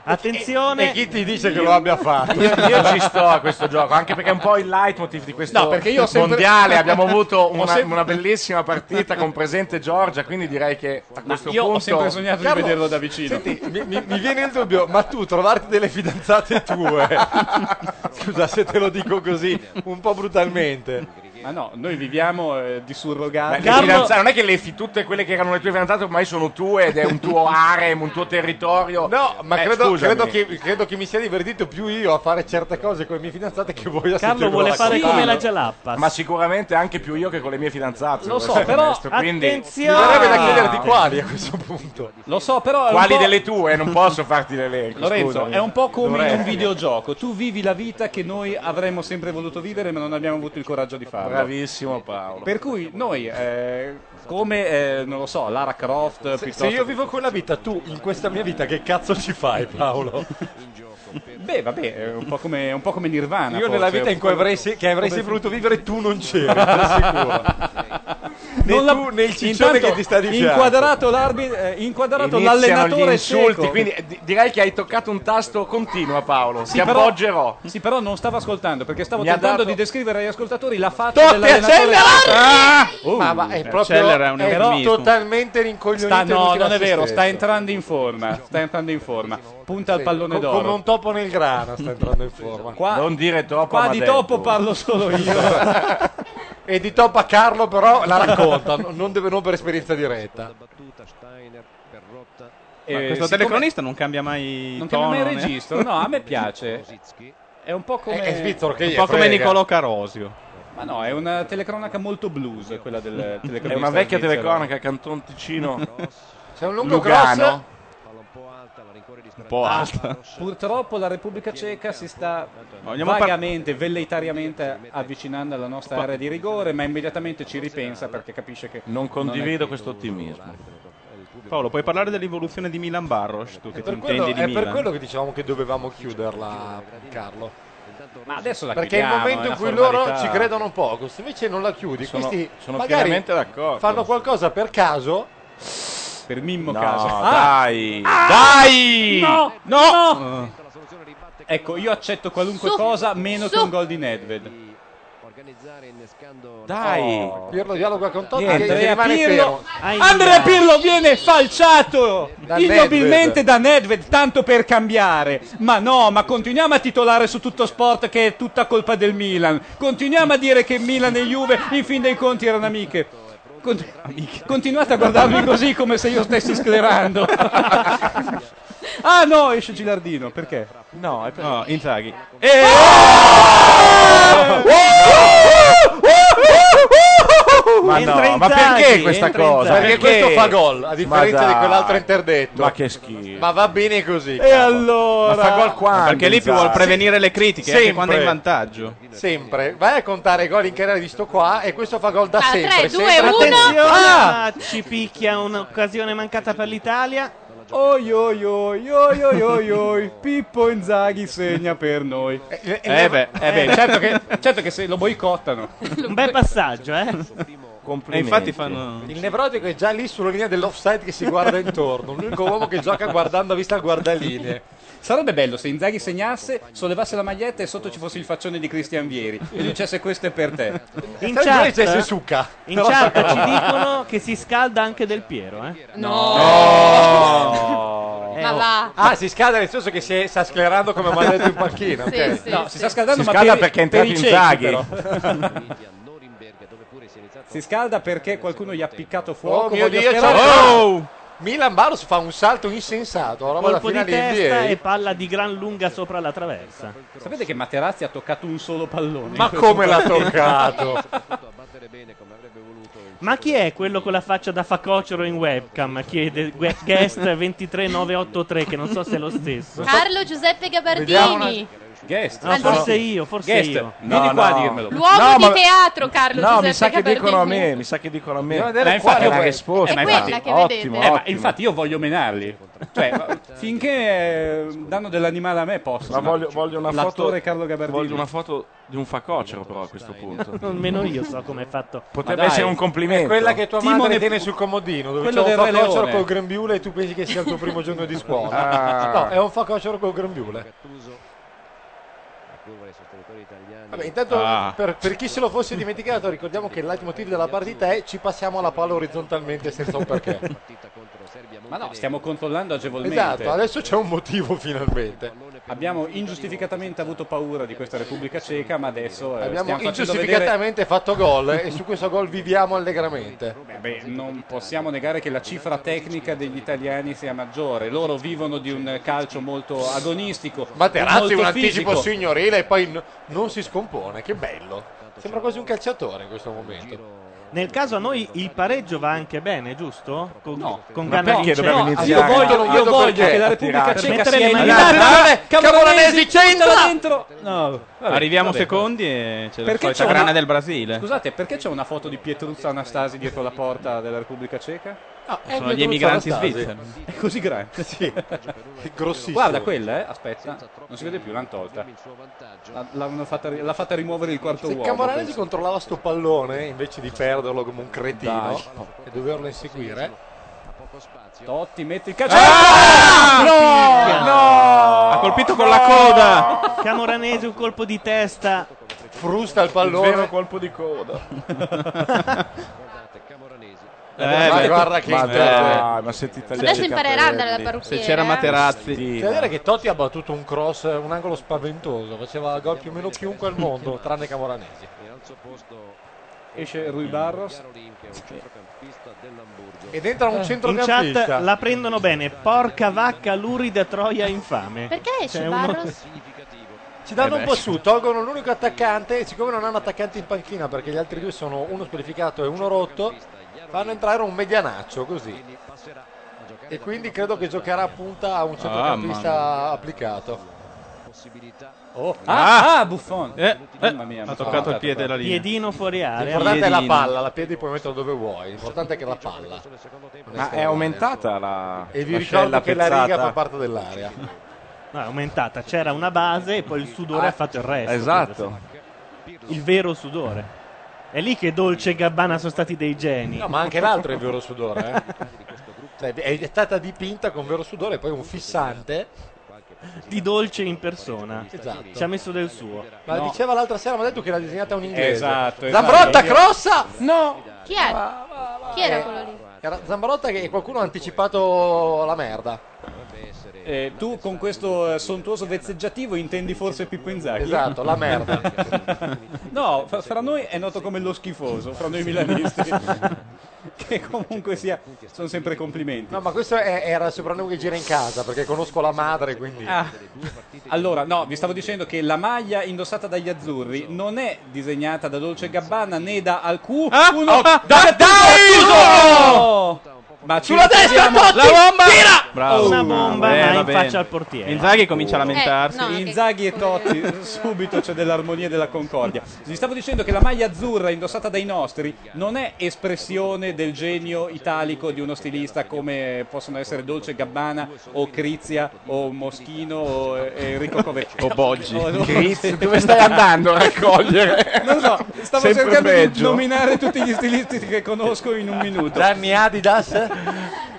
S1: Attenzione.
S7: E- e chi
S10: ti dice che lo abbia fatto?
S5: Io, io ci sto a questo gioco, anche perché è un po' il leitmotiv di questo
S7: No, perché io ho sempre-
S5: mondiale. Abbiamo avuto
S7: [laughs] Ho
S5: una,
S7: sempre-
S5: una bellissima partita con presente Giorgia, quindi direi che a questo
S7: io ho
S5: punto...
S7: sempre sognato di
S5: Carlo,
S7: vederlo da vicino.
S5: senti,
S10: mi, mi- mi viene il dubbio, ma tu trovarti delle fidanzate [laughs] tue, scusa se te lo dico così, un po' brutalmente.
S7: Ma no, noi viviamo eh, di surrogati.
S5: Beh, le fidanzate- non è che le fi- tutte quelle che erano le tue fidanzate ormai sono tue ed è un tuo harem, un tuo territorio.
S10: No, ma
S5: Eh,
S10: credo,
S5: scusami.
S10: credo che, credo che mi sia divertito più io a fare certe cose con le mie fidanzate che voi a sentirlo raccontare.
S1: gelappa.
S5: Ma sicuramente anche più io che con le mie fidanzate.
S10: Lo
S5: se
S10: so,
S5: essere
S10: però
S5: onesto, quindi-
S10: Mi verrebbe da chiederti quali a questo punto.
S7: Lo so, però. è un
S5: Quali
S7: po'-
S5: delle tue? Non posso farti l'elenco.
S7: Lorenzo,
S5: scusami.
S7: è un po' come in
S5: Dovrei.
S7: un videogioco. Tu vivi la vita che noi avremmo sempre voluto vivere, ma non abbiamo avuto il coraggio di farlo.
S5: Bravissimo Paolo.
S7: Per cui noi, eh, come, eh, non lo so, Lara Croft,
S10: Se,
S7: piuttosto...
S10: se io vivo quella vita, tu in questa mia vita che cazzo ci fai, Paolo?
S7: Beh, vabbè, è un po' come, un po' come Nirvana.
S10: Io nella vita in cui avrei se- che avrei sempre voluto vivere, tu non
S7: [laughs]
S10: c'eri, te lo assicuro. Né tu, né il ciccione che ti sta di fianco.
S7: Inquadrato, l'arbitro, eh, inquadrato
S5: Iniziano
S7: l'allenatore
S5: gli insulti,
S7: cieco.
S5: quindi eh, di- direi che hai toccato un tasto continuo a Paolo.
S7: Sì,
S5: Ti
S7: però-
S5: appoggerò.
S7: Sì, però non stavo ascoltando perché stavo
S5: Mi ha
S7: tentando
S5: dato-
S7: di descrivere agli ascoltatori la faccia
S10: Totti,
S7: dell'allenatore.
S10: accelera! Uh.
S7: Oh,
S10: Ah! Ma- ma è proprio-
S7: accelera,
S10: è
S7: eufemismo.
S10: totalmente rincoglionito
S7: Sta-
S10: e
S7: no,
S10: inutile a
S7: non è
S10: se
S7: vero,
S10: stesso.
S7: sta entrando in forma. Sta entrando in forma. Punta al pallone
S10: Co-
S7: d'oro.
S10: Come un topo nel grano sta entrando in forma.
S7: Qua-
S5: Non dire troppo.
S7: Qua
S5: ma
S7: di
S5: detto.
S7: topo parlo solo
S10: [laughs]
S7: io.
S10: e di toppa Carlo però la
S7: [laughs]
S10: racconta, no- non, deve, non per esperienza diretta.
S9: Ma
S7: Eh,
S9: questo
S7: siccome-
S9: telecronista non cambia mai
S7: Non
S9: tono,
S7: cambia mai
S9: né-
S7: registro. No, a me piace. È un po' come
S9: È- è svizzero che Un gli po' frega. come Nicolò
S7: Carosio. Ma no, è una telecronaca molto blues quella del
S5: [laughs]
S7: telecronista.
S5: È una vecchia
S7: svizzero.
S5: telecronaca Canton
S7: [laughs]
S5: Ticino.
S10: C'è un
S7: lungo
S5: Lugano.
S7: Un
S5: po'
S7: alta. Purtroppo la Repubblica Ceca si sta
S9: Vogliamo par-
S7: vagamente, velleitariamente avvicinando alla nostra area di rigore, ma immediatamente ci ripensa perché capisce che
S5: Non condivido
S7: è-
S5: questo ottimismo.
S9: Paolo, puoi parlare dell'evoluzione di Milan Barros, tu che ti
S10: Per
S9: intendi
S10: quello,
S9: di
S10: è
S9: Milan.
S10: per quello che dicevamo che dovevamo chiuderla, Carlo.
S7: Ma adesso la
S10: Perché è il
S7: chiudiamo,
S10: momento
S7: è
S10: in
S7: una
S10: cui loro
S7: formalità.
S10: ci credono poco, se invece non la chiudi,
S5: Sono-
S10: questi
S5: sono
S10: magari
S5: pienamente d'accordo.
S10: fanno qualcosa per caso.
S7: Per Mimmo
S5: No,
S7: Casa.
S5: dai. Dai!
S7: No! No! Ecco, io accetto qualunque cosa meno che
S10: su.
S7: un gol di Nedved. Oh.
S10: Pirlo dialoga con Totti
S7: Niente,
S10: che
S7: Andrea
S10: rimane
S7: Pirlo,
S10: fermo.
S7: Andrea Pirlo viene falciato
S10: Da
S7: innobilmente
S10: Nedved.
S7: da Nedved, tanto per cambiare. Ma no, ma continuiamo a titolare su tutto sport che è tutta colpa del Milan. Continuiamo a dire che Milan e Juve in fin dei conti erano amiche. Con- Continuate a guardarmi così come se io stessi [laughs] sclerando. ah no, esce Gilardino, perché?
S9: No, è per... no, Inzaghi.
S10: Ah!
S7: E...
S5: Ma
S10: Entra
S5: no,
S10: in
S5: ma
S10: Zaghi,
S5: perché questa
S10: entra in
S5: cosa?
S10: Zaghi. Perché questo fa gol, a
S5: Ma
S10: differenza di
S5: dai.
S10: quell'altro interdetto.
S5: Ma che schifo.
S10: Ma va bene così.
S5: E allora?
S10: Ma fa gol ah, quando?
S9: Perché lì più vuol
S10: Zaghi?
S9: prevenire le critiche, anche
S10: Sempre.
S9: quando è in vantaggio.
S10: Sempre. Vai a contare i gol in carriera di sto qua e questo fa gol da
S1: Ah,
S10: sempre.
S1: tre, due,
S10: sempre.
S1: uno.
S10: Ah!
S1: Ah, ci picchia un'occasione mancata per l'Italia.
S7: Oi oi oi oi oi oi
S1: [laughs]
S7: oi Pippo Inzaghi segna per noi. Eh,
S1: eh,
S7: beh, eh beh, certo che, certo che se lo boicottano.
S1: [laughs] Un bel passaggio, eh?
S7: E infatti fanno-
S10: Il nevrotico è già lì sulla linea dell'offside che si guarda intorno. L'unico uomo che gioca guardando a vista al guardaline.
S7: Sarebbe bello se Inzaghi segnasse, sollevasse la maglietta e sotto ci fosse il faccione di Cristian Vieri e dicesse questo è per te.
S1: In chat, eh? in chat
S10: [laughs]
S1: ci dicono che si scalda anche Del Piero, eh?
S10: No.
S1: Eh, [laughs] Ma oh. va.
S10: Ah, si scalda nel senso che si è- sta sclerando come mi ha detto in panchina.
S7: Sì,
S10: ok.
S7: sì, No, si sì. sta scaldando,
S10: Si
S7: ma
S10: scalda
S7: per-
S10: perché è
S7: per i
S10: entrato in
S7: ciechi, [laughs]
S10: [laughs] Zaghi.
S7: Si scalda perché qualcuno gli ha piccato
S10: Oh
S7: fuoco.
S10: mio
S7: voglio
S10: Dio,
S7: sperare-
S10: ciao. Oh! Milan Baros fa un salto insensato, roba da
S1: Colpo di
S10: finale
S1: testa
S10: NBA.
S1: e palla di gran lunga sopra la traversa.
S7: Sapete che Materazzi ha toccato un solo pallone?
S1: Ma
S7: in questo
S1: come l'ha
S7: partito?
S1: toccato? [laughs] Ma chi è quello con la faccia da facocero in webcam? Chiede gue- guest 23983, che non so se è lo stesso.
S6: Carlo Giuseppe
S1: Vediamo una-
S6: Gabardini.
S7: Guest.
S1: No, forse io, forse
S5: Guest,
S1: io.
S5: vieni No, qua a no. dirmelo.
S6: L'uomo
S5: No,
S6: di
S5: ma-
S6: teatro, Carlo
S5: No,
S6: Giuseppe
S5: mi sa che
S6: Gabardini.
S5: dicono a me, Eh, mi sa che dicono a me.
S7: Devo vedere
S5: Eh,
S7: quale
S5: infatti è una
S7: quella.
S5: risposta.
S7: Eh, ma infatti-
S6: quella che
S5: ottimo,
S7: Eh, ma
S5: ottimo.
S7: infatti io voglio menarli.
S5: [laughs]
S7: Cioè, ma finché eh, danno dell'animale a me posso.
S5: Ma voglio, voglio una
S7: L'attore
S5: foto
S7: Carlo Gabardini.
S5: Voglio una foto di un facocero però a questo punto.
S1: Nemmeno io so come è fatto.
S5: Potrebbe essere un complimento.
S10: È quella che tua madre
S5: Certo. Timone-
S10: tiene [laughs] sul comodino, dove
S5: Quello
S10: c'è
S5: del
S10: un
S5: Re
S10: facocero
S5: Leone.
S10: col grembiule e tu pensi che sia il tuo primo giorno di scuola.
S5: Ah.
S10: No, è un facocero col grembiule. Vabbè, intanto
S5: Ah.
S10: per, per chi se lo fosse dimenticato, ricordiamo che il leitmotiv della partita è ci passiamo la palla orizzontalmente senza un perché.
S7: Ma no, stiamo controllando agevolmente.
S10: Esatto, adesso c'è un motivo finalmente.
S7: Abbiamo ingiustificatamente avuto paura di questa Repubblica Ceca, ma adesso eh,
S10: Abbiamo
S7: stiamo facendo
S10: ingiustificatamente fatto gol eh, e su questo gol viviamo allegramente.
S7: vedere- Eh Beh, non possiamo negare che la cifra tecnica degli italiani sia maggiore. Loro vivono di un calcio molto agonistico.
S10: Materazzi
S7: molto
S10: un anticipo
S7: fisico.
S10: signorile e poi n- non si scompone, che bello. Sembra quasi un calciatore in questo momento.
S1: Nel caso a noi il pareggio va anche bene, giusto? Con, con
S10: Ma
S1: Ghana
S10: perché
S1: vince.
S10: dobbiamo No, iniziare? io voglio-
S1: Non
S10: io
S1: vedo
S10: voglio
S1: perché.
S10: che la
S1: Attirare.
S10: Repubblica
S1: Per
S10: Ceca
S1: mettere
S10: sia
S1: le mani-
S10: eliminata.
S1: Attenzione,
S10: Camoranesi
S7: centra
S10: centra!
S7: dentro. No, vabbè,
S9: Arriviamo
S7: vabbè.
S9: secondi e c'è la
S7: Perché
S9: solita
S7: c'è
S9: grana
S7: una-
S9: del Brasile.
S7: Scusate, perché c'è una foto di Pietruzza Anastasi dietro la porta della Repubblica Ceca?
S9: è Sono gli Pietruzza emigranti Anastasi. svizzeri.
S7: È così grande, sì.
S10: Grossissimo.
S7: Guarda quella, eh, aspetta, non si vede più, l'hanno tolta. La- L'hanno fatta, ri- l'ha fatta rimuovere il quarto
S10: Se
S7: uomo.
S10: Camoranesi
S7: penso.
S10: controllava sto pallone invece di perderlo come un cretino
S7: Dai.
S10: e doverlo inseguire,
S7: Totti mette il calcio. Ah!
S1: Picchia.
S7: Ha colpito con la coda.
S1: Camoranesi un colpo di testa.
S10: Frusta il
S5: pallone.
S1: vero
S5: colpo di coda.
S9: Eh,
S10: ma
S9: beh.
S10: guarda che Eh,
S9: Ma
S10: italiano.
S9: dai, ma senti
S6: italiano Adesso che imparerà a andare dal capelli. parrucchiere,
S9: Se c'era eh. Materazzi.
S10: Sai vedere che Totti ha battuto un cross, un angolo spaventoso, faceva gol più o meno chiunque al mondo, tranne Camoranesi.
S7: Esce Rui Barros.
S10: [laughs] Ed entra un
S1: Eh, In chat
S10: centrocampista.
S1: la prendono bene. Porca vacca, lurida troia infame.
S10: Perché
S1: C'è
S10: esce
S1: uno-
S10: Barros? Ci danno
S1: Eh
S10: un
S1: beh.
S10: po' su, tolgono l'unico attaccante e siccome non hanno attaccante in panchina perché gli altri due sono uno squalificato e uno rotto, fanno entrare un medianaccio così. E quindi credo che giocherà a punta a un centrocampista applicato. Oh.
S7: Ah, ah, Buffon.
S10: Eh,
S7: Mamma mia,
S10: ha
S7: mi sono
S10: toccato il
S7: mancato
S10: piede
S7: qua.
S10: la linea.
S1: Piedino fuori area.
S10: L'importante è la
S1: Piedino.
S10: palla, la piedi puoi metterla dove vuoi, l'importante è che la palla.
S5: Ma è aumentata la
S10: E vi
S5: la
S10: ricordo
S5: scella
S10: che la riga
S5: pezzata?
S10: fa parte dell'area.
S1: No, è aumentata. C'era una base e poi il sudore
S10: Ah,
S1: ha fatto il resto.
S5: esatto.
S1: credo, sì. Il vero sudore. È lì che Dolce e Gabbana sono stati dei geni.
S10: No, ma anche l'altro è vero sudore, eh. Cioè, è stata dipinta con vero sudore, poi un fissante.
S1: Di Dolce in persona.
S10: Esatto.
S1: Ci ha messo del suo.
S10: Ma diciamo
S1: No.
S10: diceva l'altra sera, mi ha detto che l'ha disegnata un inglese.
S1: Esatto, esatto.
S10: Zambrotta crossa! No!
S6: Chi era? Chi era quello lì?
S10: Era Zambrotta che qualcuno ha anticipato la merda.
S7: Eh, tu con questo eh, sontuoso vezzeggiativo intendi forse Pippo Inzaghi?
S10: Esatto, la merda.
S7: [laughs] no, fra, fra noi è noto come lo schifoso, fra noi milanisti. [laughs] che comunque sia, sono sempre complimenti.
S10: No, ma questo è- era il soprannome che gira in casa perché conosco la madre, quindi.
S7: Ah. Allora, no, vi stavo dicendo che la maglia indossata dagli azzurri non è disegnata da Dolce Gabbana né da alcuno.
S9: Ah, oh,
S7: da Gattuso! Ma ci
S9: Sulla destra,
S7: rivediamo-
S9: Totti!
S7: La bomba!
S9: Tira! Bravo. Eh,
S7: Una bomba,
S9: Vabbè,
S7: ma in
S9: vabbè.
S7: faccia al portiere.
S9: Inzaghi comincia a lamentarsi.
S7: Inzaghi e Totti, [laughs] subito c'è dell'armonia e della concordia. Vi stavo dicendo che la maglia azzurra indossata dai nostri non è espressione del genio italico di uno stilista come possono essere Dolce Gabbana o Crizia o Moschino o eh, Enrico Coverciano.
S9: O Boggi.
S10: Oh,
S7: [laughs]
S9: Crizia,
S10: [laughs]
S7: sì.
S9: dove stai andando a raccogliere?
S7: Oh, Non so, stavo
S9: Sempre
S7: cercando di
S9: peggio.
S7: nominare tutti gli stilisti che conosco in un minuto.
S10: Danni Adidas?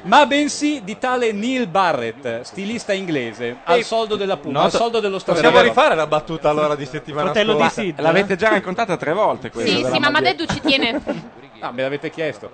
S7: Ma bensì di tale Neil Barrett, stilista inglese, al soldo della punta, al soldo dello
S10: Ah, Possiamo
S7: storico.
S10: rifare la battuta allora di settimana scorsa?
S7: eh?
S5: L'avete già raccontata tre volte
S2: Sì,
S5: questa.
S2: sì,
S5: della
S2: ma
S5: maglietta.
S2: Madeddu ci tiene.
S7: Ah, me l'avete chiesto.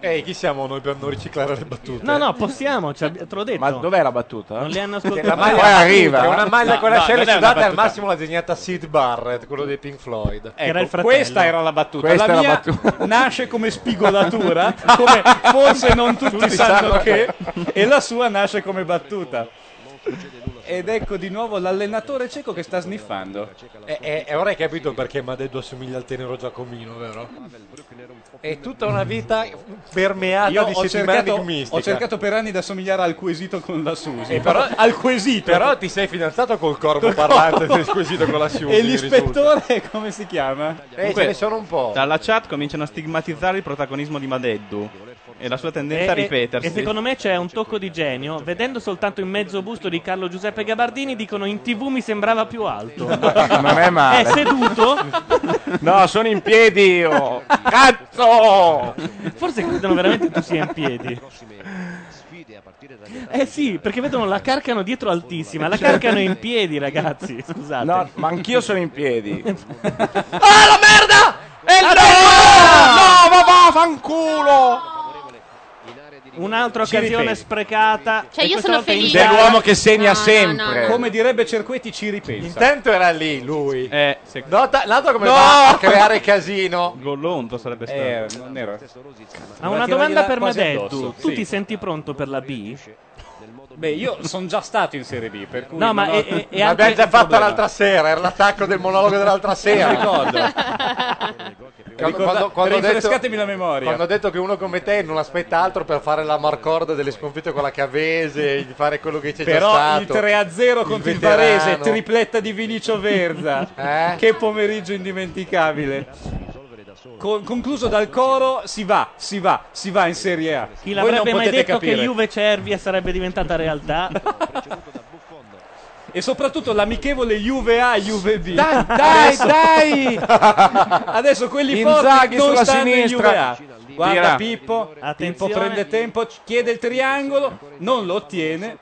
S10: Ehi, chi siamo noi per non riciclare le battute?
S1: No, no, possiamo, ci abbi- te l'ho detto.
S5: Ma dov'è la battuta?
S1: Non le hanno
S10: Che
S1: ascoltate.
S10: la maglia
S5: Poi arriva.
S10: è una maglia
S5: No,
S10: con la
S5: no,
S10: scella
S5: non è una
S10: sudata al
S5: battuta.
S10: massimo la disegnata Sid Barrett, quello dei Pink Floyd.
S7: Ecco, questa era la battuta.
S10: Questa
S7: la
S10: era
S7: mia
S10: la [laughs] battuta.
S7: nasce come spigolatura, come forse non tutti,
S10: Tutti
S7: sanno
S10: sanno.
S7: che, e la sua nasce come battuta. Ed ecco di nuovo l'allenatore cieco che sta sniffando.
S10: E, e- e ora hai capito perché Madeddu assomiglia al tenero Giacomino, vero? È tutta una vita permeata
S7: Io
S10: di
S7: ho
S10: settimane
S7: cercato,
S10: enigmistiche.
S7: ho cercato per anni di assomigliare al quesito con la Susi. [laughs]
S10: E però-
S7: al quesito.
S10: Però ti sei fidanzato col corvo parlante del squisito con la Siusi.
S7: E
S10: mi risulta. Eh,
S7: l'ispettore come si chiama?
S10: ce ne sono un po'.
S9: Dalla chat cominciano a stigmatizzare il protagonismo di Madeddu e la sua tendenza
S1: E-
S9: a
S1: e-
S9: ripetersi.
S1: E
S9: [laughs]
S1: secondo me c'è un tocco di genio. Vedendo soltanto il mezzo busto di Carlo Giuseppe Gabardini, dicono in tv mi sembrava più
S5: [laughs]
S10: [laughs]
S1: alto.
S5: Non è male.
S1: È seduto.
S5: No, sono in piedi io. Cazzo!
S1: Forse credono veramente tu sia in piedi. Eh sì, perché vedono la carcano dietro altissima. La carcano in piedi, ragazzi. Scusate.
S5: No, ma anch'io sono in
S1: [laughs]
S5: piedi.
S1: Eh, no!
S5: No, ma vaffanculo!
S1: Un'altra
S7: Ci
S1: occasione
S7: ripeti.
S1: sprecata.
S2: Cioè,
S1: E
S2: io
S1: questa
S2: sono
S1: volta in
S2: felice.
S1: gara-
S5: Dell'uomo che segna sempre.
S7: Come direbbe Cerqueti, ci ripensa.
S10: Intanto era lì lui.
S9: Eh,
S10: Nota, nota come
S7: No!
S10: va a creare casino.
S9: Gollonto sarebbe stato.
S7: Eh, non era.
S1: Ha una domanda per Madeddu.
S7: addosso,
S1: Tu
S7: sì.
S1: ti senti pronto per la B?
S7: Beh, io sono già stato in Serie B, per cui
S1: No, ma
S7: non ho-
S1: e- e- e
S10: L'abbiamo già fatto l'altra sera, era l'attacco del monologo dell'altra sera. Quando-
S7: Ricorda-
S10: quando- quando ho detto-
S7: rinfrescatemi la memoria.
S10: Quando ho detto che uno come te non aspetta altro per fare la marcorda delle sconfitte con la Cavese, di fare quello che c'è
S7: Però
S10: già
S7: il
S10: stato.
S7: 3-0 contro il
S10: veterano.
S7: Varese, tripletta di Vinicio Verza. Che pomeriggio indimenticabile. Con- concluso dal coro, si va, si va, si va in Serie A.
S1: Chi
S7: Voi non
S1: l'avrebbe mai
S7: potete
S1: detto che
S7: capire.
S1: Juve Cervia sarebbe diventata realtà?
S7: E soprattutto l'amichevole Juve A, Juve B.
S1: Dai,
S5: dai, dai!
S7: [laughs] Adesso quelli forti
S5: Inzaghi
S7: non
S5: sulla
S7: stanno in
S5: sinistra.
S7: Juve A. Guarda
S5: Tira.
S7: Pippo, Pippo
S1: Attenzione.
S7: prende tempo, c- chiede il triangolo, non lo ottiene.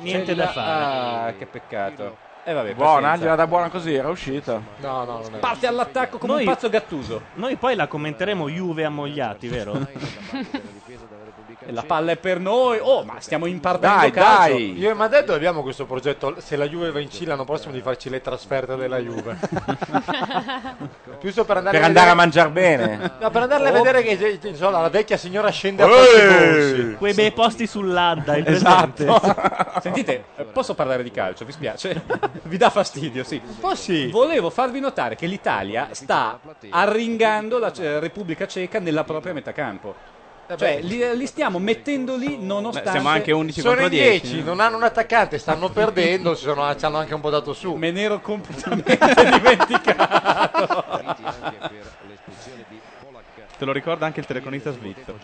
S1: Niente
S7: C'è
S1: da
S7: la-
S1: fare.
S7: Ah, che peccato. E vabbè,
S5: Buona,
S7: pazienza.
S5: gliela da buona così, era uscita.
S10: No, no, non
S7: Parte all'attacco come un pazzo Gattuso.
S1: Noi poi la commenteremo Juve ammogliati, vero?
S10: [laughs]
S7: E la palla è per noi. Oh, ma stiamo impartendo
S10: Dai,
S7: calcio.
S10: dai. Io e Madeddo abbiamo questo progetto. Se la Juve va in Cile l'anno prossimo di farci le trasferte della
S1: [laughs]
S10: Juve. Giusto per andare,
S5: Per andare a mangiar bene.
S10: No, per andarle a
S5: Oh.
S10: vedere che insomma, la vecchia signora scende a
S5: Ehi.
S10: posti
S1: Quei bei posti sull'Adda, il
S7: Esatto.
S1: presente.
S10: [laughs]
S7: Sentite, eh, posso parlare di calcio? Vi spiace? [laughs] Vi dà fastidio, sì. Volevo farvi notare che l'Italia sta arringando la eh, Repubblica Ceca nella propria metà campo.
S10: Eh
S7: Cioè, li, li stiamo mettendo lì nonostante...
S10: sono in 10, non hanno un attaccante, stanno
S7: [laughs]
S10: perdendo, ci, sono- ci hanno anche un po' dato su.
S7: Me ne ero
S10: [laughs]
S7: completamente dimenticato.
S9: Te lo ricorda anche il teleconista svizzero.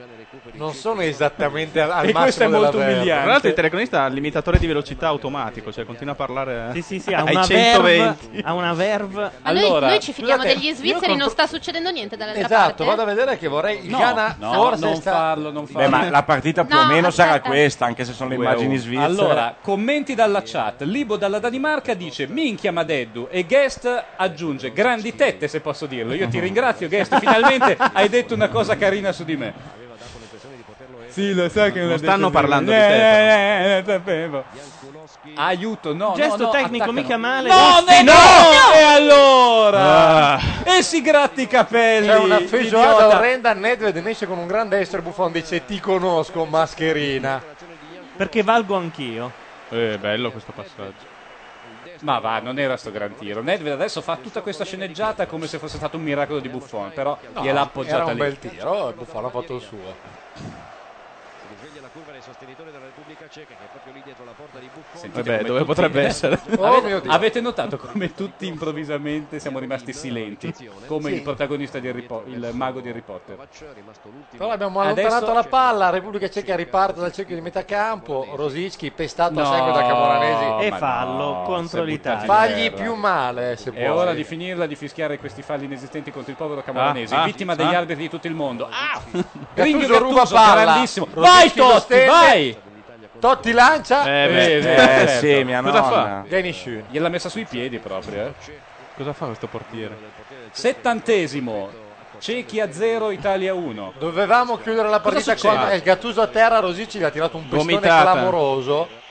S10: Non sono esattamente al,
S1: [laughs]
S10: al
S9: E questo è
S10: massimo della
S9: molto
S10: verve.
S9: umiliante. Tra l'altro il teleconista ha il limitatore di velocità automatico, cioè continua a parlare
S1: Sì, sì, sì, ha
S9: ai
S1: una
S9: 120.
S1: verve. Ha una verve.
S2: Ma noi- noi, ci fidiamo
S10: scusate,
S2: degli
S10: io
S2: svizzeri,
S10: contro-
S2: non sta succedendo niente dall'altra parte.
S10: Esatto,
S6: eh.
S10: vado a vedere che vorrei il
S2: No,
S10: Ghana
S5: no,
S10: forse
S5: non
S10: sta
S7: farlo, non
S5: Beh, ma la partita più o
S7: No,
S5: meno sarà
S7: aspetta.
S5: questa, anche se sono le immagini svizzere.
S7: Allora, commenti dalla chat. Libo dalla Danimarca dice: Minchia Madeddu. E Guest aggiunge: Grandi tette, se posso dirlo. Io ti ringrazio, Guest. Finalmente hai detto una cosa carina su di me.
S15: Sì, lo sai che
S9: Non
S15: l'ha
S9: stanno
S15: detto prima.
S9: parlando di
S15: Eh,
S9: Stefano.
S15: eh, eh, eh, sapevo.
S7: Aiuto, no.
S1: Gesto
S15: no, no,
S1: tecnico
S15: attaccano.
S1: mica male.
S15: No,
S1: Osti,
S15: no, no! E allora?
S5: Ah.
S15: E si gratta i capelli.
S10: C'è una feijoada
S15: idiota.
S10: orrenda. Nedved ne esce con un grande estero buffon. Dice: Ti conosco, mascherina.
S1: Perché valgo anch'io.
S7: Eh, bello questo passaggio. Ma va, non era sto gran tiro. Nedved adesso fa tutta questa sceneggiata come se fosse stato un miracolo di Buffon, però
S10: No,
S7: gliel'ha appoggiata
S10: era un
S7: lì.
S10: bel tiro. e Buffon ha fatto il suo.
S16: risveglia la curva dei sostenitori della Repubblica Ceca che è proprio lì dietro la porta di Buffon.
S7: Sentite
S9: Vabbè,
S7: come
S9: dove potrebbe
S7: [laughs]
S9: essere?
S7: Ave-
S9: Oh mio Dio.
S7: avete notato come tutti improvvisamente siamo rimasti silenti, come
S10: Sì.
S7: il protagonista di Harry Po- il mago di Harry Potter.
S10: Però abbiamo allontanato
S7: Adesso-
S10: la palla. Repubblica Ceca riparte dal cerchio di metà campo. Rosicchi pestato
S7: No,
S10: a secco da Camoranesi.
S7: E ma fallo no, contro si è l'Italia. buttati in
S10: Fagli
S7: terra.
S10: più male se
S7: È
S10: puoi.
S7: ora di finirla di fischiare questi falli inesistenti contro il povero Camoranesi,
S10: Ah, ah,
S7: vittima degli
S10: ah.
S7: arbitri di tutto il mondo. Ah!
S10: Gattuso
S7: Ringhio
S10: ruba
S7: Gattuso,
S10: palla.
S7: grandissimo.
S10: Rosicchi
S7: Vai
S10: lo
S7: Totti,
S10: stende.
S7: vai!
S10: Totti lancia.
S7: Eh,
S9: beh, eh, sì, mia
S7: Cosa
S9: nonna.
S7: fa? Gliel'ha messa sui piedi proprio, eh.
S9: Cosa fa questo portiere?
S7: Settantesimo. Cechi a 0, Italia 1.
S10: Dovevamo chiudere la
S7: Cosa
S10: partita
S7: succede?
S10: con eh, Gattuso a terra. Rosicci gli ha tirato un pistone
S7: Gomitata.
S10: clamoroso.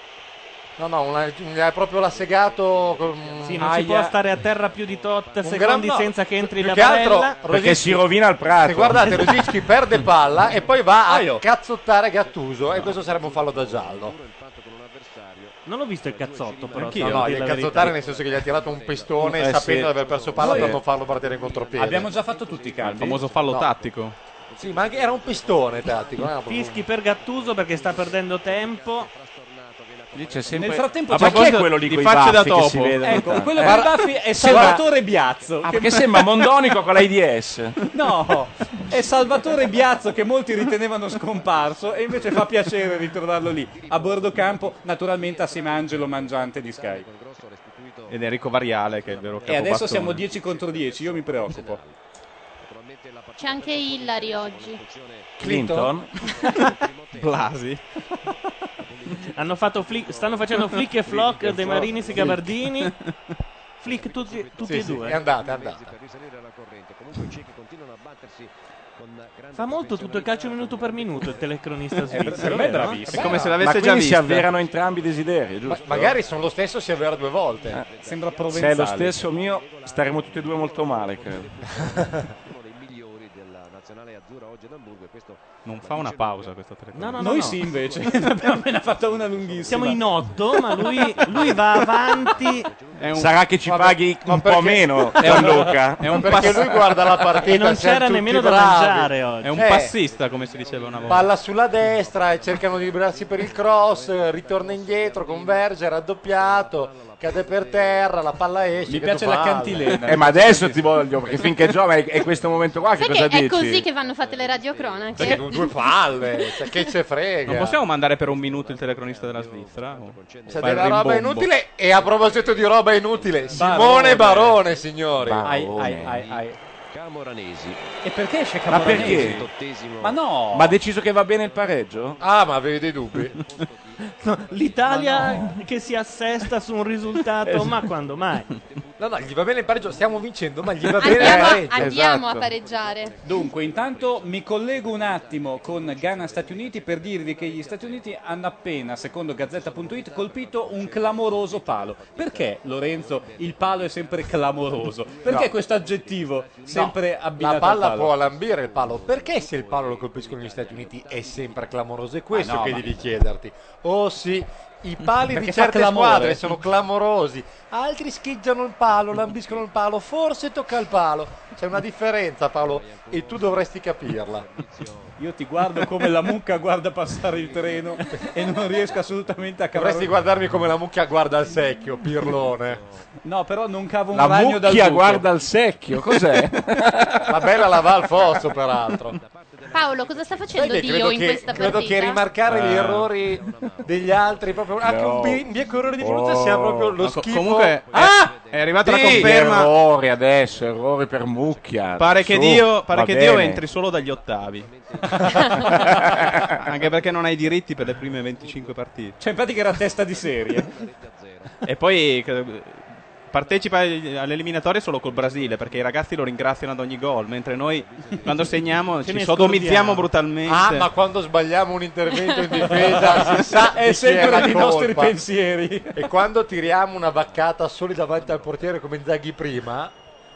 S10: No, no, una- gli ha proprio lassegato. con-
S1: Sì, non si
S10: Aia.
S1: può stare a terra più di tot
S10: Un
S1: secondi
S10: gran- no.
S1: senza che entri
S10: Più
S1: la
S10: che altro,
S1: palla.
S10: Rosicchi-
S5: Perché si rovina il prato.
S10: Se guardate, Rosicchi perde palla e poi va
S1: Aio.
S10: a cazzottare Gattuso. E questo sarebbe un fallo da giallo.
S1: Non l'ho visto il cazzotto, però.
S10: Anch'io,
S1: devo
S10: no,
S1: dire
S10: gli
S1: la
S10: cazzottare nel
S1: verità.
S10: senso che gli ha tirato un pestone
S9: Eh,
S10: sapendo
S9: sì.
S10: di aver perso palla
S9: Sì.
S10: per non farlo partire in contropiede.
S7: Abbiamo già fatto tutti i
S9: Il
S7: calci.
S9: famoso fallo
S10: No.
S9: tattico.
S10: Sì, ma anche era un pistone tattico. non era proprio-
S1: Fischi per Gattuso perché sta perdendo tempo.
S9: Lì c'è sempre...
S1: Nel frattempo
S9: Ah,
S1: c'è
S9: ma chi è
S1: questo
S9: quello lì
S1: di
S9: coi
S1: facce
S9: baffi
S1: da
S9: che
S1: topo?
S9: si vedono
S1: Ecco,
S9: tanto?
S1: quello
S9: Eh.
S1: con
S7: i baffi è Salvatore Biazzo.
S9: Ah, perché sembra Mondonico con la IDS.
S7: No, è Salvatore Biazzo che molti ritenevano scomparso e invece fa piacere ritrovarlo lì, a bordo campo, naturalmente assieme a Angelo Mangiante di Sky.
S9: Ed Enrico Variale che è il vero
S7: E
S9: capobattone.
S7: adesso siamo 10 contro 10, io mi preoccupo.
S6: C'è anche Hillary oggi.
S9: Clinton? [laughs]
S1: Ah,
S9: Blasi?
S1: Hanno fatto flick-
S8: [laughs]
S1: stanno facendo flick e flock
S10: Flick e
S1: De
S10: flock.
S1: Marini e Gabardini. Flick tutti, tutti
S10: Sì,
S1: e
S10: sì,
S1: due.
S10: è andata, è andata.
S16: Per risalire alla corrente. Comunque i ciechi continuano a battersi con grande
S1: Fa molto tutto il calcio minuto per minuto il telecronista svizzero.
S10: Eh, per me è
S1: vero?
S10: bravissimo.
S9: È come se
S5: Ma
S9: l'avesse già
S5: quindi si
S9: vista.
S5: avverano entrambi i desideri, giusto?
S10: Magari sono lo stesso si avvera due volte.
S1: Eh,
S7: Sembra
S5: Se è lo stesso mio, staremo tutti e due molto male, credo.
S8: [laughs]
S16: uno dei migliori della nazionale azzurra oggi ad Hamburgo e questo
S9: Non fa una pausa questo telefono.
S7: Noi sì
S1: [laughs]
S7: invece, ne abbiamo appena fatta una lunghissima.
S1: Siamo in otto,
S8: [laughs]
S1: ma lui, lui va avanti.
S5: Sarà che ci paghi un po'
S9: [laughs]
S10: [laughs]
S5: meno,
S9: è un-
S5: Gianluca.
S9: è un Perché pass- lui guarda la partita,
S1: E non
S10: siamo
S1: c'era
S10: tutti
S1: nemmeno da
S10: bravi.
S1: mangiare oggi.
S9: È un
S10: Eh.
S9: passista, come si diceva una volta.
S10: Palla sulla destra e cercano di liberarsi per il cross, eh, ritorna indietro, converge, raddoppiato, cade per terra, la palla esce.
S7: Mi
S10: che
S7: piace
S10: tu
S7: la
S10: falli.
S7: cantilena.
S5: Eh, ma adesso ti voglio, perché finché gioca è, è questo momento qua, che
S6: Sai
S5: cosa
S6: che
S5: dici?
S6: è così che vanno fatte le radiocronache?
S9: Perché con due
S10: palle, cioè, che ce frega.
S9: Non possiamo mandare per un minuto il telecronista della Svizzera? O- o
S10: C'è
S9: fa il
S10: della roba
S9: rimbombo?
S10: inutile e a proposito di roba inutile,
S9: Barone.
S10: Simone Barone, signori.
S9: Ai, ai, ai,
S16: Camoranesi
S7: E perché esce
S9: Ma
S7: Camoranesi?
S9: perché?
S7: Ma no!
S9: Ma ha deciso che va bene il pareggio?
S10: Ah, ma avevi dei dubbi?
S1: L'Italia che si assesta su un risultato, ma quando mai?
S10: No, no, gli va bene il pareggio, stiamo vincendo, ma gli va bene il
S6: Andiamo,
S10: pareggio.
S6: a,
S7: Esatto.
S6: andiamo
S2: Esatto.
S6: a pareggiare.
S7: Dunque, intanto mi collego un attimo con Ghana-Stati Uniti per dirvi che gli Stati Uniti hanno appena, secondo Gazzetta.it, colpito un clamoroso palo. Perché, Lorenzo, il palo è sempre clamoroso? Perché
S10: No.
S7: questo aggettivo sempre
S10: No,
S7: abbinato
S10: La palla
S7: al palo?
S10: può lambire il palo. Perché se il palo lo colpiscono gli Stati Uniti è sempre clamoroso? È questo
S7: Ah, no,
S10: che
S7: ma-
S10: devi chiederti. Oh sì,
S7: [laughs]
S10: i pali
S7: Perché
S10: di
S7: fa
S10: certe
S7: clamore.
S10: squadre sono clamorosi. Altri scheggiano il palo, lambiscono il palo, forse tocca il palo. C'è una differenza, Paolo, e tu dovresti capirla.
S7: [laughs] Io ti guardo come la mucca guarda passare il treno [laughs] e non riesco assolutamente a cavare...
S10: Dovresti guardarmi come la mucchia guarda al secchio, Pirlone.
S7: No, però non cavo un
S10: La
S7: ragno dal
S10: mucchia
S7: buco.
S10: guarda al secchio, [laughs] cos'è? La bella la va al fosso, peraltro.
S6: Paolo, cosa sta facendo
S10: Sai che
S6: Dio
S10: credo
S6: in
S10: che-
S6: questa
S10: credo
S6: partita?
S10: che rimarcare gli
S9: Eh.
S10: errori degli altri, proprio anche
S9: No.
S10: un bi- un bianco errore di brutto,
S9: Oh.
S10: sia proprio
S9: Ma
S10: lo
S9: co-
S10: schifo.
S9: Comunque,
S10: Ah!
S9: Eh, è arrivata la
S10: Sì,
S9: conferma.
S5: Errori adesso, errori per mucchia.
S9: Pare che,
S5: Su,
S9: Dio, pare
S5: va
S9: che Dio
S5: bene.
S9: entri solo dagli
S10: [laughs]
S9: ottavi. Anche perché non hai diritti per le prime 25 partite.
S7: Cioè, in pratica era testa di serie.
S9: E poi credo, eh, partecipa all'eliminatoria solo col Brasile perché i ragazzi lo ringraziano ad ogni gol, mentre noi quando segniamo
S10: Ce
S9: ci
S10: ne
S9: sodomizziamo
S10: scordiamo.
S9: brutalmente.
S10: Ah, ma quando sbagliamo un intervento [laughs] in difesa si sa
S9: È
S10: di chi
S9: sempre
S10: era
S9: nei nostri
S10: colpa.
S9: pensieri.
S10: E quando tiriamo una vaccata soli davanti al portiere come Zaghi prima,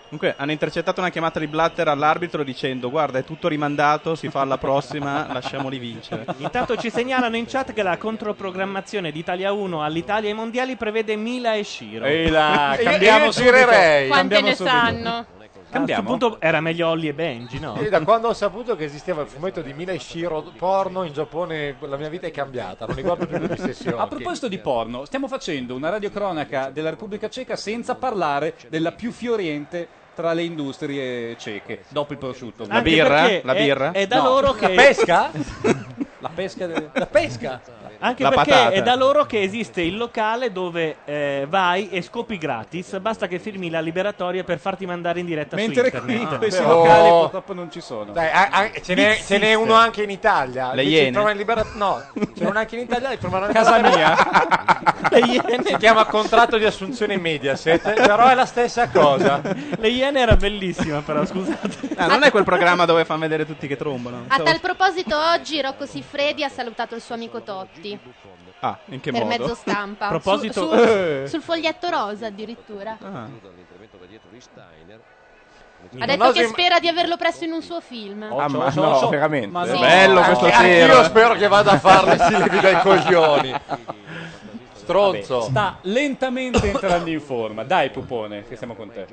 S9: Comunque hanno intercettato una chiamata di Blatter all'arbitro dicendo guarda è tutto rimandato, si fa alla prossima, lasciamoli vincere.
S1: Intanto ci segnalano in chat che la controprogrammazione di Italia 1 all'Italia ai mondiali prevede Mila e Shiro.
S9: Ehi
S1: [laughs]
S9: là,
S10: Io- cambiamo io subito. girerei. Quante
S1: Cambiamo
S10: ne
S1: subito.
S10: sanno?
S1: A questo
S10: Cambiamo?
S1: punto era meglio Olli e Benji, no?
S10: io da quando ho saputo che esisteva il fumetto di Mila e Shiro [laughs] porno in Giappone, la mia vita è cambiata, non mi guardo più le sessioni.
S7: A proposito di porno, stiamo facendo una radiocronaca della Repubblica Ceca senza parlare della più fioriente tra le industrie ceche, dopo il prosciutto.
S9: La Anche birra? perché La è- birra? è da loro che- [laughs]
S7: La pesca? la pesca? de- La pesca?
S1: Anche
S9: La
S1: perché
S9: patata.
S1: è da loro che esiste il locale dove eh, vai e scopi gratis, basta che firmi la liberatoria per farti mandare in diretta su
S7: Mentre
S1: internet.
S7: qui
S1: Ah.
S7: questi
S10: però-
S7: locali purtroppo non ci sono.
S10: Dai, a- a- Eh, ce, n'è,
S7: Big
S10: ce n'è
S7: Sister.
S10: uno anche in Italia.
S7: Le
S10: Dici,
S7: Iene?
S10: trova in libera- no, ce n'è uno anche in Italia. li trovano in
S7: Casa
S10: [laughs] Le Iene. Si chiama contratto di assunzione Mediaset, però è la stessa cosa.
S1: Le Iene era bellissima, però scusate.
S9: Ah, non è quel programma dove fanno vedere tutti che trombano.
S2: A tal proposito, oggi Rocco Siffredi ha salutato il suo amico Totti
S9: Ah, in che
S2: per
S9: modo? Eh.
S2: mezzo [laughs]
S9: [laughs]
S2: stampa.
S9: A proposito...
S2: Su- su- sul foglietto rosa addirittura.
S8: Ah. L'intervento da dietro di Steiner.
S2: Ha detto che spera di averlo presto in un suo film.
S10: Oh,
S9: Ah, ma no, veramente.
S2: Ma
S9: È
S2: no.
S9: Bello questo
S10: Anche-
S9: sera.
S10: anch'io spero che vada a farle, si levi dai coglioni. Stronzo.
S7: Sta lentamente entrando in forma. Dai, Pupone, che siamo con te.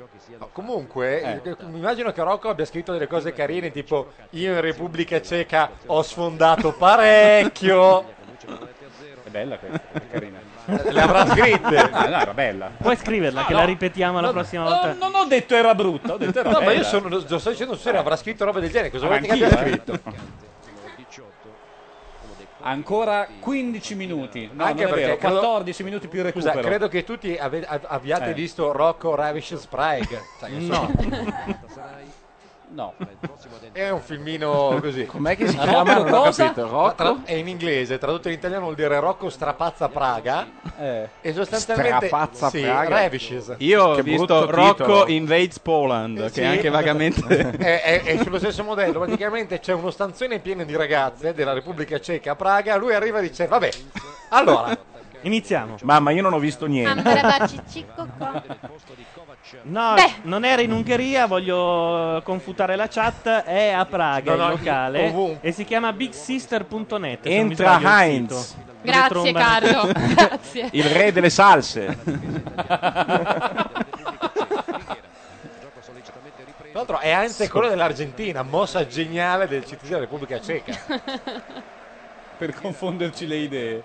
S10: Comunque,
S7: Eh.
S10: eh, mi immagino che Rocco abbia scritto delle cose carine, tipo io in Repubblica Ceca ho sfondato parecchio. Eh,
S7: È bella questa, è carina.
S10: Le avrà scritte.
S7: Ah, no, era bella.
S1: Puoi scriverla, che
S7: No,
S1: la
S7: no.
S1: ripetiamo la prossima
S7: no,
S1: volta.
S7: Non ho detto era brutta, ho detto era
S10: Oh, No,
S7: bella.
S10: ma io sono, lo sto dicendo serio, avrà scritto roba del genere, cosa
S7: Ah,
S10: volete che
S7: anch'io,
S10: abbia
S7: eh.
S10: scritto?
S7: Ancora 15 minuti. No,
S10: Anche
S7: non è
S10: perché
S7: vero,
S10: credo-
S7: 14 minuti più recupero.
S10: Scusa, credo che tutti ave- av- abbiate
S7: Eh.
S10: visto Rocco Ravish Sprague. Sai che
S5: [laughs]
S7: No. No.
S10: È un filmino così.
S7: [laughs] Com'è che si
S8: [laughs]
S7: chiama? Rocco Non ho cosa? capito. Rocco?
S10: è in inglese, tradotto in italiano vuol dire Rocco strapazza Praga.
S7: Eh.
S10: E sostanzialmente
S5: Strapazza
S10: sì,
S5: Praga.
S10: Ravishes.
S9: Io ho
S5: Che
S9: visto
S5: brutto
S9: Rocco
S5: titolo.
S9: Invades Poland,
S10: Eh,
S9: che
S10: sì.
S9: è anche
S5: [laughs] Eh,
S9: vagamente...
S10: è, è- è sullo stesso modello, praticamente c'è uno stanzione pieno di ragazze della Repubblica Ceca a Praga, lui arriva e dice "Vabbè, allora
S1: Iniziamo.
S5: Mamma, io non ho visto niente.
S1: No, non era in Ungheria, voglio eh, confutare la chat, è a Praga
S5: No, no,
S1: il locale
S5: ovunque.
S1: e si chiama bigsister.net. se non mi
S5: Entra
S1: sbaglio il
S5: Heinz.
S1: sito. Dove
S17: Grazie,
S1: trombano- [laughs]
S17: Carlo. Grazie.
S5: Il re delle salse.
S10: Tra l'altro è anche quello dell'Argentina, mossa geniale del CTC della Repubblica Ceca.
S7: Per confonderci le idee.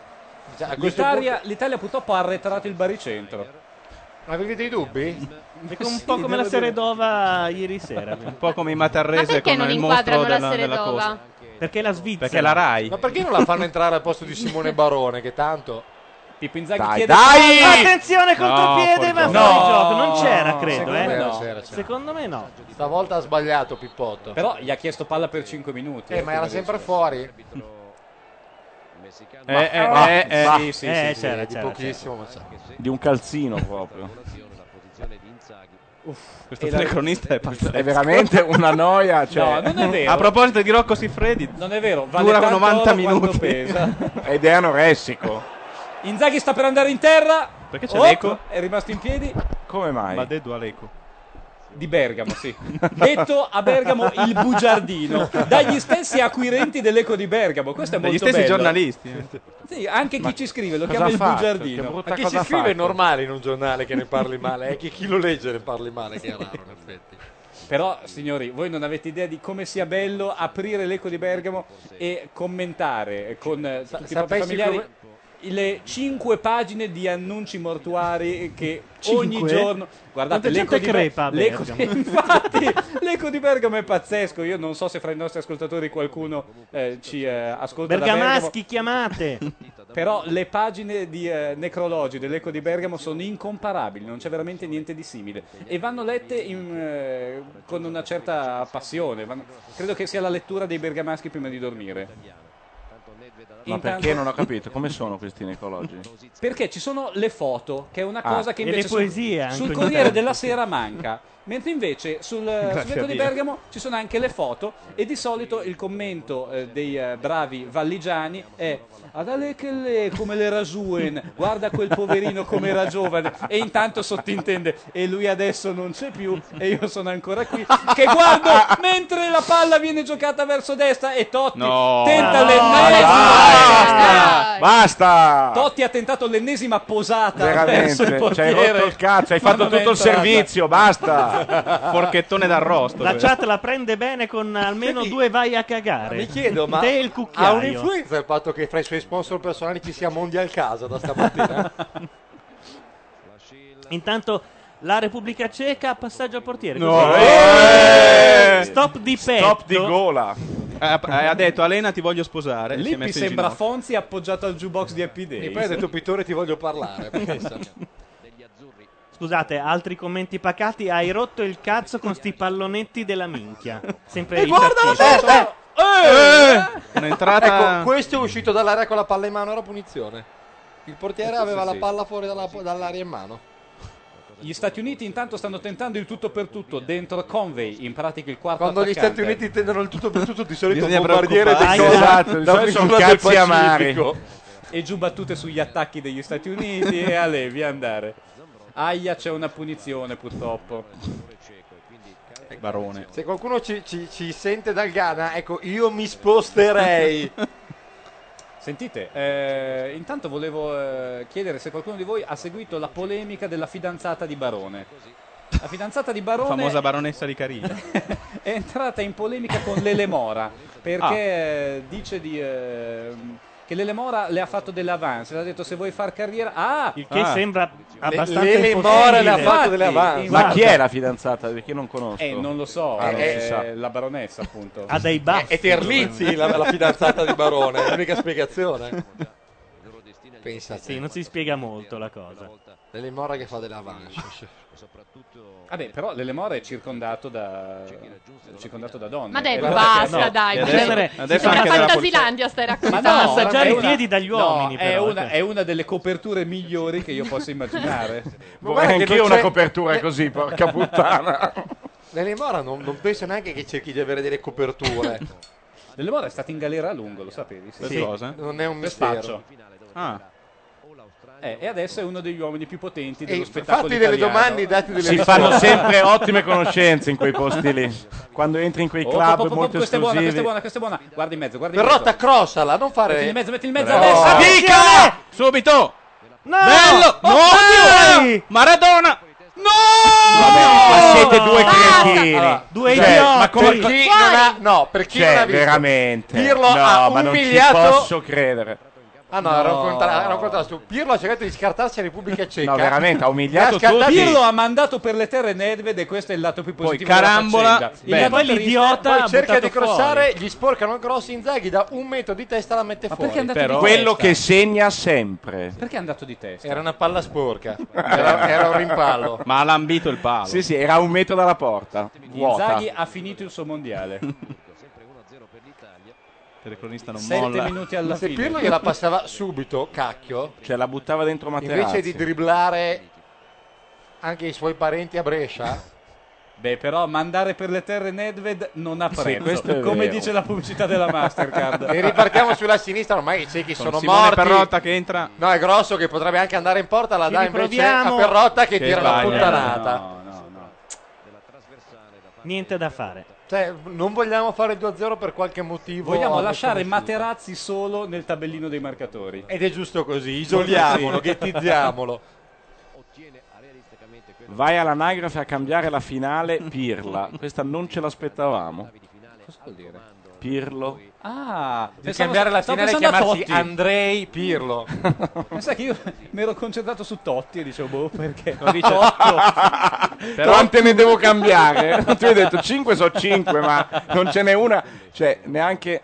S10: Cioè, a questo
S7: L'Italia, l'Italia purtroppo ha arretrato il baricentro.
S10: Avete dei dubbi?
S1: È un po' come la Seredova ieri sera.
S9: Un po' come i Matarrese
S10: perché
S9: con
S10: non
S9: il
S10: inquadrano
S9: mostro
S10: la
S9: della, della
S10: Seredova?
S9: costa.
S1: Perché la Svizzera.
S9: Perché la Rai.
S10: Ma perché non la fanno entrare al posto di Simone Barone che tanto
S7: Pippo Inzaghi
S10: dai,
S7: chiede-
S10: Dai!
S1: Attenzione contropiede, ma fuori gioco. Non c'era,
S7: No,
S1: credo.
S7: secondo
S1: eh.
S7: me no.
S1: Secondo me no.
S10: Stavolta ha sbagliato Pippotto.
S7: Però gli ha chiesto palla per 5 minuti.
S10: Eh, ma era sempre fuori.
S5: [laughs] Eh, eh,
S10: Ma-
S5: eh, eh,
S10: ma-
S5: sì, sì, sì, sì,
S10: di
S5: c'era,
S10: pochissimo, ma c'era.
S5: Di un calzino proprio.
S9: Questo telecronista è pazzesco.
S5: È veramente una noia. Cioè.
S9: No, non è vero. A proposito di Rocco Siffredi,
S7: non è vero, vale
S9: dura
S7: tanto
S9: 90
S7: oro quanto
S9: minuti.
S7: pesa.
S5: Ed è anoressico.
S7: Inzaghi sta per andare in terra.
S9: Perché c'è
S7: Oh,
S9: l'eco?
S7: È rimasto in piedi.
S5: Come mai?
S9: Ma dedo all'eco.
S7: Di Bergamo, sì. Detto a Bergamo il bugiardino. Dagli stessi acquirenti dell'eco di Bergamo. Questo è
S9: Dagli
S7: molto
S9: stessi
S7: bello.
S9: giornalisti.
S7: Sì, anche chi
S10: Ma
S7: ci scrive lo
S10: cosa
S7: chiama
S10: ha
S7: il
S10: fatto?
S7: bugiardino.
S10: Che brutta
S7: Ma chi
S10: cosa
S7: ci
S10: ha
S7: scrive
S10: fatto? normale in un giornale che ne parli male, è che chi lo legge ne parli male, che è raro in effetti.
S7: Però, signori, voi non avete idea di come sia bello aprire l'eco di Bergamo e commentare con eh, tutti i propri
S10: sapessi
S7: familiari
S10: come-
S7: le cinque pagine di annunci mortuari che
S1: Cinque?
S7: ogni giorno... Guardate, l'eco
S1: Quanta gente
S7: di, [laughs] Ber-
S1: crepa a
S7: l'eco-
S1: Bergamo.
S7: infatti, l'eco di Bergamo è pazzesco. Io non so se fra i nostri ascoltatori qualcuno eh, ci eh, ascolta da Bergamo.
S1: Bergamaschi, chiamate.
S7: Però le pagine di eh, necrologi dell'Eco di Bergamo sono incomparabili, non c'è veramente niente di simile. E vanno lette in, eh, con una certa passione. vanno- Credo che sia la lettura dei bergamaschi prima di dormire.
S5: Ma
S7: Intanto-
S5: perché non ho capito? Come sono questi necologi?
S7: Perché ci sono le foto, che è una
S5: Ah,
S7: cosa che
S5: e
S7: invece
S5: le
S7: sul-
S5: poesie anche
S7: sul
S5: ogni
S7: Corriere
S5: tanto,
S7: della
S5: sì.
S7: Sera manca. Mentre invece sul
S5: [laughs] Grazie
S7: sul
S5: a
S7: Vetro di
S5: Dio.
S7: Bergamo ci sono anche le foto e di solito il commento eh, dei eh, bravi valligiani è ad Ale che le come le rasuen, guarda quel poverino come era giovane e intanto sottintende e lui adesso non c'è più e io sono ancora qui che guardo mentre la palla viene giocata verso destra e Totti
S5: No.
S7: tenta
S5: No,
S7: l'ennesima
S5: Basta!
S7: Totti ha tentato l'ennesima posata verso il
S5: Veramente, ci hai
S7: portiere.
S5: rotto il cazzo, hai
S7: Ma
S5: fatto
S7: non è
S5: tutto il
S7: entrata.
S5: servizio,
S9: [laughs]
S1: [laughs]
S5: basta! cioè.
S9: Forchettone d'arrosto. eh.
S12: La chat la prende bene con almeno due vai a cagare.
S10: Mi chiedo, ma
S12: Te e il
S10: ha
S12: cucchiaio.
S10: un'influenza il fatto che fra i suoi sponsor personali ci sia Mondial Casa da [laughs] stamattina?
S12: Intanto la Repubblica Ceca, passaggio al portiere.
S9: No.
S12: Così.
S9: Eh!
S12: Stop di petto.
S9: Stop di gola. Ha, ha detto Alena ti voglio sposare. si è
S7: Lippi
S9: messo in
S7: sembra
S9: ginocchio.
S7: Fonzi appoggiato al jukebox di Happy Days.
S9: E poi ha detto,
S10: Pittore ti voglio parlare.
S12: [laughs] Scusate, altri commenti pacati. Hai rotto il cazzo con sti pallonetti della minchia. Sempre
S10: E
S12: i
S10: guarda la
S12: tattisti.
S10: porta!
S12: Eh!
S10: Ecco, questo è uscito dall'area con la palla in mano, era punizione. Il portiere
S7: Sì, sì,
S10: aveva la
S7: sì.
S10: palla fuori dalla- dall'area in mano.
S7: Gli Stati Uniti intanto stanno tentando il tutto per tutto dentro Convey, in pratica il quarto
S10: Quando gli
S7: attaccante.
S10: Stati Uniti tendono il tutto per tutto, di solito
S7: Bisogna
S10: il bombardiere
S7: preoccuparsi.
S10: decolla
S7: Esatto, di
S10: da
S7: solito sono
S10: un'isola del
S7: cazzi amari.
S10: Pacifico.
S7: E giù battute sugli attacchi degli Stati Uniti e Ale, via andare. Aia, c'è una punizione purtroppo.
S9: Barone.
S10: Se qualcuno ci, ci- ci sente dal Ghana, ecco, io mi sposterei.
S7: [laughs] Sentite, eh, intanto volevo eh, chiedere se qualcuno di voi ha seguito la polemica della fidanzata di Barone. La fidanzata di
S9: La
S7: Barone
S9: famosa baronessa di Carina.
S7: è entrata in polemica con Lele Mora perché
S12: Ah.
S7: eh, dice di, eh, che Lele Mora le ha fatto delle avance, le ha detto se vuoi far carriera... Ah!
S12: Il che sembra abbastanza
S7: Lele
S12: impossibile.
S7: Mora le ha fatto delle avance.
S5: Ma chi è la fidanzata? Perché non conosco.
S7: Eh, non lo so,
S5: Ah, non
S7: eh,
S5: si sa.
S7: la baronessa appunto.
S12: Ha dei
S10: [laughs]
S12: baffi.
S10: È Terlizzi la, la fidanzata di Barone, [laughs] è l'unica spiegazione. [laughs] Pensa
S12: Sì, non si spiega molto la cosa.
S10: Delle mora che fa delle avance.
S7: Vabbè, Ah, però Lele Mora è circondato da, è circondato da donne. Eh,
S2: Ma dai,
S7: Guarda
S2: basta,
S7: che- no.
S2: dai.
S7: In
S2: ma-
S7: genere-
S2: Sembra Fantasilandia stai raccontando.
S7: no, è una- no,
S12: però,
S7: è,
S12: eh.
S7: una, è una delle coperture migliori che io possa immaginare.
S5: Vorrei
S10: guarda che
S5: anch'io
S10: non
S5: una
S10: c'è-
S5: copertura così, porca
S10: [laughs]
S5: puttana.
S10: Nelle mora non, non penso neanche che cerchi di avere delle coperture.
S7: Delle mora è stato in galera a lungo, lo sapevi?
S10: Per cosa? non è un
S7: Per
S10: mistero.
S7: spaccio. Ah. Eh, e adesso è uno degli uomini più potenti dello
S10: E
S7: spettacolo
S10: fatti delle
S7: italiano.
S10: domande, datti delle
S5: Si fanno sempre ottime conoscenze in quei posti lì. Quando entri in quei
S7: Oh,
S5: club
S7: pop, pop, pop,
S5: molto
S7: questa è buona, questa
S5: esclusivi.
S7: è buona, questa è buona. Guarda in mezzo, guarda in
S10: Però
S7: mezzo.
S10: t'accrossala, non fare...
S7: Metti in mezzo, metti in mezzo adesso.
S10: Bravo. Abbica!
S9: Subito!
S12: No!
S9: Bello! No!
S12: Oddio!
S9: Maradona!
S5: Ma siete due cretini.
S10: Allora,
S5: Due
S10: cioè,
S5: idioti.
S10: Ma come, per chi non ha, no, per chi
S5: Cioè,
S10: non ha visto
S5: veramente.
S10: Pirlo
S5: no,
S10: ha
S5: ma non ci
S10: umiliato-
S5: posso credere.
S10: Ah no, era un contra- era un contrasto. Pirlo ha cercato di scartarsi a Repubblica Ceca.
S5: No, veramente, ha umiliato
S10: Ne scartati-
S5: tutti.
S7: Pirlo ha mandato per le terre Nedved e questo è il lato più positivo
S10: carambola,
S7: della faccenda.
S10: beh.
S7: Il lato
S10: Poi
S7: triste-
S10: Poi cerca di crossare, gli sporcano il cross Inzaghi da un metro di testa la mette fuori.
S7: perché è andato
S5: Però- quello
S7: Certo.
S5: che segna sempre.
S7: Perché è andato di testa?
S10: Era una palla sporca. Era, era un rimpallo.
S9: Ma ha lambito il palo.
S5: Sì, sì, era a un metro dalla porta. Vuota.
S7: Inzaghi ha finito il suo mondiale.
S9: Telecronista non
S7: Sette
S9: molla.
S7: minuti alla
S10: Se
S7: fine.
S10: Pirlo gliela passava subito, cacchio,
S5: Cioè, la buttava dentro Materazzi.
S10: invece di dribblare anche i suoi parenti a Brescia,
S7: Beh, però mandare per le terre Nedved non ha
S10: Sì,
S7: prezzo.
S10: questo è
S7: come
S10: vero.
S7: dice la pubblicità della Mastercard.
S10: E ripartiamo sulla sinistra, ormai i ciechi
S7: Con
S10: sono
S7: Simone
S10: morti.
S7: Perrotta
S9: che entra.
S10: No, è grosso che potrebbe anche andare in porta, la
S7: Ci
S10: dà invece a
S7: riproviamo.
S10: Perrotta che,
S7: Che
S10: tira una
S7: sbaglia.
S10: puttanata.
S7: No, no, no.
S12: Niente da fare.
S10: Cioè, non vogliamo fare il 2-0 per qualche motivo.
S7: Vogliamo
S10: Ah,
S7: lasciare
S10: nessuno.
S7: [laughs] Materazzi solo nel tabellino dei marcatori.
S10: Ed è giusto così, isoliamolo, ghettizziamolo.
S5: Vai all'anagrafe a cambiare la finale Pirla. Questa non ce l'aspettavamo.
S7: Cosa vuol dire?
S5: Pirlo.
S7: Ah,
S5: Di
S7: pensavo-
S5: cambiare la
S7: stavo
S5: finale e
S7: pensando a
S5: chiamarsi
S7: Totti.
S5: Andrei
S7: [laughs]
S5: Pirlo.
S7: Pensa che io mi ero concentrato su Totti e dicevo, boh, perché?
S5: No, dice-
S7: Però-
S5: Quante ne devo
S7: [laughs]
S5: cambiare? Tu hai detto 5 so 5, ma non ce n'è una. Cioè, neanche.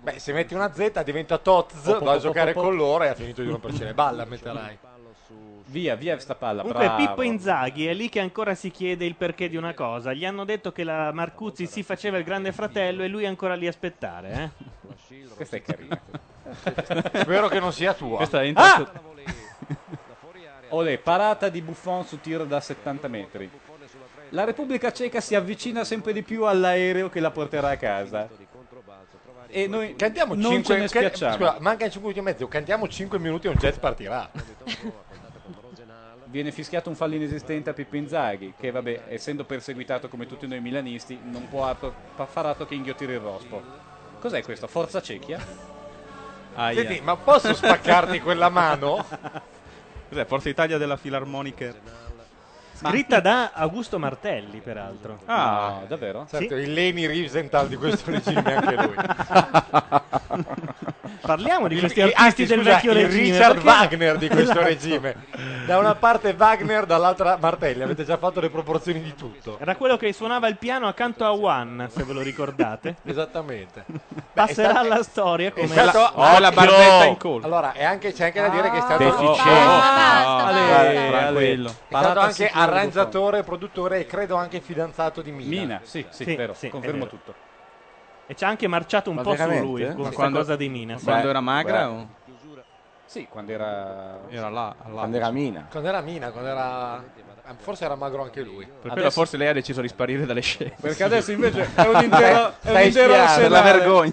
S10: Beh, se metti una Z diventa Toz, va a giocare con loro e ha finito di romperci le balle, ammetterai.
S7: Via, via sta palla.
S12: Comunque
S7: bravo.
S12: Pippo Inzaghi è lì che ancora si chiede il perché di una cosa. Gli hanno detto che la Marcuzzi si faceva il grande fratello e lui è ancora lì a aspettare. Eh?
S7: Questa è carina.
S10: [laughs] Spero che non sia tua.
S7: Questa è
S10: ah!
S7: inter- Olè, parata di Buffon su tiro da 70 metri. La Repubblica Ceca si avvicina sempre di più all'aereo che la porterà a casa. E noi
S10: Cantiamo
S7: non
S10: cinque-
S7: ce ne
S10: can-
S7: spiacciamo.
S10: Scusa, mancano 5 minuti e mezzo. Cantiamo 5 minuti e un jazz partirà.
S7: Viene fischiato un fallo inesistente a Pippin Zaghi, che vabbè, essendo perseguitato come tutti noi milanisti, non può atto- pa- far altro che inghiottire il rospo. Cos'è questo? Forza Cecchia?
S10: Senti, ma posso spaccarti quella mano?
S9: Cos'è? Forza Italia della Filarmonica.
S12: Scritta da Augusto Martelli, peraltro.
S9: Ah,
S7: davvero?
S10: Certo, il Leni Risenthal di
S12: [laughs]
S10: questo regime è anche lui.
S12: Parliamo di
S10: Il-
S12: questi
S10: il-
S12: artisti
S10: anzi,
S12: del
S10: scusa,
S12: vecchio
S10: il
S12: regime.
S10: Richard
S12: perché-
S10: Wagner di questo
S12: [laughs] Esatto.
S10: regime. Da una parte Wagner, dall'altra Martelli. Avete già fatto le proporzioni di tutto.
S12: Era quello che suonava il piano accanto a One, se ve lo ricordate.
S10: [laughs] Esattamente.
S12: Passerà
S10: È stato-
S12: alla storia come
S10: è stato-
S12: Oh,
S10: Esatto. Occhio! Allora, è anche- c'è anche da dire che è stato
S9: deficiente.
S10: Oh,
S9: Ah, Basta,
S10: Ale,
S9: basta.
S10: Ale.
S9: Tranquillo.
S10: È stato
S9: Parata
S10: anche
S9: sicura di
S10: arrangiatore, produttore e credo anche fidanzato di Mina.
S7: Mina, sì, sì, vero, confermo tutto.
S12: E ci ha anche marciato un
S10: Ma
S12: po' su
S10: veramente?
S12: lui,
S10: Ma
S12: con questa
S10: quando-
S12: cosa di Mina.
S9: quando era magra o-
S7: Sì, quando era...
S9: Era là, là.
S7: Quando era Mina.
S10: Quando era Mina, quando era... Forse era magro anche lui.
S9: Per quello forse lei ha deciso di sparire dalle scene.
S12: [laughs]
S10: Perché adesso invece è
S9: [laughs]
S10: un intero-
S7: è un intero
S9: Per la
S7: arsenale.
S9: vergogna.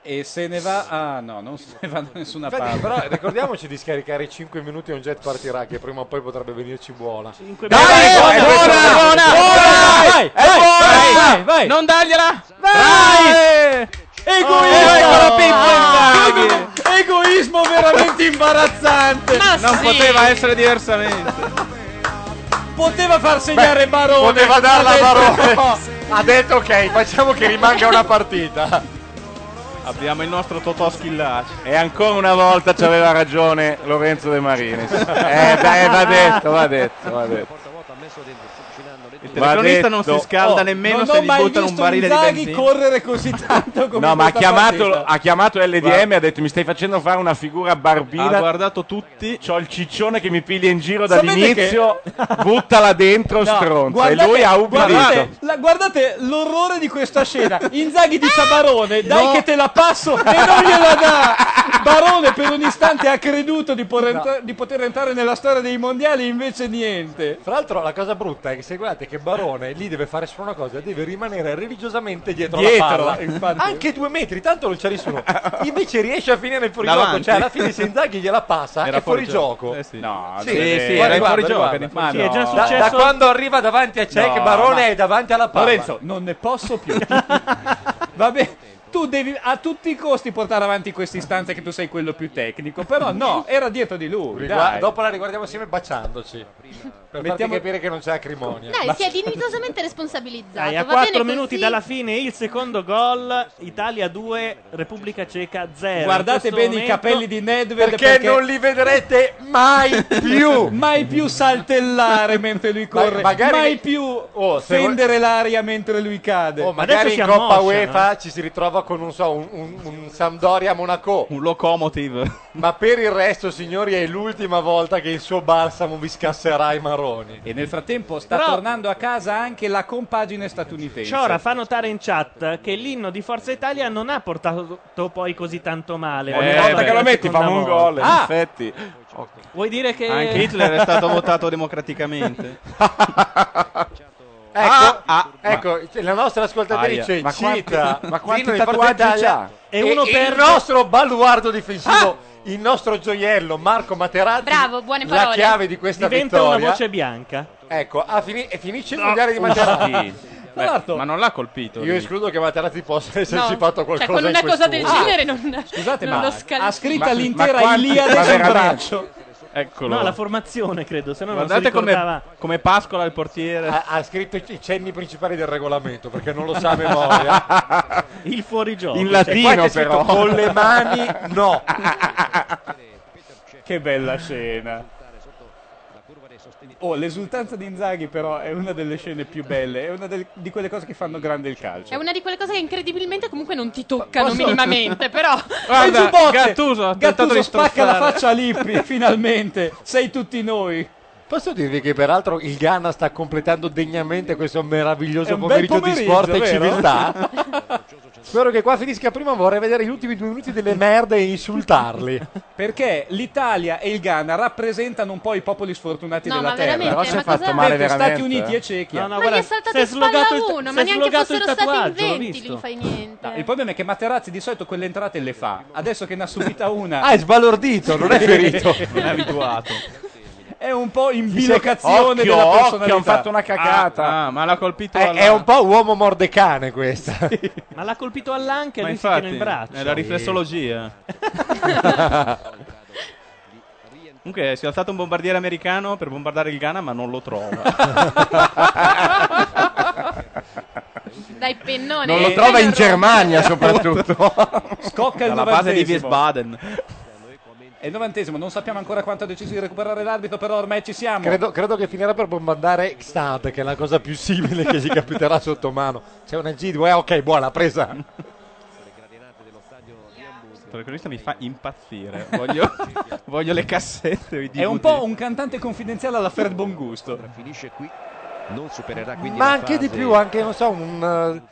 S7: E se ne va... Ah no, non se ne va da nessuna
S10: Infatti,
S7: parte.
S10: però ricordiamoci di scaricare i 5 minuti e un jet partirà che prima o poi potrebbe venirci buona.
S12: Dai, buona,
S10: vai, vai,
S12: buona,
S10: vai,
S12: buona,
S10: vai,
S12: buona,
S10: vai,
S12: vai,
S10: vai,
S12: vai,
S10: vai,
S12: vai, vai.
S9: Non dargliela!
S12: Vai!
S7: Egoismo! Egoismo veramente imbarazzante!
S9: non poteva essere diversamente.
S7: Poteva far segnare
S10: Beh,
S7: Barone!
S10: Poteva darla
S7: Ha
S10: Barone.
S9: [laughs]
S7: detto
S10: ha detto ok, facciamo che rimanga una partita.
S9: Abbiamo il nostro Totò Schillaci.
S5: E ancora una volta ci aveva ragione Lorenzo De Marinis. Eh, dai, va detto, va detto, va detto.
S9: Il telecronista non si
S7: Oh,
S9: scalda nemmeno se gli buttano un barile di benzina.
S7: correre così tanto come
S5: No, ma ha
S7: questa
S5: chiamato,
S7: partita.
S5: ha chiamato LDM
S9: Guarda.
S5: e ha detto mi stai facendo fare una figura barbina.
S9: Ha
S5: guardato tutti. C'ho il ciccione che mi piglia in giro
S7: Ah, Sapete
S5: dall'inizio. Buttala dentro,
S7: No,
S5: stronzo. E
S7: guardate-
S5: lui ha
S7: guardate,
S5: ubbidito.
S7: la- guardate l'orrore di questa scena. Inzaghi dice a
S5: Ah!
S7: Barone: Dai, che te la passo, e non gliela dà. Barone, per un istante, ha creduto di, por- entra- di poter entrare nella storia dei mondiali, invece niente.
S10: Fra l'altro la cosa brutta è che se guardate che Barone lì deve fare solo una cosa, deve rimanere religiosamente dietro,
S7: Dietro,
S10: la palla.
S7: infatti.
S10: Anche due metri, tanto non c'è nessuno. Invece riesce a finire il fuorigioco,
S9: Davanti.
S10: cioè alla fine se Inzaghi gliela passa
S9: Era
S10: è fuorigioco.
S9: Eh sì. No,
S5: Ah,
S10: Sì,
S9: sì, sì,
S10: sì,
S9: era in
S10: guarda,
S9: fuorigioco.
S10: guarda.
S9: era in
S10: Ma
S9: fuorigioco.
S10: no. Da- da quando arriva davanti a Cech,
S7: No,
S10: Barone
S7: ma-
S10: è davanti alla palla.
S7: Lorenzo, non ne posso [laughs] più. Vabbè, tu devi a tutti i costi portare avanti questa istanza che tu sei quello più tecnico, però
S10: [laughs]
S7: no, era dietro di lui.
S10: Rigua-
S7: dai.
S10: dopo la riguardiamo assieme baciandoci. Per farti
S7: Mettiamo-
S10: capire che non c'è acrimonia.
S6: Dai, si è
S10: [laughs]
S6: dignitosamente responsabilizzato.
S12: Dai, a
S6: Esatto, va bene
S12: 4
S6: così.
S12: minuti dalla fine il secondo gol, Italia 2, Repubblica Ceca 0.
S7: Guardate bene i capelli di Nedved
S12: perché non
S10: li vedrete mai
S7: [laughs]
S10: più.
S7: mai più saltellare mentre lui corre,
S10: magari- Oh,
S7: mai più
S10: se vuoi-
S7: fendere l'aria mentre lui cade.
S10: Oh, magari in Coppa
S7: eh.
S10: UEFA ci si ritrova con non so, un, un, un Sampdoria Monaco.
S9: Un locomotive.
S10: Ma per il resto, signori, è l'ultima volta che il suo balsamo vi scasserà i marroni.
S7: E nel frattempo sta
S12: Però-
S7: tornando a casa anche la compagine statunitense.
S12: Ciora fa notare in chat che l'inno di Forza Italia non ha portato poi così tanto male.
S5: Ogni
S12: Ogni
S5: volta che Eh, lo
S12: è la
S5: metti
S12: seconda
S5: fa un
S12: volta.
S5: gol, in
S12: Ah,
S5: effetti.
S12: vuoi dire che
S9: Anche Hitler è stato votato democraticamente.
S10: [laughs] Ecco,
S9: Ah, ah,
S10: ecco, la nostra ascoltatrice
S9: Aia. Ma quanti-
S10: cita
S9: ma quanti
S10: Zino di Forza
S9: tatuaggi
S10: Italia
S9: c'ha?
S10: E,
S12: E uno
S10: il
S12: perde-
S10: nostro baluardo
S9: Ah!
S10: difensivo, il nostro gioiello Marco Materazzi.
S6: Bravo, buone
S10: La
S6: parole.
S10: chiave di questa
S12: diventa
S10: vittoria.
S12: una voce bianca.
S10: Ecco, ah, fini- e finisce il
S12: No,
S10: mondiale di
S12: un
S10: [laughs] Materazzi.
S9: schifo.
S10: Tra l'altro,
S9: Ma non l'ha colpito.
S10: io
S9: lì.
S10: escludo che Materazzi possa esserci
S2: No,
S10: fatto qualcosa
S2: cioè, con una
S10: in
S2: cosa del
S10: quest'ultimo.
S2: genere non,
S7: Scusate,
S2: non
S7: ma
S2: lo scalzo.
S7: ha scritto
S2: Ma-
S7: l'intera
S12: quanti-
S7: Iliade
S12: ma
S7: sul
S12: veramente?
S7: braccio.
S9: Eccolo.
S12: No, la formazione credo, se no non si
S9: Guardate
S12: ricordava.
S9: come, come pascola il portiere.
S10: Ha, ha scritto i- i cenni principali del regolamento perché non lo sa
S9: [laughs]
S10: a memoria.
S12: Il fuorigioco. cioè,
S10: In latino, E qua c'è scritto, però. "Con le mani, Ah, no".
S7: [laughs] che bella scena. Oh, l'esultanza di Inzaghi però è una delle scene più belle, è una del- di quelle cose che fanno grande il calcio.
S2: È una di quelle cose che incredibilmente comunque non ti toccano
S7: Posso- Ah.
S2: minimamente, però... [laughs]
S7: Guarda, Gattuso,
S9: ha tentato
S7: Gattuso
S9: di
S7: spacca la [laughs]
S9: strozzare.
S7: faccia a Lippi, finalmente. Sei tutti noi.
S10: Posso dirvi che peraltro il Ghana sta completando degnamente questo
S7: È
S10: meraviglioso
S7: un bel
S10: pomeriggio, di
S7: pomeriggio,
S10: sport e
S7: vero?
S10: civiltà?
S7: [laughs]
S10: Spero che qua finisca prima, vorrei vedere gli ultimi due minuti delle merde e insultarli.
S7: Perché l'Italia e il Ghana rappresentano un po' i popoli sfortunati
S6: No,
S7: della
S6: ma
S7: terra.
S6: veramente, Però si è ma fatto cosa-
S5: male
S7: Mentre Stati
S5: veramente,
S7: Uniti
S5: eh.
S7: e Cecchia.
S5: No, no,
S6: Ma gli è saltato in spalla uno, ma neanche fossero stati in 20, gli fai
S7: No,
S6: niente.
S7: il problema è che Materazzi di solito quelle entrate le fa. Adesso che ne ha subita una.
S10: Ah, è sbalordito,
S7: [laughs]
S10: non è ferito.
S7: Non è abituato. È un po' in
S10: Chissà-
S7: bilocazione
S10: occhio,
S7: della
S10: occhio,
S7: personalità.
S10: hanno fatto una
S5: cacata.
S10: Ah,
S9: ma l'ha colpito
S10: È,
S9: alla-
S10: è un po' uomo mordecane questa.
S12: Ma l'ha colpito all'anca e
S9: Ma
S12: lui si tiene
S9: infatti,
S12: in braccio.
S9: è la
S7: [laughs]
S9: riflessologia. Comunque si è alzato un bombardiere americano per bombardare il Ghana, ma non lo trova.
S7: [laughs]
S6: Dai pennone.
S9: Non lo trova in Germania,
S10: soprattutto.
S7: Scocca il
S9: Dalla base di
S7: 90esimo.
S9: Wiesbaden.
S7: È il novantesimo, non sappiamo ancora quanto ha deciso di recuperare l'arbitro, però ormai ci siamo.
S10: Credo, credo che finirà per bombardare Xtad, che è la cosa più simile che si capiterà sotto mano. C'è una G2, eh, ok, buona presa.
S9: Il telecronista mi fa
S7: [laughs]
S9: impazzire. Voglio, voglio le cassette. o i
S7: È un
S9: DVD.
S7: po' un cantante confidenziale alla Fred Bongusto.
S16: Finisce qui, non supererà quindi
S10: Ma
S16: la
S10: anche di
S16: fase-
S10: più, anche, non so, un... eh,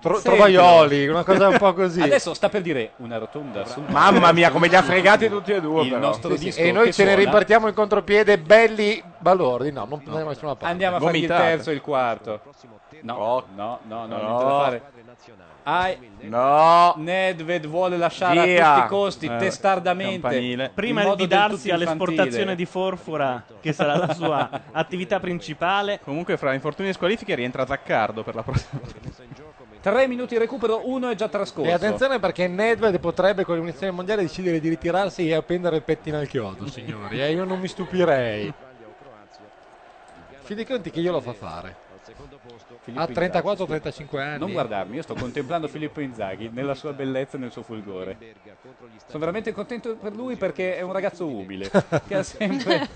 S10: tro-
S7: Sentilo.
S10: trovaioli, una cosa un po' così.
S7: Adesso sta per dire una rotonda. su-
S5: Mamma mia, come
S7: [laughs]
S5: li ha fregati tutti e due,
S7: Il
S5: però.
S7: nostro
S5: Sì, sì,
S7: disco
S10: E noi
S7: che
S10: ce ne
S7: suona.
S10: ripartiamo in contropiede belli balordi. No, non prendiamo nessuna parte.
S7: Andiamo a fargli il terzo e il quarto. No, no, no, no,
S10: No.
S7: niente da fare. Ai- Nedved vuole lasciare
S12: Via.
S7: a tutti i costi,
S12: Eh,
S7: testardamente. in
S12: Prima
S7: modo
S12: di
S7: del
S12: darsi
S7: tutto infantile.
S12: all'esportazione di Forfora, che sarà la
S7: [laughs]
S12: sua attività principale.
S9: Comunque, fra infortuni e squalifiche, rientra Zaccardo per la prossima.
S7: Tre minuti di recupero, uno è già trascorso.
S10: E attenzione perché Nedved potrebbe con l'unizione mondiale decidere di ritirarsi e appendere il pettine al chiodo, signori. eh, io non mi stupirei. Fi dei conti che io lo fa fare.
S7: Filippo
S10: A
S7: Inzaghi.
S10: 34-35 anni.
S7: Non guardarmi, io sto contemplando Filippo Inzaghi nella sua bellezza e nel suo fulgore. Sono veramente contento per lui perché è un ragazzo umile. che ha sempre.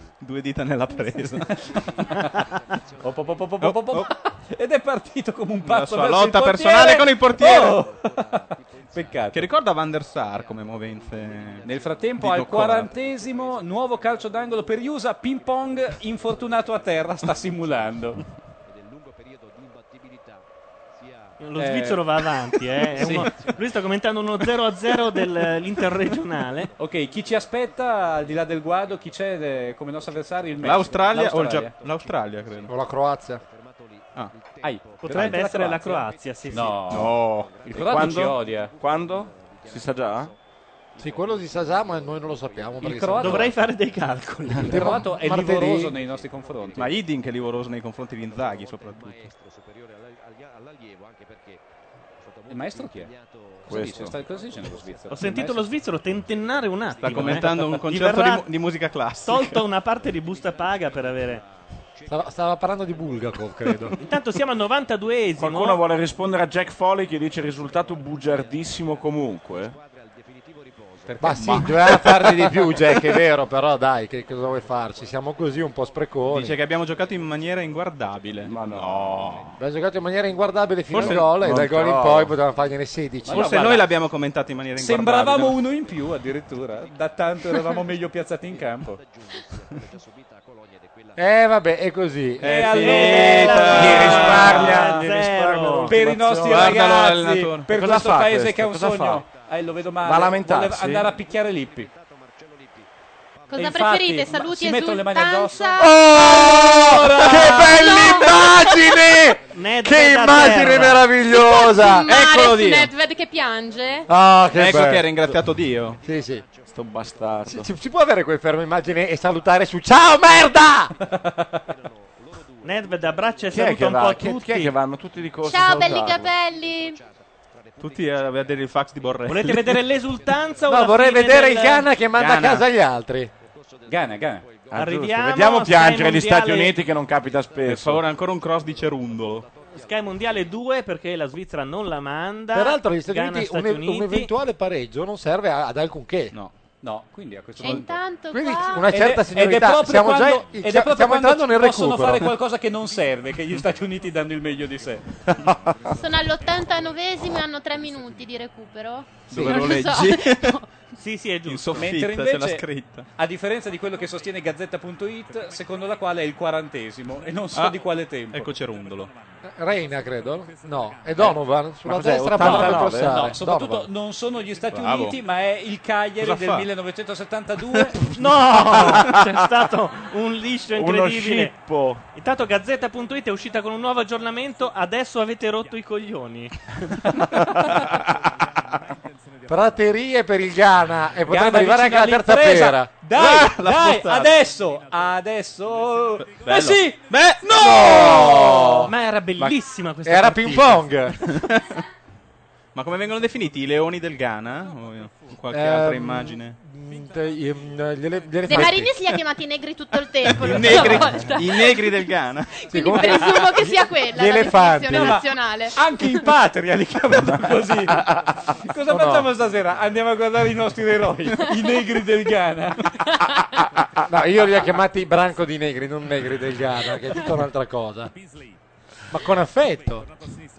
S9: [laughs] Due dita nella presa. [laughs]
S7: [laughs]
S9: Oh,
S7: Op, op, op, op, op, op, op. Oh, Ed è partito come un
S9: La
S7: pazzo.
S9: sua
S7: verso il
S9: lotta
S7: portiere.
S9: personale con il portiere.
S7: Oh!
S9: [laughs]
S7: Peccato.
S9: Che ricorda Van der Sar come movenze.
S7: Nel frattempo al quarantesimo, nuovo calcio d'angolo per Iusa. Ping pong, infortunato a terra, sta simulando.
S12: Lo
S7: Eh.
S12: svizzero va avanti, eh. È
S7: [laughs] Sì.
S12: uno- lui sta commentando uno 0-0 dell'interregionale.
S7: Ok, chi ci aspetta al di là del guado? Chi c'è eh, come nostro avversario? Il Messico.
S9: L'Australia, o il Gia- l'Australia, credo.
S10: O la Croazia.
S9: Ah.
S7: Ai,
S12: Potrebbe
S7: veramente
S12: essere la Croazia, sì, sì.
S7: No.
S5: No.
S7: Il
S5: E
S7: Croato
S5: quando?
S7: ci odia.
S5: Quando? Si sa già?
S10: Sì, quello si sa già, ma noi non lo sappiamo. perché
S7: croato-
S10: siamo-
S7: Dovrei fare dei calcoli.
S10: [laughs]
S7: Il
S10: Devo-
S7: croato è
S10: martedì-
S7: livoroso nei nostri confronti.
S9: Ma Idin che è livoroso nei confronti di Inzaghi, soprattutto.
S16: superiore alla- agli- all'allievo anche perché è stato molto
S7: Il maestro chi è? Cosa
S9: Questo.
S7: dice? Sta- cosa dice nello svizzero?
S12: Ho sentito lo svizzero tentennare un attimo.
S9: Sta commentando
S12: eh.
S9: un
S12: Gli
S9: concerto di
S12: verrà
S9: mu- di musica classica.
S12: Tolto una parte di busta paga per avere.
S10: Stava, stava parlando di Bulgakov, credo.
S12: [laughs] Intanto siamo al 92esimo.
S5: Qualcuno vuole rispondere a Jack Foley che dice risultato bugiardissimo comunque.
S10: Ma sì,
S9: [laughs]
S10: doveva farne di più, Jack, è vero, però [laughs] dai, che cosa vuoi farci? Siamo così un po' spreconi.
S9: Dice che abbiamo giocato in maniera inguardabile. Ma no.
S10: Abbiamo giocato in maniera inguardabile fino
S9: Forse
S10: al gol e
S9: non
S10: dal gol in
S9: trovo.
S10: poi potevamo fargliene 16.
S9: Forse noi l'abbiamo commentato in maniera inguardabile.
S7: Sembravamo uno in più addirittura. Da tanto eravamo meglio piazzati in campo.
S10: Eh vabbè, è così.
S7: E allora
S10: Gli risparmia, gli risparmia
S7: Zero.
S10: l'ultima
S7: per i nostri
S10: azione. Guardalo
S7: ragazzi,
S10: l'allenatore.
S7: per
S10: Cosa
S7: questo
S10: fa
S7: paese
S10: questo?
S7: che ha un
S10: Cosa
S7: sogno.
S10: fa?
S7: Eh, lo vedo male.
S10: Va a lamentarsi?
S7: Voleva andare a picchiare Lippi.
S6: Cosa
S7: E infatti,
S6: preferite?
S7: ma
S6: Saluti
S7: si
S6: e
S7: mettono le mani addosso?
S10: Che bella immagine! che immagine meravigliosa!
S6: Eccolo
S10: Eccolo lì.
S6: Nedved che piange.
S10: Ah, che
S9: ecco
S10: bello.
S9: che era ingraziato Dio.
S10: Sì, sì.
S5: Sto bastardo.
S10: Si, si può avere quel fermo immagine e salutare su Ciao merda!
S12: Nedved abbraccia e
S5: Chi è
S12: saluta
S5: che
S12: un po'
S5: va?
S12: a
S5: Chi,
S12: tutti.
S5: chi è che vanno tutti di corsa? a
S6: Ciao belli
S5: salutarlo?
S6: capelli.
S9: Tutti a vedere il fax di Borrelli.
S12: Volete
S9: [laughs]
S12: vedere l'esultanza? o
S10: No,
S12: la
S10: vorrei
S12: fine
S10: vedere
S12: del-
S10: il Ghana che manda
S5: Ghana.
S10: a casa gli altri.
S7: Ghana, Ghana.
S5: Ah, giusto.
S12: Arriviamo,
S5: Vediamo piangere
S12: sei
S5: gli Stati
S12: mondiale-
S5: Uniti che non capita spesso.
S9: [laughs]
S5: Per
S9: favore, ancora un cross di Cerundolo.
S12: Sky Mondiale 2 perché la Svizzera non la manda.
S10: Peraltro gli Stati
S12: Ghana,
S10: Uniti, un,
S12: Stati Uniti.
S10: un eventuale pareggio non serve a- ad alcunché.
S9: No.
S7: No, quindi
S1: certo,
S7: a questo
S6: E
S7: punto.
S6: intanto
S10: Quindi
S6: qua...
S10: una certa
S7: ed è, ed è
S10: signorità.
S7: proprio
S10: Siamo
S7: quando,
S10: già
S7: ed è
S10: in- cia-
S7: proprio
S10: stiamo
S7: quando
S10: entrando nel
S7: possono
S10: recupero.
S7: fare qualcosa che non serve che gli Stati Uniti danno il meglio
S9: [laughs]
S7: di sé
S6: Sono all'89esimo e hanno tre minuti di recupero.
S1: [laughs]
S12: Sì.
S7: [laughs]
S6: Non lo so.
S12: si Sì, sì, è giusto.
S9: In soffitta
S7: Mentre
S9: c'è la
S7: invece,
S9: scritta.
S7: a differenza di quello che sostiene Gazzetta.it, secondo la quale è il quarantesimo e non so
S9: Ah,
S7: di quale tempo.
S9: Ecco Cerundolo.
S10: Reina, credo. No, è
S9: Eh.
S10: Donovan sulla
S7: Ma cos'è,
S10: destra prova a
S7: 89?
S10: crossare.
S7: No, soprattutto
S10: Donovan.
S7: non sono gli Stati
S10: Bravo.
S7: Uniti, ma è il Cagliari
S10: Cosa
S7: del
S10: fa?
S9: [laughs]
S7: 1972. [laughs]
S12: No, c'è stato un liscio
S7: Uno
S12: incredibile.
S7: scippo.
S12: Intanto Gazzetta.it è uscita con un nuovo aggiornamento. Adesso avete rotto i coglioni.
S10: Praterie per il Ghana e
S7: Gamba
S10: potrebbe arrivare anche
S7: vicino
S10: la terza
S7: all'impresa.
S10: pera.
S7: [laughs] Dai,
S10: la
S7: dai,
S10: spostata.
S7: adesso, adesso.
S10: bello.
S7: Ma sì!
S9: Beh,
S7: no!
S12: Ma era bellissima questa
S9: Era
S12: partita.
S9: ping
S7: [laughs]
S9: pong. [laughs] Ma come vengono definiti i leoni del Ghana? O Qualche
S10: Ehm,
S9: altra immagine?
S10: Mm, te- ehm, gli ele- gli
S6: De
S10: elefanti.
S6: Marinis li ha chiamati negri tutto il tempo.
S9: I
S6: l'ultima
S9: negri,
S6: volta.
S9: i negri del Ghana.
S6: Quindi presumo che
S10: [laughs]
S6: sia quella
S9: gli
S6: la
S9: elefanti.
S6: definizione
S9: No, ma
S6: nazionale.
S7: Anche in patria li chiamano così. Cosa
S10: No,
S7: facciamo stasera? Andiamo a guardare i nostri eroi, i negri del Ghana.
S10: Ah, No, io li ho chiamati Branco di Negri, non Negri del Ghana, che è tutta un'altra cosa. Ma con affetto.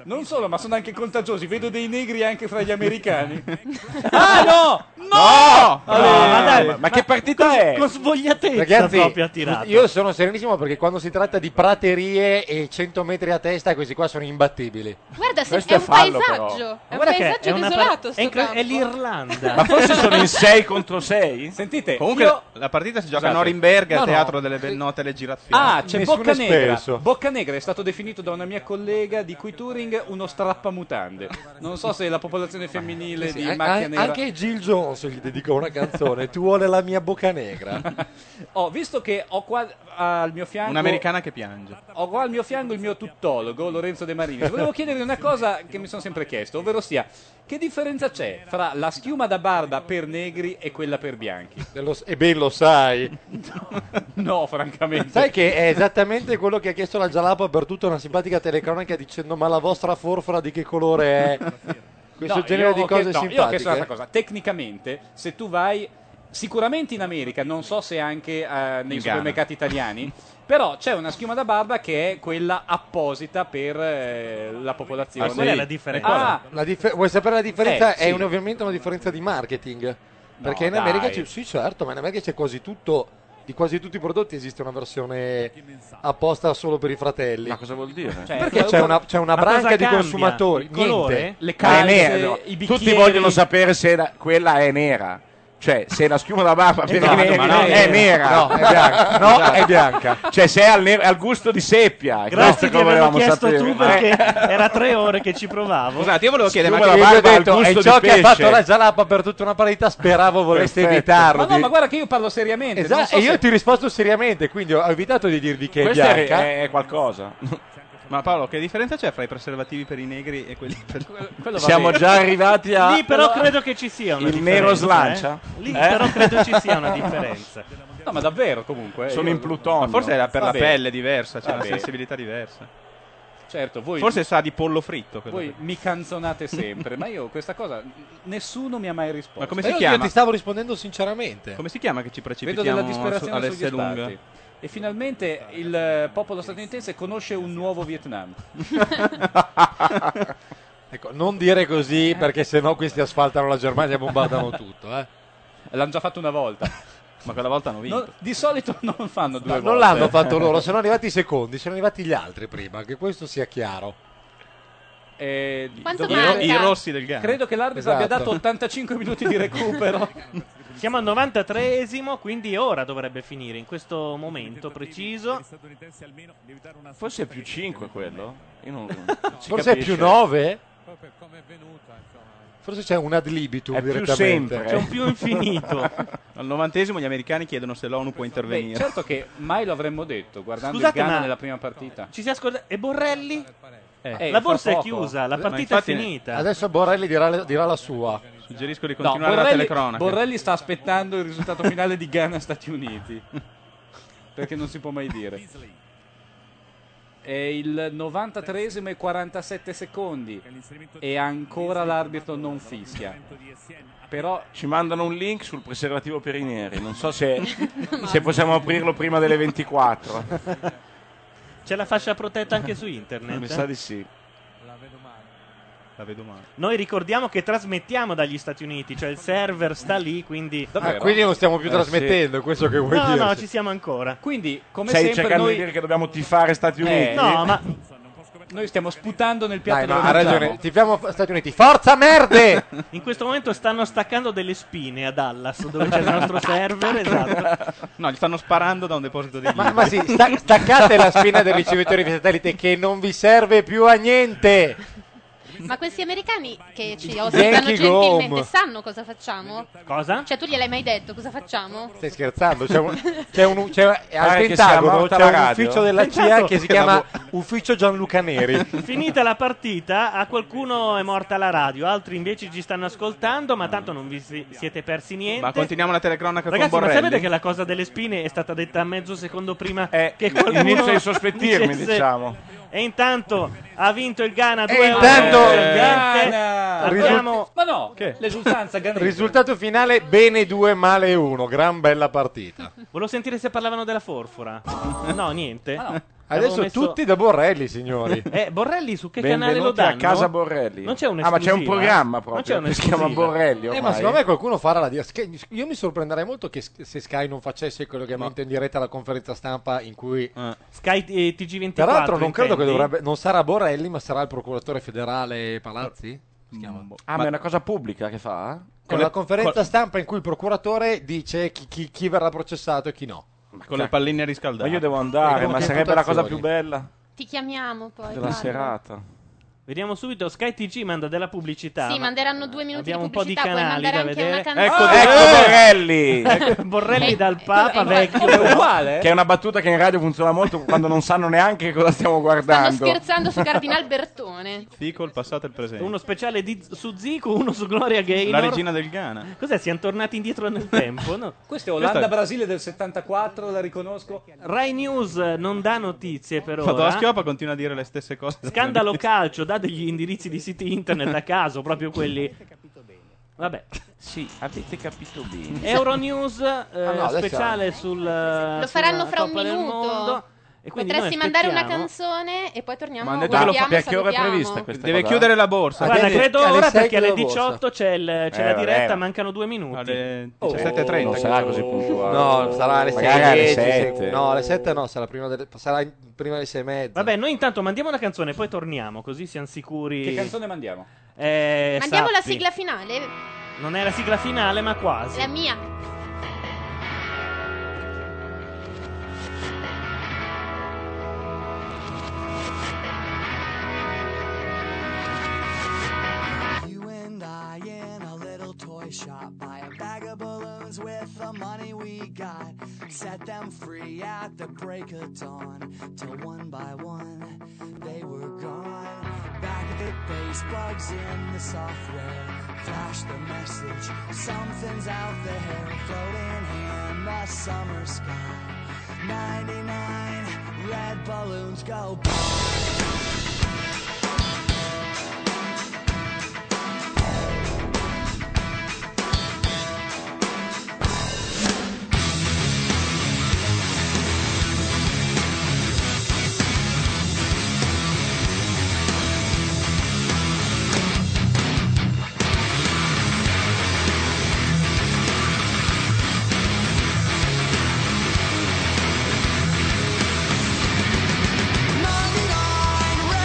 S7: Non solo, ma sono anche contagiosi. Vedo dei negri anche fra gli americani. ah no! No!
S10: ma dai,
S7: ma-
S10: che partita è?
S12: Con svogliatezza
S10: Ragazzi,
S12: proprio ha tirato.
S10: io sono serenissimo perché quando si tratta di praterie e 100 metri a testa, questi qua sono imbattibili.
S6: [laughs] Guarda, se-
S10: Questo
S6: è
S10: è
S6: un
S10: fallo,
S6: paesaggio.
S10: però.
S6: È un
S10: Guarda che
S6: paesaggio
S10: è una
S6: desolato.
S12: par-
S6: sto
S12: è incre- è
S6: campo.
S12: l'Irlanda.
S9: Ma forse sono in 6 contro 6?
S7: Sentite,
S9: comunque
S7: io-
S9: la partita si gioca
S7: Scusate.
S9: a Norimberga,
S7: No, no.
S9: teatro delle ben note le giraffiere.
S7: Ah, c'è Bocca Negra. Bocca Negra è stato definito da una mia collega di cui Turing uno strappamutande. Non so se la popolazione femminile
S10: Sì,
S7: di
S10: an-
S7: Macchia
S10: an-
S7: Nera.
S10: anche Gil Jones gli dedicò una canzone, tu vuole la mia bocca negra.
S7: Ho Oh, visto che ho qua al mio fianco
S9: Un'americana che piange.
S7: Ho qua al mio fianco il mio tuttologo Lorenzo De Marini. Volevo chiedergli una cosa che mi sono sempre chiesto, ovvero sia che differenza c'è fra la schiuma da barba per negri e quella per bianchi?
S10: E ben lo sai.
S7: [laughs] No, francamente.
S10: Sai che è esattamente quello che ha chiesto la Jalapa per tutta una simpatica telecronaca dicendo ma la vostra forfora di che colore è?
S7: [laughs]
S10: Questo
S7: No,
S10: genere
S7: io
S10: di
S7: ho
S10: cose
S7: chiesto- no, Io ho chiesto
S10: simpatiche. eh?
S7: un'altra cosa. Tecnicamente, se tu vai sicuramente in America, non so se anche eh, nei
S9: In Ghana.
S7: supermercati italiani, però c'è una schiuma da barba che è quella apposita per eh, la popolazione.
S10: Ah, sì.
S7: Ah,
S10: La dif- vuoi sapere la differenza?
S7: Eh,
S10: È
S7: sì.
S10: un- ovviamente una differenza di marketing. Perché in
S7: dai.
S10: America c'è, sì, certo, ma in America c'è quasi tutto. Di quasi tutti i prodotti esiste una versione apposta solo per i fratelli. Ma cosa
S5: vuol dire?
S7: Cioè,
S10: Perché
S7: cosa-
S10: c'è una, c'è una
S7: ma cosa
S10: branca di
S7: cambia?
S10: consumatori.
S7: Il colore?
S10: Niente.
S7: Le
S5: Ma è
S7: calze,
S5: nera, no?
S7: i bicchieri.
S5: Tutti vogliono sapere se la- quella è nera. Cioè, se la schiuma da barba per
S10: Esatto,
S5: i negri
S10: ma no,
S5: è
S10: è
S5: nera.
S10: nera. No, è bianca. No,
S5: Esatto.
S10: è bianca.
S5: Cioè, se è al, ne- al gusto di seppia. questo
S12: Grazie
S5: è
S12: che
S5: come
S12: avevamo
S5: volevamo
S12: chiesto
S5: sapere.
S12: tu
S5: Eh,
S12: perché era tre ore che ci provavo.
S9: Scusate, io volevo chiedere,
S10: Io
S9: ma
S10: me
S9: che-
S10: l'avevo
S9: io ho
S10: detto,
S9: detto,
S10: è
S9: gusto
S10: ciò
S9: di
S10: che ha fatto
S9: pesce.
S10: la Jalapa per tutta una partita. Speravo voleste
S7: Perfetto.
S10: evitarlo.
S7: Ma no,
S10: di-
S7: ma guarda che io parlo seriamente.
S10: Esatto,
S7: non so
S10: e io
S7: se-
S10: ti ho risposto seriamente, quindi ho evitato di dirvi che è eh,
S9: Questa è-
S10: bianca.
S9: è- è qualcosa. [laughs] Ma Paolo, che differenza c'è fra i preservativi per i negri e quelli per...
S12: va
S5: Siamo già arrivati a.
S12: Lì però credo che ci sia una
S5: Il
S12: differenza,
S5: nero slancia?
S12: eh. Lì
S5: Eh?
S12: però credo ci sia una differenza.
S7: No, ma davvero comunque.
S9: Sono
S7: io-
S9: in plutonio. Ma forse era per
S7: Va
S9: la
S7: bene.
S9: pelle diversa, c'è
S7: Va
S9: una
S7: bene.
S9: sensibilità diversa.
S7: Ah, Certo, voi
S9: Forse sa di pollo fritto. quello
S7: Voi
S9: che-
S7: mi canzonate sempre, ma io questa cosa nessuno mi ha mai risposto.
S9: Ma come
S10: Ma
S9: si
S10: io-
S9: chiama?
S10: Io ti stavo rispondendo sinceramente.
S9: Come si chiama che ci
S7: Vedo
S9: precipitiamo
S7: della
S9: su-
S7: disperazione sugli
S9: all'S lunga?
S7: stati. E finalmente il eh, popolo statunitense conosce un
S9: [laughs]
S7: nuovo Vietnam.
S10: Ecco, non dire così perché sennò questi asfaltano la Germania e [laughs] bombardano tutto. Eh.
S7: L'hanno già fatto una volta.
S9: Ma quella volta hanno vinto.
S7: No, di solito non fanno due
S10: No,
S7: volte.
S10: non l'hanno fatto [laughs] loro, sono arrivati i secondi, sono arrivati gli altri prima, che questo sia chiaro.
S7: Eh,
S10: Quanto
S7: dovrebbe-
S10: manca? I rossi del Ghana.
S7: Credo che l'arbitro
S10: Esatto.
S7: abbia dato 85 minuti di recupero.
S12: Siamo al 93esimo, quindi ora dovrebbe finire in questo momento preciso.
S5: Forse è più 5 quello? Io non,
S1: [laughs]
S10: Forse è più 9? Forse c'è un ad libitum
S9: È più
S10: direttamente. eh.
S9: sempre. C'è un
S10: [laughs]
S9: più infinito. [laughs] Al novantesimo gli americani chiedono se l'ONU può intervenire.
S7: Beh, certo che mai lo avremmo detto guardando
S12: Scusate,
S7: il Ghana
S12: ma-
S7: nella prima partita.
S12: Ci si ascolta. E Borrelli?
S7: Eh,
S12: la
S7: fra
S12: borsa è
S7: poco.
S12: chiusa, la
S7: Ma
S12: partita è
S7: infatti ne-
S12: finita.
S10: Adesso Borrelli dirà, dirà la sua.
S9: Suggerisco di
S7: No,
S9: continuare la
S7: Borrelli,
S9: telecronaca.
S7: Borrelli sta aspettando il risultato finale di
S9: [laughs]
S7: Ghana-Stati Uniti. Perché non si può mai dire. È il 93esimo e 47 secondi. E ancora l'arbitro non fischia. Però
S5: Ci mandano un link sul preservativo per i neri. Non so se, se possiamo aprirlo prima delle 24.
S1: eh?
S12: C'è la fascia protetta anche su internet.
S5: Mi sa di sì.
S9: La vedo male.
S1: Noi ricordiamo che trasmettiamo dagli Stati Uniti, cioè il server sta lì, quindi.
S10: Ah, quindi non stiamo più
S5: Eh,
S10: trasmettendo,
S5: sì.
S10: questo che vuoi
S1: no,
S10: dire.
S1: No, ci siamo ancora.
S7: Quindi, come
S5: Stai
S7: sempre,
S5: cercando
S7: noi-
S5: di dire che dobbiamo tifare Stati Uniti?
S7: Eh, no, ma- Noi stiamo sputando nel piatto dove mangiamo.
S10: tifiamo Stati Uniti.
S5: [laughs]
S10: Forza merde!
S1: [laughs] In questo momento stanno staccando delle spine a Dallas, dove c'è il
S10: [laughs]
S1: nostro server, esatto.
S9: No, gli stanno sparando da un deposito di
S10: Ma, ma sì, sta- staccate la spina del ricevitore di satellite che non vi serve più a niente.
S2: Ma questi americani che ci
S10: Yankee
S2: ospitano gentilmente
S10: Gome.
S2: sanno cosa facciamo?
S1: Cosa?
S2: Cioè, tu gliel'hai mai detto cosa facciamo?
S10: Stai scherzando? C'è un, c'è un- c'è- al
S5: Pare che sia
S10: Pentagono
S5: morta
S10: c'è
S5: la
S10: un
S5: radio.
S10: ufficio della CIA
S1: Intanto-
S10: che si chiama Ufficio Gianluca Neri.
S1: Finita la partita, a qualcuno è morta la radio, altri invece ci stanno ascoltando, ma tanto non vi si- siete persi niente.
S9: Ma continuiamo la telecronaca
S1: Ragazzi,
S9: con
S1: ma
S9: Borrelli.
S1: sapete che la cosa delle spine è stata detta mezzo secondo prima che qualcuno
S5: inizio a insospettirmi,
S1: dicesse-
S5: diciamo.
S1: E intanto ha vinto il Ghana 2
S10: intanto- Risu-
S1: abbiamo
S7: Ma no, l'esultanza Ganese.
S10: Risultato finale bene 2 male 1, gran bella partita.
S1: Volevo sentire se parlavano della forfora. No, niente.
S10: Adesso
S1: Avevo messo-
S10: tutti da Borrelli, [laughs] signori.
S1: Eh, Borrelli su che
S10: Benvenuti
S1: canale lo
S10: a
S1: danno?
S10: Casa Borrelli.
S1: Non c'è un
S10: Ah, ma c'è un programma
S1: Non
S10: proprio
S1: c'è
S10: che si chiama
S1: un'esclusiva.
S5: Borrelli
S10: Eh, ma secondo me qualcuno farà la dia- Sky- Io mi sorprenderei molto che s- se Sky non facesse quello che mette in diretta alla conferenza stampa in cui
S1: Sky eh, TG24.
S10: Peraltro non credo che
S1: intendi?
S10: dovrebbe non sarà Borrelli, ma sarà il procuratore federale Palazzi? Si chiama?
S5: Ah, ma è una cosa pubblica che fa?
S10: Con la conferenza stampa in cui il procuratore dice chi, chi- chi verrà processato e chi no.
S9: Con le palline riscaldate.
S5: Ma io devo andare, ma sarebbe la cosa più bella
S2: Ti chiamiamo poi.
S5: della
S2: guarda.
S5: serata.
S1: Vediamo subito, Sky TG manda della pubblicità.
S2: Sì,
S1: ma-
S2: manderanno due minuti
S1: Abbiamo
S2: di
S1: un po' di
S2: pubblicità, puoi
S1: canali
S2: mandare
S1: da
S2: anche
S1: vedere.
S2: una canzone.
S5: Borrelli!
S1: Ecco, Borrelli dal Papa
S2: eh,
S1: [laughs] vecchio.
S5: È
S1: uguale?
S5: Che è una battuta che in radio funziona molto quando non sanno neanche che cosa stiamo
S2: Stanno
S5: guardando.
S2: scherzando
S1: [laughs]
S2: su Cardinal Bertone.
S9: Dico il passato e il presente.
S1: Uno speciale di- su Zico, uno su Gloria Gaynor.
S9: La regina del Ghana.
S1: Cos'è? Siamo tornati
S9: [laughs]
S1: indietro nel tempo? No.
S7: Questa è Olanda-Brasile del 74, la riconosco.
S1: Rai News non dà notizie per
S9: Ma la
S1: ora.
S9: schiopa continua a dire le stesse cose. [laughs]
S1: Scandalo calcio dà degli indirizzi di siti internet a caso, proprio quelli. Vabbè.
S5: Sì, avete capito bene.
S1: Euronews
S9: Ah,
S1: eh,
S5: no, adesso-
S1: speciale sul eh,
S2: Lo faranno
S1: sulla
S2: fra un
S1: Coppa del
S2: minuto.
S1: Mondo. E quindi
S2: Potresti
S1: noi
S2: mandare una
S1: aspettiamo.
S2: canzone e poi torniamo
S1: Ma
S2: a
S1: hanno detto che lo fa-
S2: guardiamo
S1: perché ora è
S2: salutiamo.
S1: prevista questa
S9: Deve
S1: cosa,
S9: chiudere
S1: eh?
S9: la borsa.
S1: Guarda,
S9: Deve-
S1: credo
S9: alle
S1: ora
S9: sei
S1: perché alle
S9: chiude la borsa.
S1: 18 c'è, il- c'è
S9: Eh,
S1: la
S9: vabbè,
S1: diretta,
S9: ma-
S1: mancano due minuti.
S9: Alle 17.30.
S10: Non
S9: sarà
S10: così
S9: puntuale.
S10: No, sarà alle 6.
S9: Magari alle sette.
S10: No, alle 7 no, sarà prima delle, sarà in- prima alle 6 e mezza.
S1: Vabbè, noi intanto mandiamo una canzone, poi torniamo, così siamo sicuri.
S7: Che canzone mandiamo?
S1: Eh,
S2: Mandiamo la
S1: sappi.
S2: sigla finale,
S1: Non è la sigla finale, ma quasi.
S2: la mia.
S18: You and I in a little toy shop buy a bag of balloons with the money we got. Set them free at the break of dawn. Till one by one they were gone. Back at the base, bugs in the software. Flash the message, something's out there floating in the summer sky. 99 red balloons go boom. Red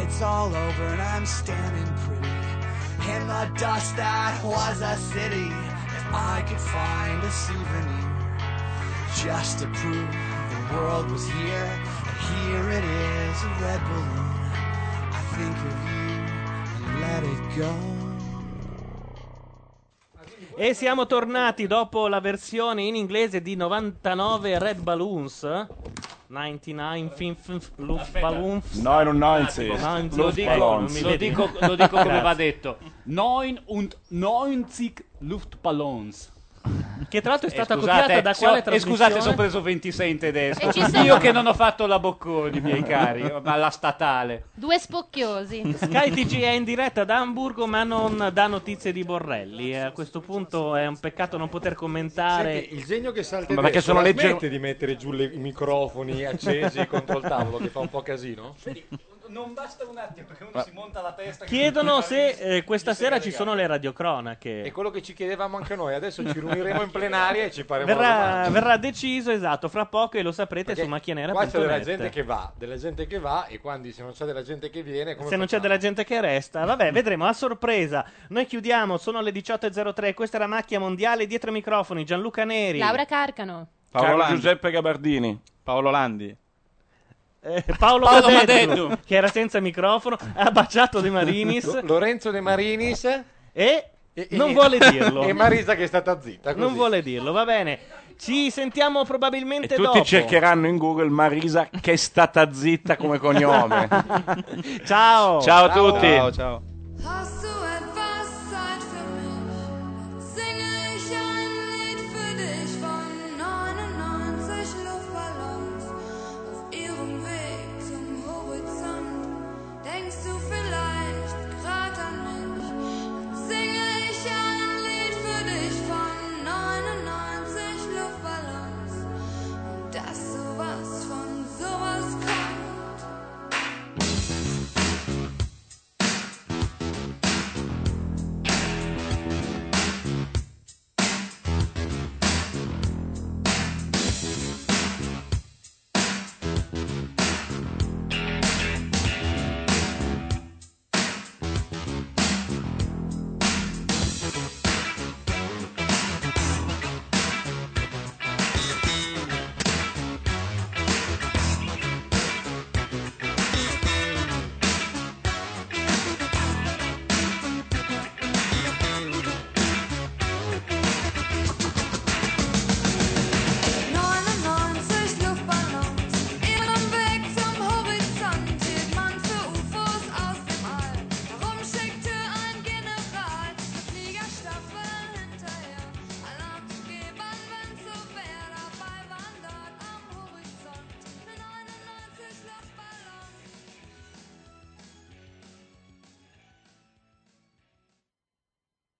S18: it's all over and I'm standing pretty in the dust that was a city. If I could find a souvenir just to prove the world was here, and here it is, a red balloon. I think of you and let it go.
S1: E siamo tornati dopo la versione in inglese di 99 Red Balloons. 99 fin, fin, Luftballons.
S5: No, non
S1: Nanzi,
S7: Lo dico,
S1: ecco, non mi
S7: lo
S1: vedi.
S7: dico- lo dico come
S1: Grazie.
S7: va detto. 99 Luftballons.
S1: Che tra l'altro è
S7: Eh,
S1: stata
S7: scusate,
S1: copiata da
S7: se
S1: quale
S7: ho- eh, Scusate
S1: trasmissione?
S7: se ho preso 26 in tedesco.
S2: E ci sono-
S7: Io che non ho fatto la Bocconi, miei cari, ma alla statale.
S2: Due spocchiosi.
S1: [laughs] Sky TG è in diretta da Hamburgo ma non dà notizie di Borrelli. Eh, A questo punto è un peccato non poter commentare.
S19: Senti, il genio che salta
S10: Ma perché sono
S19: leggero
S10: leggero di mettere giù le- i
S5: [laughs]
S10: microfoni accesi contro il tavolo che fa un po' casino?
S7: Non basta un attimo perché uno
S10: Ma-
S7: si monta la testa. [laughs]
S1: Chiedono se eh, questa sera ci sono le
S10: È
S1: radiocronache.
S10: quello che ci chiedevamo anche noi, adesso ci riuniremo in plenaria e ci faremo la
S1: Verrà,
S10: domanda.
S1: verrà deciso, esatto, fra poco e lo saprete
S10: Perché
S1: su
S10: Qua c'è della gente
S1: macchianera.net.
S10: che va, della gente che va e quindi se non c'è della gente che viene... Come
S1: Se non c'è della gente che resta, vabbè,
S10: Mm.
S1: vedremo a sorpresa. Noi chiudiamo, sono le 18.03. Questa era Macchia Mondiale. Dietro i microfoni, Gianluca Neri.
S2: Laura Carcano.
S1: Carlo
S9: Paolo Giuseppe Gabardini. Paolo Landi.
S1: Eh, Paolo,
S9: Paolo
S1: Madeddu,
S9: Madeddu.
S1: che era senza microfono, ha baciato De Marinis.
S10: Lo- Lorenzo De Marinis.
S1: E,
S10: e-
S1: non vuole dirlo.
S10: e Marisa che è stata zitta,
S1: Non
S10: così.
S1: vuole dirlo, va bene. Ci sentiamo probabilmente
S5: Tutti
S1: dopo.
S5: cercheranno in Google Marisa che è stata
S1: [laughs]
S5: zitta come cognome.
S1: Ciao.
S5: Ciao a tutti.
S9: ciao.
S8: Hustle